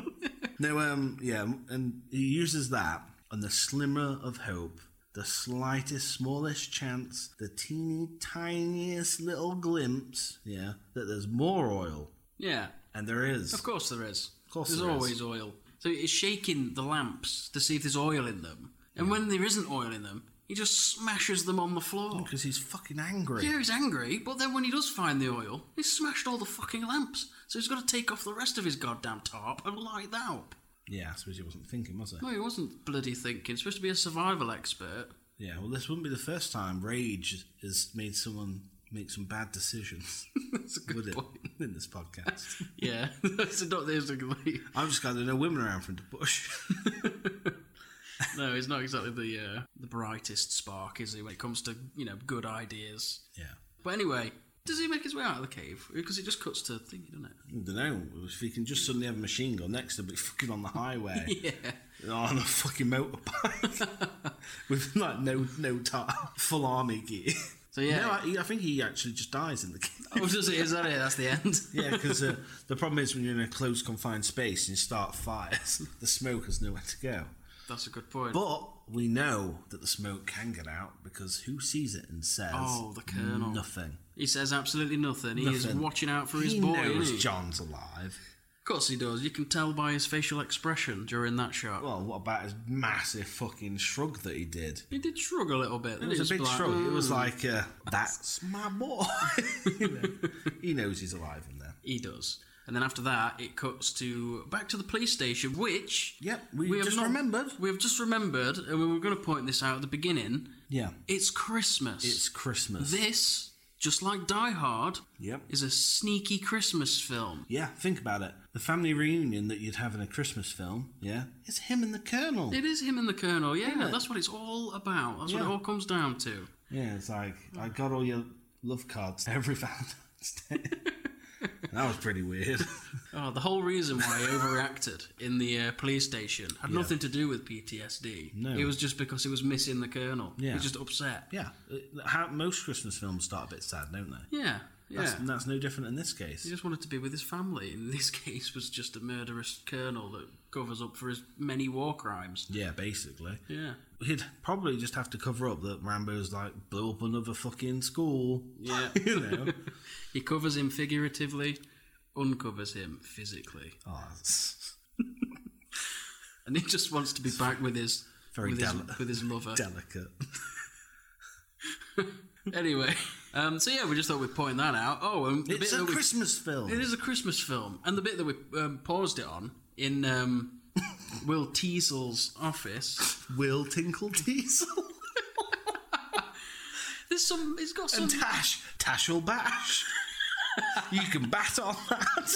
S7: no, um, yeah, and he uses that on the slimmer of hope, the slightest, smallest chance, the teeny tiniest little glimpse, yeah, that there's more oil,
S6: Yeah,
S7: and there is.
S6: of course there is. Of
S7: course
S6: there's
S7: there is.
S6: always oil. So he's shaking the lamps to see if there's oil in them, and when there isn't oil in them, he just smashes them on the floor.
S7: Because he's fucking angry.
S6: Yeah, he's angry, but then when he does find the oil, he's smashed all the fucking lamps. So he's got to take off the rest of his goddamn tarp and light that up.
S7: Yeah, I suppose he wasn't thinking, was he?
S6: No, he wasn't bloody thinking. Supposed to be a survival expert.
S7: Yeah, well, this wouldn't be the first time rage has made someone make some bad decisions.
S6: [laughs] That's a
S7: would
S6: good
S7: it?
S6: point.
S7: In this podcast.
S6: Yeah, [laughs] that's not there's a good-
S7: I'm just glad there are no women around for him to push.
S6: No, he's not exactly the uh, the brightest spark, is he? When it comes to you know good ideas.
S7: [laughs] yeah.
S6: But anyway, does he make his way out of the cave? Because it just cuts to thingy, doesn't it?
S7: I don't know. If he can just suddenly have a machine gun next to him, but he's fucking on the highway.
S6: [laughs] Yeah.
S7: On a fucking motorbike.
S6: [laughs]
S7: With like no no tar, full army gear.
S6: So yeah. [laughs]
S7: No, I, he- I think he actually just dies in the game. [laughs]
S6: oh, does it? Is that it? That's the end.
S7: [laughs]
S6: [laughs]
S7: Yeah, because uh, the problem is when you're in a closed, confined space and you start fires, [laughs] the smoke has nowhere to go.
S6: That's a good point.
S7: But we know that the smoke can get out because who sees it and says
S6: Oh, the Colonel.
S7: nothing?
S6: He says absolutely nothing. He is
S7: Nothing.
S6: watching out for his
S7: he
S6: boy.
S7: knows
S6: isn't he?
S7: John's alive.
S6: Of course he does. You can tell by his facial expression during that shot.
S7: Well, what about his massive fucking shrug that he did?
S6: he did shrug a little bit.
S7: It was a big
S6: like,
S7: shrug. It
S6: "Mm."
S7: was like, uh, "That's my boy." [laughs] You know, he knows he's alive in there.
S6: He does. And then after that, it cuts to back to the police station, which
S7: Yep, we
S6: have
S7: just remembered.
S6: We have just remembered, and we were going to point this out at the beginning.
S7: Yeah,
S6: It's Christmas.
S7: it's Christmas.
S6: this, just like Die Hard,
S7: Yep.
S6: is a sneaky Christmas film.
S7: Yeah, think about it. The family reunion that you'd have in a Christmas film, yeah, it's him and the Colonel.
S6: It is him and the Colonel. Yeah,
S7: Yeah.
S6: that's what it's all about. That's what
S7: Yeah.
S6: it all comes down to.
S7: Yeah, it's like I got all your love cards [laughs] every Valentine's Day. that was pretty weird.
S6: Oh, the whole reason why he
S7: [laughs]
S6: overreacted in the uh, police station had nothing to do with PTSD.
S7: No.
S6: It was just because he was missing the Colonel. He
S7: Yeah.
S6: was just upset.
S7: [laughs] yeah, uh, how, most Christmas films start a bit sad, don't they?
S6: Yeah. Yeah.
S7: That's, that's no different in this case.
S6: He just wanted to be with his family. In this [laughs] case, was just a murderous colonel that covers up for his many war crimes.
S7: Yeah, basically.
S6: Yeah,
S7: He'd probably just have to cover up that Rambo's like blew up another fucking school.
S6: yeah.
S7: [laughs] you know.
S6: he covers him figuratively, uncovers him physically,
S7: Oh, it's
S6: and he just wants to be back with his
S7: Very
S6: with, his,
S7: deli-
S6: with his lover.
S7: delicate.
S6: anyway, um, so yeah, we just thought we'd point that out. Oh, and the
S7: It's
S6: bit
S7: a
S6: that we-
S7: Christmas film.
S6: It is a Christmas film, and the bit that we um, paused it on in um,
S7: [laughs]
S6: Will Teasel's office.
S7: Will Tinkle Diesel
S6: There's some. It's got some.
S7: and Tash. Tash will bash. you can bat on that.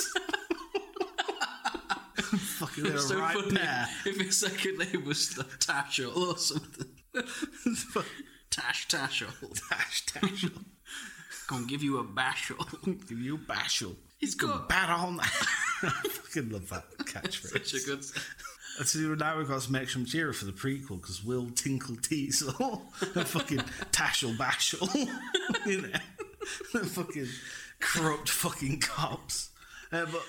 S7: Fucking they're a
S6: so
S7: right
S6: funny
S7: pair.
S6: if his second name was Tashel or
S7: [laughs]
S6: something. Tash Tashel.
S7: Tash, Tash.
S6: [laughs] Gonna give you a bashel.
S7: Give you a bashel.
S6: He's
S7: You can
S6: got-
S7: bat on that. [laughs] I fucking love that catchphrase.
S6: Such a good.
S7: And So now we've got some extra material for the prequel because Will Tinkle Teasel [laughs] and fucking Tashel Bashel, [laughs] you know, the fucking corrupt fucking cops. Uh, but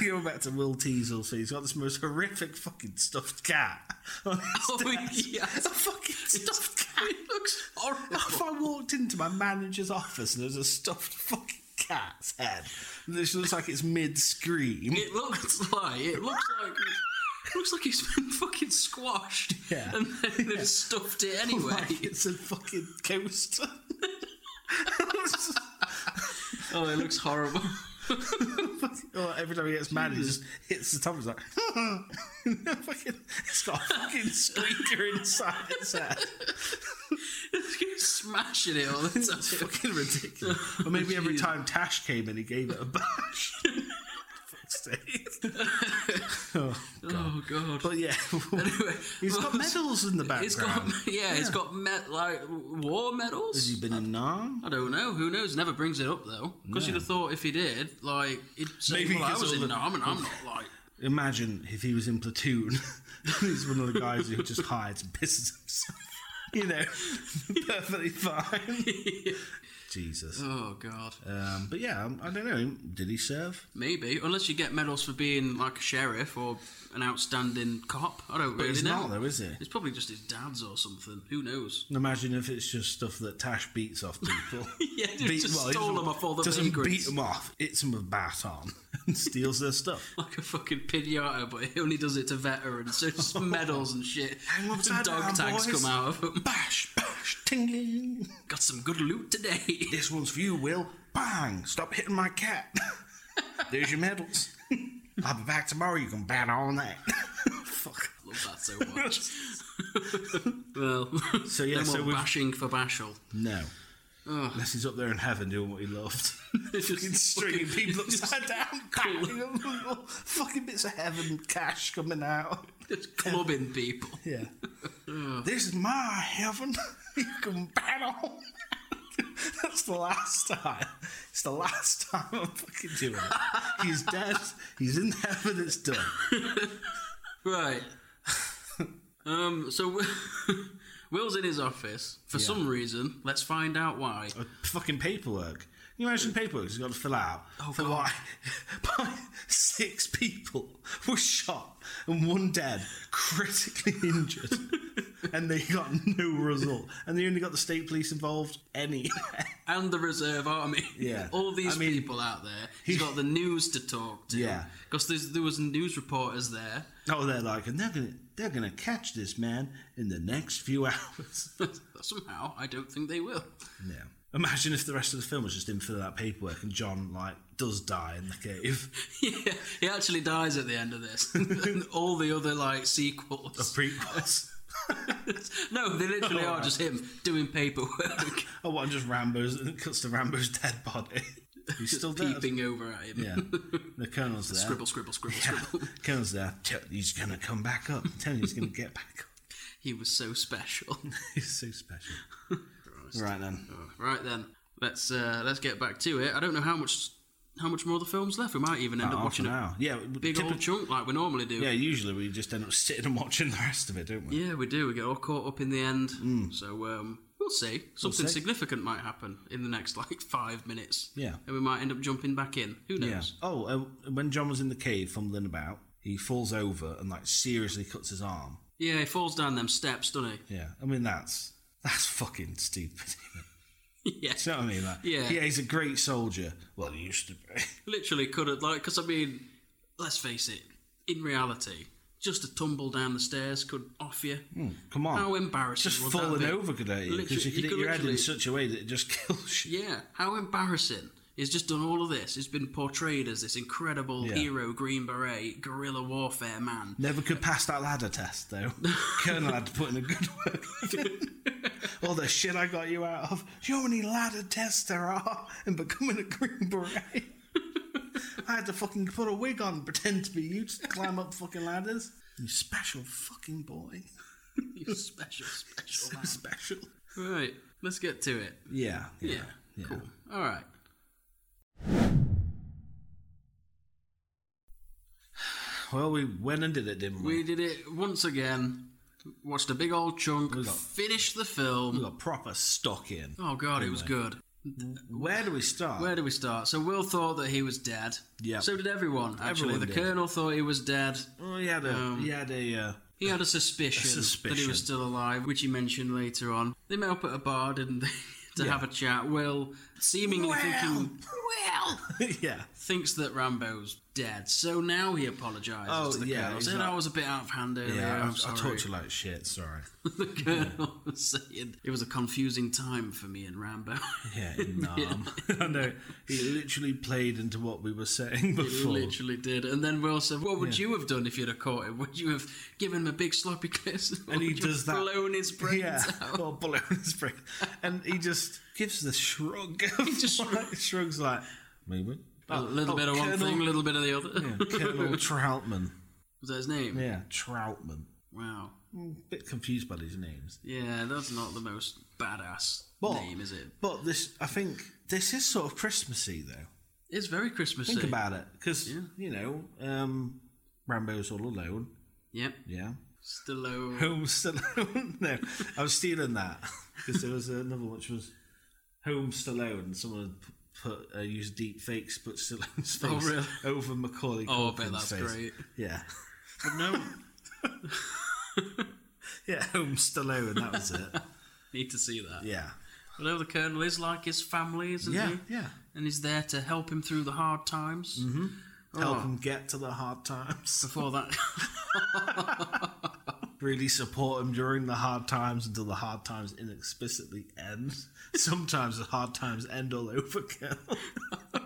S7: [laughs] going back to Will Teasel, so he's got this most horrific fucking stuffed cat. On his
S6: Oh, [laughs]
S7: desk.
S6: yeah.
S7: a fucking stuffed cat.
S6: It looks
S7: If
S6: horrible.
S7: I walked into my manager's office and there's a stuffed fucking cat's head, this looks like it's mid scream.
S6: It looks [laughs] like it looks like it looks like he's been [laughs] fucking squashed.
S7: Yeah. Oh
S6: And then they've stuffed it anyway.
S7: Like it's a fucking [laughs] ghost.
S6: oh, it looks horrible. [laughs]
S7: Or every time he gets mad, he just hits the top. He's like, [laughs] fucking, it's got a [laughs] fucking squeaker inside its head.
S6: He's smashing it
S7: [laughs]
S6: all the time.
S7: It's fucking ridiculous. [laughs] Or maybe every time Tash came in, he gave it a bash. [laughs] Fuck's sake.
S6: oh god.
S7: But yeah, [laughs] he's
S6: [laughs]
S7: got medals in the background.
S6: It's got [laughs] yeah, it's got met like war medals.
S7: Has he been in Nam?
S6: I don't know. Who knows? Never brings it up though. Because you'd have thought if he did, like, he'd say,
S7: Maybe
S6: "Well, I
S7: because
S6: was
S7: all
S6: in
S7: the-
S6: Nam, and
S7: [laughs]
S6: I'm not like."
S7: Imagine if he was in platoon. [laughs] he's one of the guys who just hides and pisses himself. [laughs] You know, perfectly fine.
S6: [laughs]
S7: Jesus.
S6: Oh god.
S7: Um, but yeah, um, I don't know. Did he serve?
S6: Maybe unless you get medals for being like a sheriff or an outstanding cop. I don't really
S7: He's
S6: know.
S7: not though, is he?
S6: It's probably just his dad's or something. Who knows? [laughs]
S7: Imagine if it's just stuff that Tash beats off people.
S6: Yeah, just stole
S7: doesn't-
S6: them off all the
S7: Doesn't
S6: vagrants.
S7: beat them off. Hits them with a baton [laughs] and steals their stuff.
S6: [laughs] [laughs] Like a fucking pinata, but he only does it to veterans. [laughs] So it's
S7: [laughs]
S6: medals and shit.
S7: Hang
S6: [laughs] some
S7: upside
S6: dog
S7: down,
S6: tags
S7: boys.
S6: come out of them.
S7: Bash, bash, tingling.
S6: [laughs] Got some good loot today. [laughs]
S7: This one's for you, Will. Bang! Stop hitting my cat. [laughs] There's your medals. [laughs] I'll be back tomorrow. You can bat on that. Fuck.
S6: Love that so much.
S7: [laughs]
S6: [laughs] well,
S7: So, yeah,
S6: no
S7: so
S6: more
S7: we've-
S6: bashing for bashel.
S7: [laughs]
S6: [laughs]
S7: No. Unless he's up there in heaven doing what he [laughs] loved. fucking stringing people upside [laughs] down, cracking them, fucking bits of heaven cash coming out.
S6: Just clubbing people.
S7: Yeah. this is my heaven. [laughs] you can bat on. That's the last time. It's the last time I'm fucking doing it. He's dead. He's in heaven. It's done.
S6: Right. [laughs] um. So [laughs] Wi- Will's in his office for some reason. Let's find out why.
S7: Uh, Fucking paperwork. Can you imagine the paperwork he's got to fill out for why [laughs] by six people were shot and one dead, critically [laughs] injured, and they got no result, and they only got the state police involved any.
S6: and the reserve army. [laughs]
S7: Yeah.
S6: all these
S7: I mean-
S6: people out there. He's got the news to talk to.
S7: Yeah.
S6: because there was news reporters there.
S7: [laughs]
S6: [laughs]
S7: oh, they're like, and they're gonna they're gonna catch this man in the next few [laughs] hours.
S6: Somehow, I don't think they will. [laughs]
S7: Yeah. Imagine if the rest of the film was just him filling out paperwork and John like does die in the cave.
S6: yeah, he actually dies at the end of this. [laughs] and all the other like
S7: Or [laughs]
S6: sequels. [laughs]
S7: prequels.
S6: no, they literally are
S7: Alright.
S6: just him doing paperwork, [laughs]
S7: Oh, what? and Just Rambo's [laughs] and it cuts to Rambo's dead body. He's still dead.
S6: peeping over at him.
S7: Yeah. The colonel's there.
S6: Scribble, scribble, scribble,
S7: Yeah.
S6: scribble. [laughs]
S7: Colonel's there. Tell- He's gonna come back up. Tell him he's gonna get back up. [laughs]
S6: He was so special.
S7: He's so special. right then.
S6: right then, let's uh, let's get back to it. I don't know how much how much more of the film's left. We might even end up
S7: About half
S6: watching
S7: an
S6: a
S7: hour. Yeah. we-
S6: big
S7: typi-
S6: old chunk like we normally do.
S7: yeah. Usually we just end up sitting and watching the rest of it, don't we?
S6: Yeah, we do. We get all caught up in the end. So um, we'll see. Something
S7: Hmm. see.
S6: significant might happen in the next like five minutes.
S7: Yeah.
S6: and we might end up jumping back in. Who
S7: Yeah.
S6: knows?
S7: Oh, uh, when John was in the cave fumbling about, he falls over and like seriously cuts his arm.
S6: Yeah, he falls down them steps, doesn't
S7: Yeah, I mean that's that's fucking stupid. [laughs]
S6: he? [laughs] yeah,
S7: Do you know what I mean? Like,
S6: Yeah.
S7: yeah, he's a great soldier. Well, he used to be. [laughs]
S6: literally could have like because I mean, let's face it. In reality, just a tumble down the stairs could off you.
S7: Come on,
S6: How embarrassing!
S7: Oh, Just
S6: would that
S7: falling
S6: be?
S7: over could hurt you because
S6: Literally,
S7: you could
S6: you
S7: hit
S6: could
S7: your head in
S6: literally-
S7: such a way that it just [laughs] kills you.
S6: Yeah, how embarrassing. He's just done all of this. He's been portrayed as this incredible
S7: Yeah.
S6: hero, Green Beret, guerrilla warfare man. [laughs]
S7: Never could pass that ladder test though. Colonel had to put in a good work.
S6: [laughs]
S7: All the shit I got you out of. Do you know how many ladder tests there are in becoming a Green Beret? I had to fucking put a wig on, pretend to be you, just climb up fucking ladders. You special fucking boy.
S6: You special, special man.
S7: special.
S6: Right, let's get to it.
S7: Yeah, yeah,
S6: Yeah, cool. All right.
S7: Well, we went and did it, didn't we?
S6: We did it once again. Watched a big old chunk.
S7: We got-
S6: finished the
S7: We
S6: film.
S7: got proper stuck in.
S6: Oh god, it was good.
S7: Where do we start?
S6: Where do we start? So Will thought that he was dead.
S7: Yeah.
S6: So did everyone. Actually,
S7: Everyone
S6: the
S7: did.
S6: colonel thought he was dead.
S7: oh, he had a,
S6: Um,
S7: he had a, uh,
S6: He had a suspicion,
S7: A suspicion.
S6: that he was still alive, which he mentioned later on. They met up at a bar, didn't they, [laughs] to
S7: Yeah.
S6: have a chat. Will,
S7: [laughs]
S6: seemingly thinking, well,
S7: yeah,
S6: thinks that Rambo's dead. So now he apologises
S7: Oh,
S6: to the
S7: yeah,
S6: colonel.
S7: he's
S6: Said,
S7: like-
S6: I was a bit out of hand earlier.
S7: yeah.
S6: I'm
S7: I, I
S6: sorry.
S7: talked to you like shit. Sorry.
S6: [laughs] the colonel was [laughs] saying, it was a confusing time for me and Rambo. [laughs]
S7: Yeah, no, [laughs] I know. He literally played into what we were saying
S6: He
S7: before.
S6: Literally did, and then Will said, "What would you have done if you'd have caught him? [laughs] Would you have given him a big sloppy kiss?
S7: And he
S6: Would you have
S7: does that.
S6: blown his brains
S7: yeah,
S6: out.
S7: [laughs] or blown his brain, and he just gives the shrug. He
S6: just
S7: shrugs [laughs] like maybe
S6: A little
S7: oh,
S6: bit of one thing, a little bit of the other.
S7: Colonel Troutman.
S6: [laughs] Was that his name?
S7: Yeah, Troutman.
S6: Wow.
S7: Bit confused by these names.
S6: Yeah, that's not the most badass
S7: But
S6: name, is it?
S7: But this, I think, this is sort of Christmassy though.
S6: It's very Christmassy.
S7: Think about it, because you know, um, Rambo's all alone.
S6: Yep.
S7: Yeah,
S6: Stallone.
S7: Home Stallone. [laughs] no, I was stealing that because there was another one which was Home Stallone. and Someone had p- put uh, used deep fakes, put Stallone's face
S6: [laughs] Oh, really?
S7: over Macaulay.
S6: Oh, I
S7: Culkin's
S6: bet that's
S7: face.
S6: great.
S7: Yeah,
S6: But no,
S7: [laughs] yeah, Home Stallone. That was it.
S6: need to see that. [laughs]
S7: Yeah,
S6: But no, the Colonel is like his family, isn't
S7: yeah, Mm-hmm.
S6: he?
S7: yeah.
S6: And he's there to help him through the hard times. Oh.
S7: Help him get to the hard times.
S6: [laughs] Before that,
S7: really support him during the hard times until the hard times inexplicably end. [laughs] Sometimes the hard times end all over again.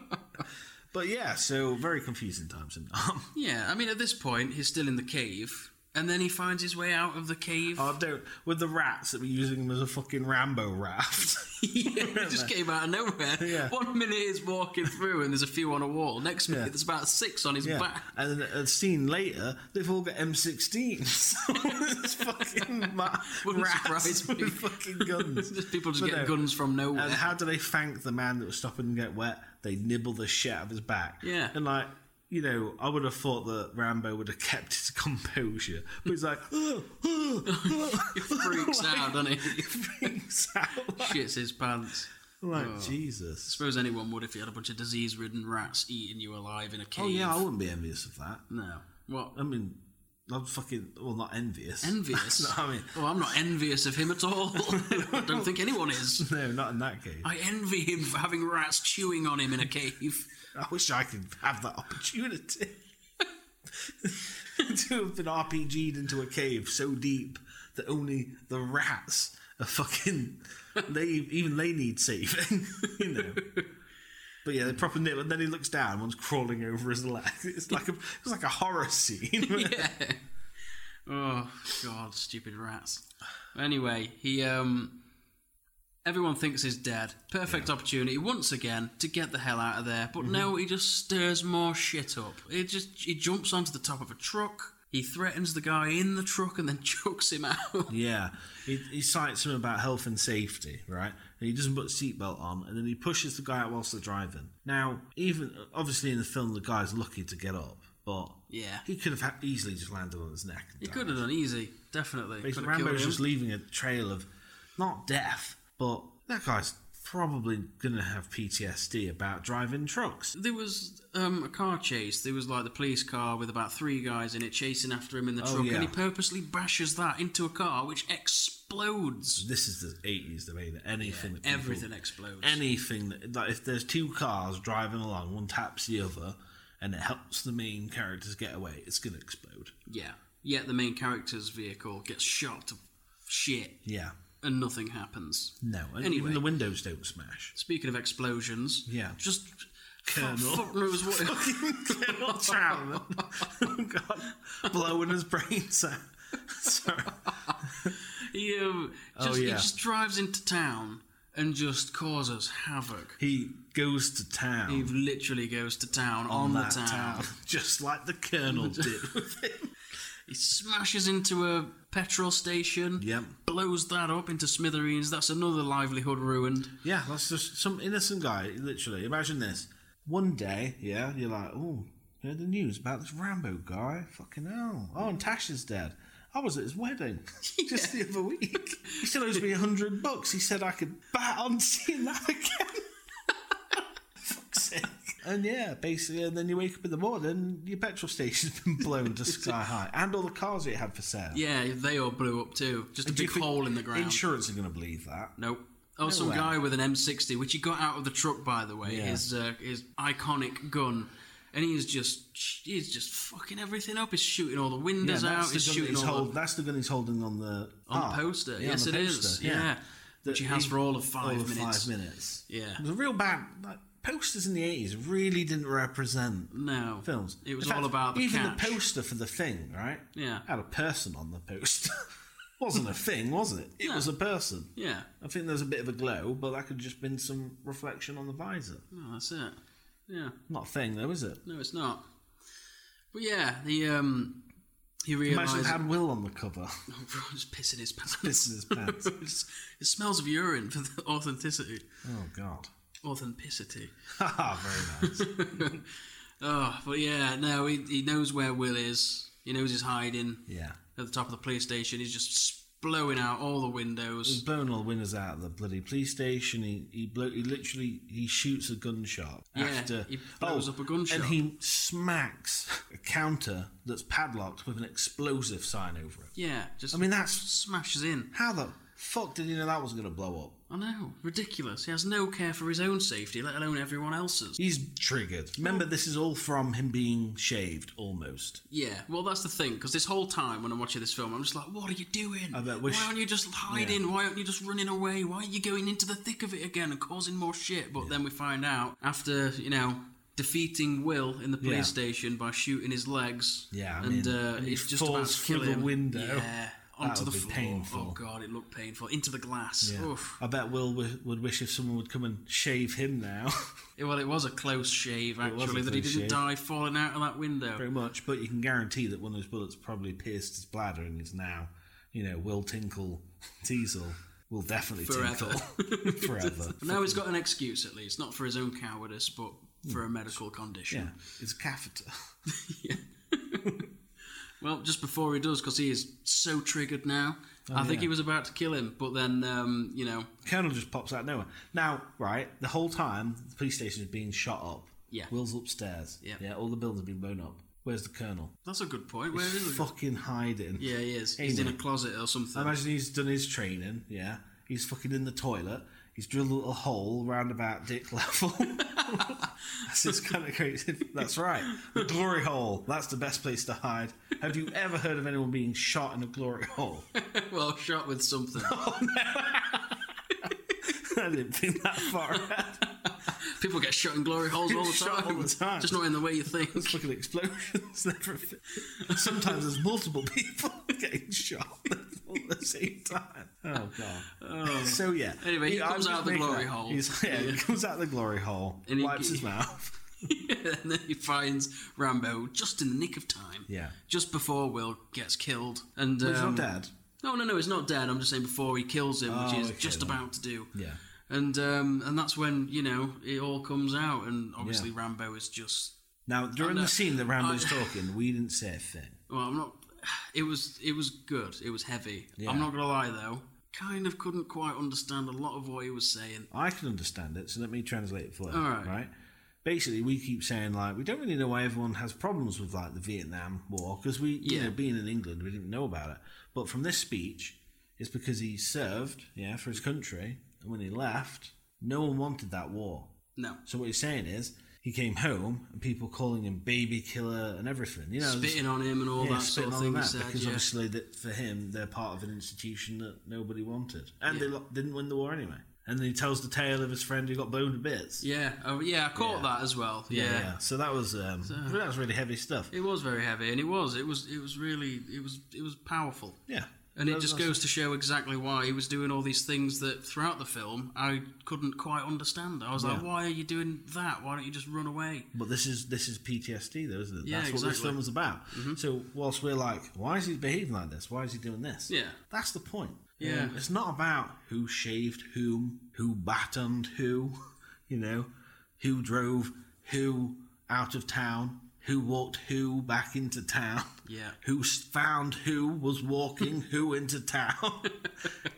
S7: [laughs] but yeah, so very confusing times um, in Nam.
S6: yeah. I mean, at this point, he's still in the cave, and then he finds his way out of the cave.
S7: [laughs] I don't with the rats that were using him as a fucking Rambo raft.
S6: [laughs]
S7: [laughs]
S6: yeah, he just came out of nowhere. [laughs]
S7: Yeah.
S6: One minute he's walking through, and there's a few on a wall. Next minute,
S7: Yeah.
S6: there's about six on his
S7: yeah.
S6: back. [laughs]
S7: And then a scene later, they've all got M16s. So [laughs] it's fucking ma-
S6: Wouldn't
S7: rats
S6: surprise me.
S7: [laughs] with fucking guns. [laughs]
S6: Just people just
S7: But
S6: getting
S7: no.
S6: guns from nowhere.
S7: And how do they thank the man that was stopping them get wet? They nibble the shit out of his back.
S6: Yeah.
S7: And like, you know, I would have thought that Rambo would have kept his [laughs] composure. But he's like, [laughs] oh, oh, oh. [laughs]
S6: freaks out, doesn't he?
S7: freaks out.
S6: Shits his pants.
S7: Like Jesus.
S6: suppose anyone would if you had a bunch of disease-ridden rats eating you alive in a cave.
S7: Oh yeah, I wouldn't be envious of that.
S6: no.
S7: [laughs]
S6: What?
S7: I mean, I'm fucking well, not envious.
S6: Envious?
S7: no, I mean,
S6: Oh, I'm not envious of him at all. I don't think anyone is.
S7: [laughs] no, not in that case. I,
S6: I envy him for having rats chewing on him in a cave.
S7: wish I could have that opportunity [laughs] to have been RPG'd into a cave so deep that only the rats are fucking. They even they need saving, [laughs] you know. But yeah, they proper nip, and then he looks down. One's crawling over his leg. [laughs] It's like a, it's like a horror scene. [laughs]
S6: yeah. Oh God, stupid rats. Anyway, he um everyone thinks he's dead. Perfect opportunity once again to get the hell out of there.
S7: Mm-hmm.
S6: But no, he just stirs more shit up. He just he jumps onto the top of a truck. He threatens the guy in the truck and then [laughs] chucks him out.
S7: Yeah, he, he cites him about health and safety, right? And he doesn't put a seatbelt on, and then he pushes the guy out whilst they're driving. Now, even obviously in the film, the guy's lucky to get up, but
S6: Yeah.
S7: he could have ha- easily just landed on his neck. and
S6: He
S7: died.
S6: could have done easy, definitely.
S7: Basically,
S6: Could have killed
S7: Rambo's
S6: him.
S7: just leaving a trail of not death, but that guy's probably gonna have PTSD about driving trucks.
S6: There was um, a car chase. There was like the police car with about three guys in it chasing after him in the
S7: Oh,
S6: truck,
S7: yeah.
S6: and he purposely bashes that into a car, which explodes.
S7: This is the eighties, the way that anything, that people-
S6: Everything explodes.
S7: anything that like if there's two cars driving along, one taps the other, and it helps the main characters get away, it's gonna explode.
S6: yeah. Yet the main character's vehicle gets shot to shit,
S7: Yeah,
S6: and nothing happens.
S7: no, and
S6: Anyway.
S7: even the windows don't smash.
S6: Speaking of explosions,
S7: Yeah.
S6: just [laughs]
S7: Colonel.
S6: fuck knows what. [laughs]
S7: [laughs] Colonel Troutman, [laughs] God, blowing his brains out. Sorry.
S6: he, um,
S7: Oh,
S6: just, he
S7: yeah.
S6: just drives into town and just causes havoc.
S7: He goes to town
S6: He literally goes to town on, the
S7: Um, that
S6: town.
S7: just like
S6: [laughs]
S7: the Colonel did with him.
S6: He smashes into a petrol station.
S7: Yep.
S6: Blows that up into smithereens. That's another livelihood ruined.
S7: Yeah, that's just some innocent guy, literally. Imagine this. One day, yeah, you're like, oh, heard the news about this Rambo guy. Fucking hell. Oh, and Tasha's dead. I was at his [laughs] wedding just the other week. [laughs] He still owes me a hundred bucks. He said I could bat on seeing that again. [laughs] Fuck's sake. And yeah, basically, and then you wake up in the morning, your petrol station's been blown [laughs] to sky high, and all the cars that you had for sale.
S6: Yeah, they all blew up too. Just a
S7: Do you
S6: big
S7: think
S6: hole in the ground.
S7: Insurance are going to believe that.
S6: nope. Oh, some
S7: way.
S6: guy with an M60, which he got out of the truck, by the way,
S7: Yeah.
S6: his uh, his iconic gun, and he's just he's just fucking everything up. He's shooting all the
S7: Yeah,
S6: windows out.
S7: that's, the
S6: He's
S7: gun that
S6: shooting
S7: he's
S6: all
S7: hold,
S6: the,
S7: that's the gun he's holding on the
S6: on the
S7: ah,
S6: poster.
S7: yeah, on
S6: yes,
S7: the
S6: it is.
S7: poster,
S6: Yeah, which he has for all of five
S7: all of
S6: minutes.
S7: Five minutes.
S6: Yeah.
S7: it was a real bad. Like, posters in the eighties really didn't represent
S6: No
S7: films.
S6: It was
S7: In
S6: all
S7: fact,
S6: about the
S7: even
S6: catch.
S7: the poster for the thing, right?
S6: Yeah.
S7: had a person on the poster. [laughs] wasn't a thing, was it? It
S6: No.
S7: was a person.
S6: Yeah,
S7: I think there's a bit of a glow, but that could have just been some reflection on the visor.
S6: oh, that's it. Yeah.
S7: Not a thing, though, is it?
S6: No, it's not. But yeah, he um he
S7: Imagine
S6: realizes [laughs]
S7: it had Will on the cover, [laughs]
S6: just pissing his pants. [laughs]
S7: pissing his pants.
S6: Just- it smells of urine for the [laughs] authenticity.
S7: oh God!
S6: Authenticity.
S7: Ah, very nice.
S6: Oh, but yeah, no, he, he knows where Will is. He knows he's hiding
S7: Yeah.
S6: at the top of the police station. He's just blowing out all the windows.
S7: He's blown all the windows out of the bloody police station. He he, blow, he literally he shoots a gunshot
S6: Yeah,
S7: after Oh,
S6: he blows up a gunshot.
S7: and he smacks a counter that's padlocked with an explosive sign over it.
S6: Yeah, just
S7: I mean that's
S6: smashes in.
S7: how the fuck did he know that was going to blow up?
S6: I know, ridiculous. He has no care for his own safety, let alone everyone else's.
S7: He's triggered. Remember, this is all from him being shaved almost.
S6: Yeah, well, that's the thing because this whole time when I'm watching this film, I'm just like, "What are you doing?
S7: I bet wish-
S6: Why aren't you just hiding? Why aren't you just running away? Why are you going into the thick of it again and causing more shit?" But then we find out after you know defeating Will in the police
S7: Yeah.
S6: station by shooting his legs.
S7: Yeah, I
S6: and
S7: mean,
S6: uh,
S7: and he
S6: it's just
S7: falls
S6: about to
S7: through
S6: kill
S7: the
S6: him.
S7: window.
S6: Yeah,
S7: That
S6: onto the
S7: would be
S6: floor.
S7: painful.
S6: Oh god, it looked painful. Into the glass.
S7: Yeah.
S6: Oof.
S7: I bet Will w- would wish if someone would come and shave him now, [laughs]
S6: It- well, it was a close shave
S7: was a
S6: actually that he
S7: close
S6: didn't
S7: shave.
S6: die falling out of that window.
S7: pretty much. But you can guarantee that one of those bullets probably pierced his bladder and is now, you know, Will Tinkle [laughs] Teasel will definitely
S6: Forever. [laughs]
S7: tinkle forever.
S6: But now he's got an excuse at least, not for his own cowardice, but
S5: Hmm.
S6: for a medical
S7: Yeah,
S6: condition.
S7: it's a catheter.
S6: Well, just before he does, because he is so triggered now. I think
S5: Oh, yeah.
S6: he was about to kill him, but then, um, you know,
S5: Colonel just pops out of nowhere. Now, right, the whole time the police station is being shot up.
S6: Yeah.
S5: Will's upstairs.
S6: Yeah.
S5: Yeah, all the buildings have been blown up. Where's the Colonel?
S6: that's a good point. Where
S5: he's
S6: is he?
S5: fucking hiding.
S6: Yeah, he is.
S5: Ain't
S6: He's in
S5: he?
S6: a closet or something.
S5: I imagine he's done his training, yeah. He's fucking in the toilet. He's drilled a little hole round about dick level. [laughs] that's his kind of crazy. That's right. The glory hole. That's the best place to hide. Have you ever heard of anyone being shot in a glory hole? [laughs]
S6: [laughs] well, shot with something.
S5: I didn't think that far out.
S6: People get shot in glory holes all the time.
S5: Shot all the time.
S6: Just not in the way you think. [laughs]
S5: Fucking explosions and everything. Sometimes there's multiple people [laughs] getting shot all at the same time. Oh god. So yeah.
S6: Anyway, he
S5: I'm
S6: comes
S5: just
S6: out of the
S5: making
S6: glory
S5: that-
S6: hole.
S5: He's, yeah, he
S6: Yeah.
S5: comes out of the glory hole.
S6: And he-
S5: wipes his mouth.
S6: and then he finds Rambo just in the nick of time.
S5: Yeah.
S6: Just before Will gets killed. And um,
S5: He's not dead.
S6: No, no, no, he's not dead. I'm just saying before he kills him, which
S5: Oh,
S6: he's
S5: okay,
S6: just
S5: then.
S6: about to do.
S5: Yeah.
S6: And um, and that's when you know it all comes out, and obviously
S5: Yeah.
S6: Rambo is just
S5: Now during
S6: I know.
S5: the scene that Rambo's
S6: uh, I-
S5: talking, we didn't say a thing.
S6: well. I'm not. It was it was good. It was heavy.
S5: Yeah.
S6: I'm not gonna lie though. Kind of couldn't quite understand a lot of what he was saying.
S5: I can understand it, so let me translate it for you.
S6: All right.
S5: right? Basically, we keep saying like we don't really know why everyone has problems with like the Vietnam War because we, you
S6: Yeah.
S5: know, being in England, we didn't know about it. But from this speech, it's because he served, yeah, for his country, and when he left, no one wanted that war.
S6: No,
S5: So what he's saying is he came home and people calling him baby killer and everything, you know,
S6: spitting on him and all
S5: yeah,
S6: that sort
S5: spitting
S6: of
S5: on
S6: thing.
S5: that
S6: he said,
S5: because
S6: yeah.
S5: obviously that for him they're part of an institution that nobody wanted, and they lo- didn't win the war anyway. And then he tells the tale of his friend who got blown to bits.
S6: yeah, oh, yeah, I caught
S5: Yeah.
S6: that as well. Yeah.
S5: So that was um, that was really heavy stuff.
S6: it was very heavy, and it was, it was, it was really, it was, it was powerful.
S5: yeah.
S6: And
S5: That
S6: it
S5: was
S6: just
S5: awesome.
S6: goes to show exactly why he was doing all these things that throughout the film I couldn't quite understand. I was like,
S5: Yeah.
S6: why are you doing that? Why don't you just run away?
S5: But this is this is PTSD though, isn't it?
S6: Yeah,
S5: That's what this
S6: exactly. Mm-hmm.
S5: film is about. So whilst we're like, why is he behaving like this? Why is he doing this?
S6: Yeah.
S5: That's the point.
S6: Yeah.
S5: it's not about who shaved whom, who battened who, [laughs] you know, who drove who out of town, who walked who back into town.
S6: Yeah.
S5: Who s- found who was walking
S6: [laughs]
S5: who into town,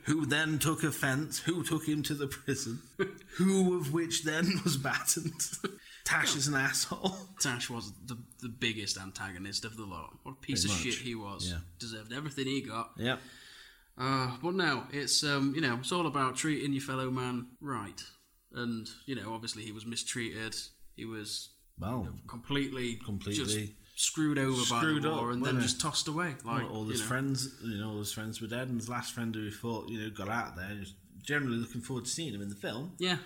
S5: who then took offence, who took him to the prison, who of which then [laughs] was battened. Tash is an asshole.
S6: Tash was the, the biggest antagonist of the lot. What a piece
S5: Pretty
S6: of
S5: much.
S6: shit he was.
S5: Yeah.
S6: Deserved everything he got.
S5: Yep.
S6: Uh, but no, it's um, you know, it's all about treating your fellow man right. And, you know, obviously he was mistreated. He was
S5: Well,
S6: completely, just
S5: Completely
S6: screwed over
S5: screwed
S6: by
S5: up,
S6: the war and
S5: wasn't
S6: then
S5: he?
S6: just tossed away. Like
S5: all
S6: you
S5: his
S6: know.
S5: friends, you know, all his friends were dead, and his last friend who he thought, you know, got out there. Just generally looking forward to seeing him in the film,
S6: Yeah.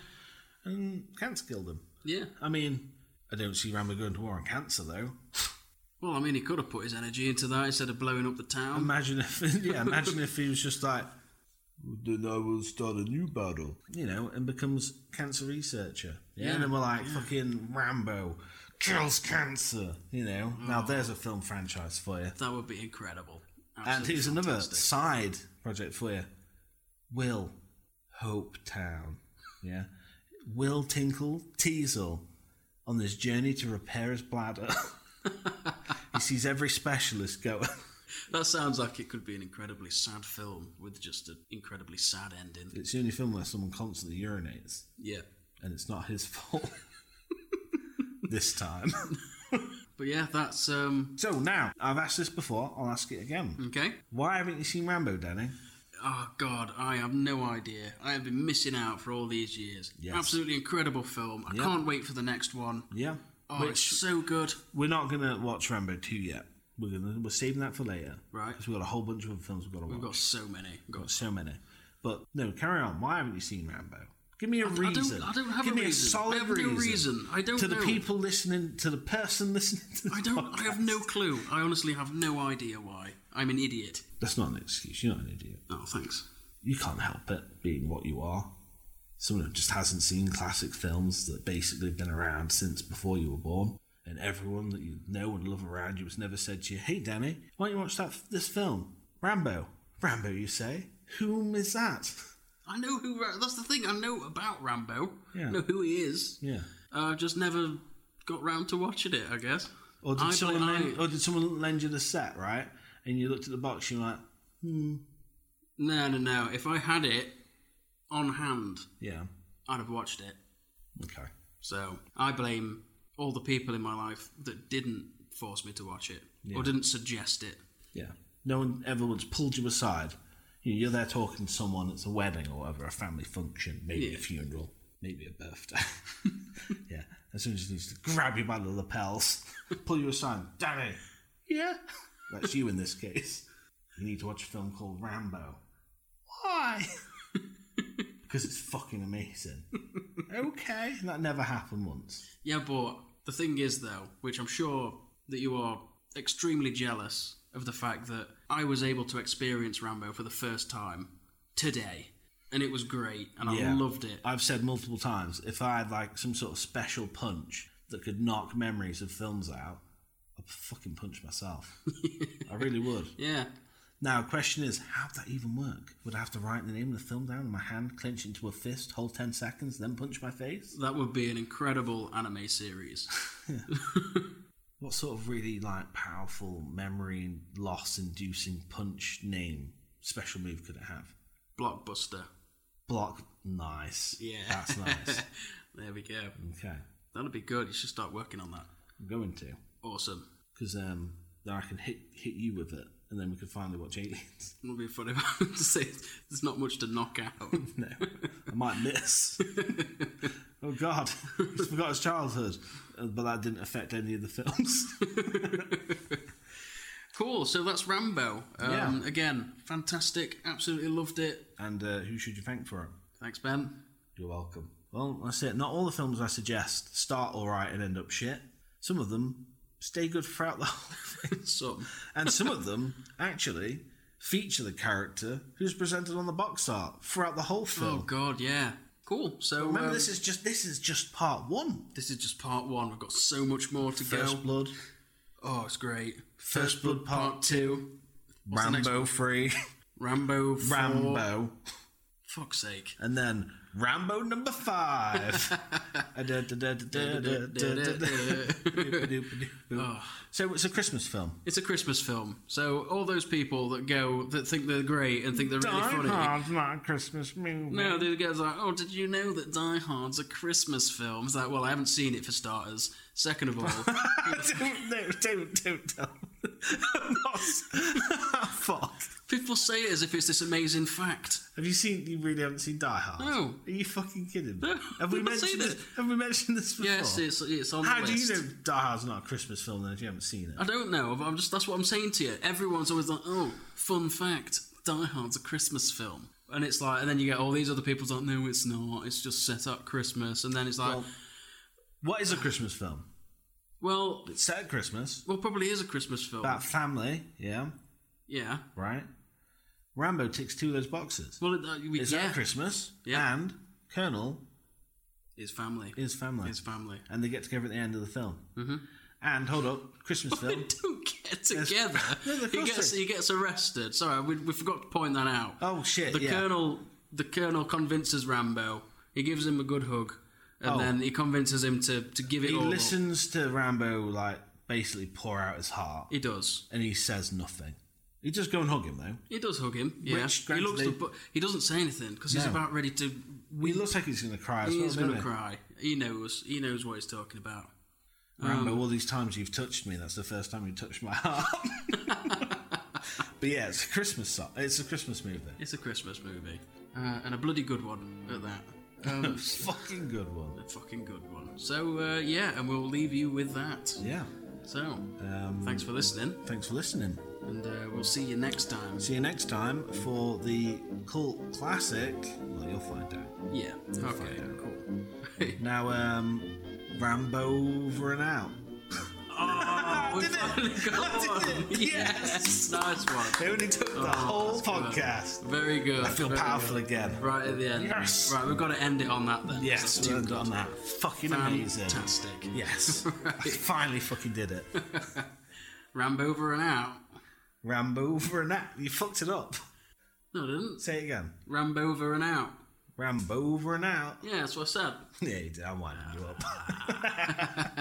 S5: and cancer killed him.
S6: Yeah.
S5: I mean, I don't see Rambo going to war on cancer though.
S6: Well, I mean, he could have put his energy into that instead of blowing up the town.
S5: Imagine if, [laughs] yeah, imagine if he was just like, then I will start a new battle, you know, and becomes cancer researcher. Yeah, and then we're like, fucking Rambo kills cancer, you know.
S6: Mm.
S5: Now there's a film franchise for you.
S6: That would be incredible.
S5: And
S6: Absolutely
S5: here's another
S6: fantastic.
S5: side project for you. Will Hope Town. Yeah. Will Tinkle Teasel on his journey to repair his bladder. [laughs] he sees every specialist go. [laughs]
S6: That sounds like it could be an incredibly sad film with just an incredibly sad ending.
S5: It's the only film where someone constantly urinates,
S6: Yeah.
S5: and it's not his fault. [laughs] this time.
S6: But yeah, that's um
S5: So now, I've asked this before, I'll ask it again.
S6: okay.
S5: Why haven't you seen Rambo, Danny?
S6: Oh god, I have no idea. I have been missing out for all these years.
S5: Yes.
S6: Absolutely incredible film. I
S5: Yeah.
S6: can't wait for the next one.
S5: Yeah.
S6: Oh, it's so good.
S5: We're not gonna watch Rambo two yet. We're gonna we're saving that for later,
S6: Right.
S5: Because we've got a whole bunch of other films we've got to watch.
S6: We've got so many.
S5: [laughs]
S6: We've got
S5: so many. But no, carry on. Why haven't you seen Rambo? Give me a
S6: don't- I
S5: reason.
S6: don't have
S5: Give
S6: a
S5: me
S6: reason.
S5: a solid
S6: I have no
S5: reason.
S6: reason. I don't
S5: To the
S6: know.
S5: people listening, to the person listening. To this
S6: I don't I have no
S5: podcast.
S6: clue. I honestly have no idea why. I'm an idiot.
S5: That's not an excuse. You're not an idiot.
S6: Oh, thanks.
S5: You can't help it being what you are. Someone who just hasn't seen classic films that basically have been around since before you were born. And everyone that you know and love around you has never said to you, "Hey, Danny, why don't you watch that this film, Rambo?" Rambo, you say? Whom is that?
S6: I know who. Ra- That's the thing. I know about Rambo.
S5: Yeah.
S6: I know who he is.
S5: Yeah.
S6: I've just never got round to watching it. I guess.
S5: Or did
S6: I
S5: someone
S6: believe-
S5: lend, or did someone lend you the set, right? And you looked at the box, and you were like,
S6: No, no, no. If I had it on hand,
S5: yeah,
S6: I'd have watched it.
S5: okay,
S6: So I blame all the people in my life that didn't force me to watch it or didn't suggest it.
S5: yeah. No one ever once pulled you aside. You know, you're there talking to someone. It's a wedding or whatever, a family function, maybe a
S6: Yeah.
S5: funeral, maybe a birthday. [laughs] yeah, and someone just needs to grab you by the lapels, [laughs] pull you aside, Danny. Yeah, that's you in this case. You need to watch a film called Rambo. Why? [laughs] because it's fucking amazing. okay, that never happened once.
S6: Yeah, but the thing is, though, which I'm sure that you are extremely jealous of the fact that I was able to experience Rambo for the first time today, and it was great, and I loved it.
S5: I've said multiple times if I had like some sort of special punch that could knock memories of films out, I'd fucking punch
S6: [laughs]
S5: myself. I really would.
S6: Yeah,
S5: Now, question is, how'd that even work? Would I have to write the name of the film down in my hand, clench it into a fist, hold 10 seconds, then punch my face?
S6: that would be an incredible anime series. [laughs]
S5: What sort of really like powerful memory loss inducing punch name special move could it have?
S6: Blockbuster.
S5: Block. Nice.
S6: Yeah.
S5: That's
S6: [laughs]
S5: nice.
S6: There we go.
S5: okay.
S6: That'll be good. You should start working on that.
S5: I'm going to.
S6: Awesome.
S5: because um, then I can hit hit you with it, and then we can finally watch Aliens.
S6: It'll be funny [laughs] if I to say there's not much to knock out.
S5: [laughs] no, I might miss. oh God, he's forgot his childhood, Uh, but that didn't affect any of the films. [laughs]
S6: Cool. So that's Rambo. Um,
S5: Yeah.
S6: Again, fantastic. Absolutely loved it.
S5: and uh, who should you thank for it?
S6: Thanks, Ben. [laughs]
S5: You're welcome. Well, that's it. Not all the films I suggest start all right and end up shit. Some of them stay good throughout the [laughs] whole thing,
S6: So,
S5: and some of them actually feature the character who's presented on the box art throughout the whole
S6: oh
S5: film.
S6: god, yeah. Cool. So
S5: Remember,
S6: um,
S5: this is just this is just part one.
S6: this is just part one. We've got so much more to
S5: First
S6: go.
S5: Blood.
S6: Oh, it's great.
S5: First Blood Part
S6: two. What's the next
S5: Rambo Free,
S6: Rambo. four.
S5: Rambo,
S6: Fuck's sake.
S5: and then Rambo number five. [laughs]
S6: Oh.
S5: so it's a Christmas film.
S6: It's a Christmas film. So all those people that go that think they're great and think they're really funny.
S5: not a Christmas movie. [laughs]
S6: No, the guy's like, oh, did you know that Die Hard's a Christmas film? It's like, well, I haven't seen it for starters. Second
S5: [laughs]
S6: of all,
S5: don't, no, don't, don't tell. I'm not- [laughs] Fuck.
S6: people say it as if it's this amazing fact.
S5: Have you seen? You really haven't seen Die Hard?
S6: No.
S5: Are you fucking kidding me?
S6: No,
S5: Have we
S6: I've not seen
S5: mentioned this?
S6: it.
S5: [laughs] Have we mentioned this before?
S6: Yes, it's, it's on
S5: How
S6: the
S5: do
S6: list.
S5: you know Die Hard's not a Christmas film then if you haven't seen
S6: I
S5: it?
S6: don't know, but I'm just that's what I'm saying to you. Everyone's always like, oh, fun fact, Die Hard's a Christmas film. And it's like, and then you get all these other people's like, no, it's not. It's just set up Christmas. And then it's like, well,
S5: What is a Christmas film?
S6: well,
S5: It's set at Christmas.
S6: probably is a Christmas film.
S5: About family, yeah,
S6: yeah.
S5: right? Rambo ticks two of those boxes.
S6: Well, it, uh, we,
S5: It's
S6: yeah,
S5: at Christmas,
S6: Yeah.
S5: and Colonel
S6: is family.
S5: is family. [laughs]
S6: Is family.
S5: and they get together at the end of the film. Mm-hmm. And hold up, [laughs] Christmas
S6: They
S5: film.
S6: don't
S5: [laughs]
S6: get together.
S5: No, of
S6: he
S5: course
S6: gets
S5: they-
S6: he gets arrested. Sorry, we, we forgot to point that out.
S5: Oh shit!
S6: the
S5: yeah.
S6: colonel the colonel convinces Rambo. He gives him a good hug, and
S5: Oh.
S6: then he convinces him to to give it
S5: He
S6: all. up.
S5: listens to Rambo like basically pour out his heart,
S6: He does.
S5: and he says nothing. He just go and hug him though.
S6: He does hug him. Yeah.
S5: Which,
S6: he looks.
S5: granted,
S6: the- but he doesn't say anything because he's
S5: No.
S6: about ready to.
S5: He looks like he's gonna cry. As well,
S6: He's
S5: doesn't
S6: gonna
S5: he?
S6: cry. He knows. He knows what he's talking about.
S5: Rambo, all these times you've touched me, that's the first time you touched my [laughs] heart. but yeah, it's a Christmas song. It's a Christmas movie.
S6: It's a Christmas movie, uh, and a bloody good one at that. Um,
S5: Fucking good one.
S6: [laughs] a fucking good one. So uh, yeah, and we'll leave you with that.
S5: Yeah.
S6: So
S5: Um,
S6: thanks for listening,
S5: Thanks for listening.
S6: and uh, we'll see you next time.
S5: See you next time for the cult classic. Well, you'll find out.
S6: Yeah. Okay.
S5: find out.
S6: Cool.
S5: Now, um, Rambo over and out.
S6: We finally got one.
S5: it.
S6: [laughs] Yes. nice one.
S5: It only took the whole podcast.
S6: Very good.
S5: I feel
S6: Very
S5: powerful
S6: good.
S5: again.
S6: Right at the end.
S5: Yes.
S6: Right, we've got to end it on that then.
S5: Yes,
S6: That's too
S5: well
S6: good.
S5: done that. Fucking amazing.
S6: Fantastic.
S5: [laughs] Yes. I finally fucking did it.
S6: Rambo over and out.
S5: Rambo over and out. You fucked it up.
S6: No, I didn't.
S5: Say it again.
S6: Rambo over and out.
S5: Rambo over and out. [laughs]
S6: Yeah, that's what I said.
S5: Yeah, you did. I'm winding you up.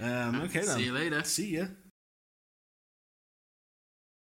S5: Um, okay then.
S8: Ah. See you later.
S5: Um, See ya.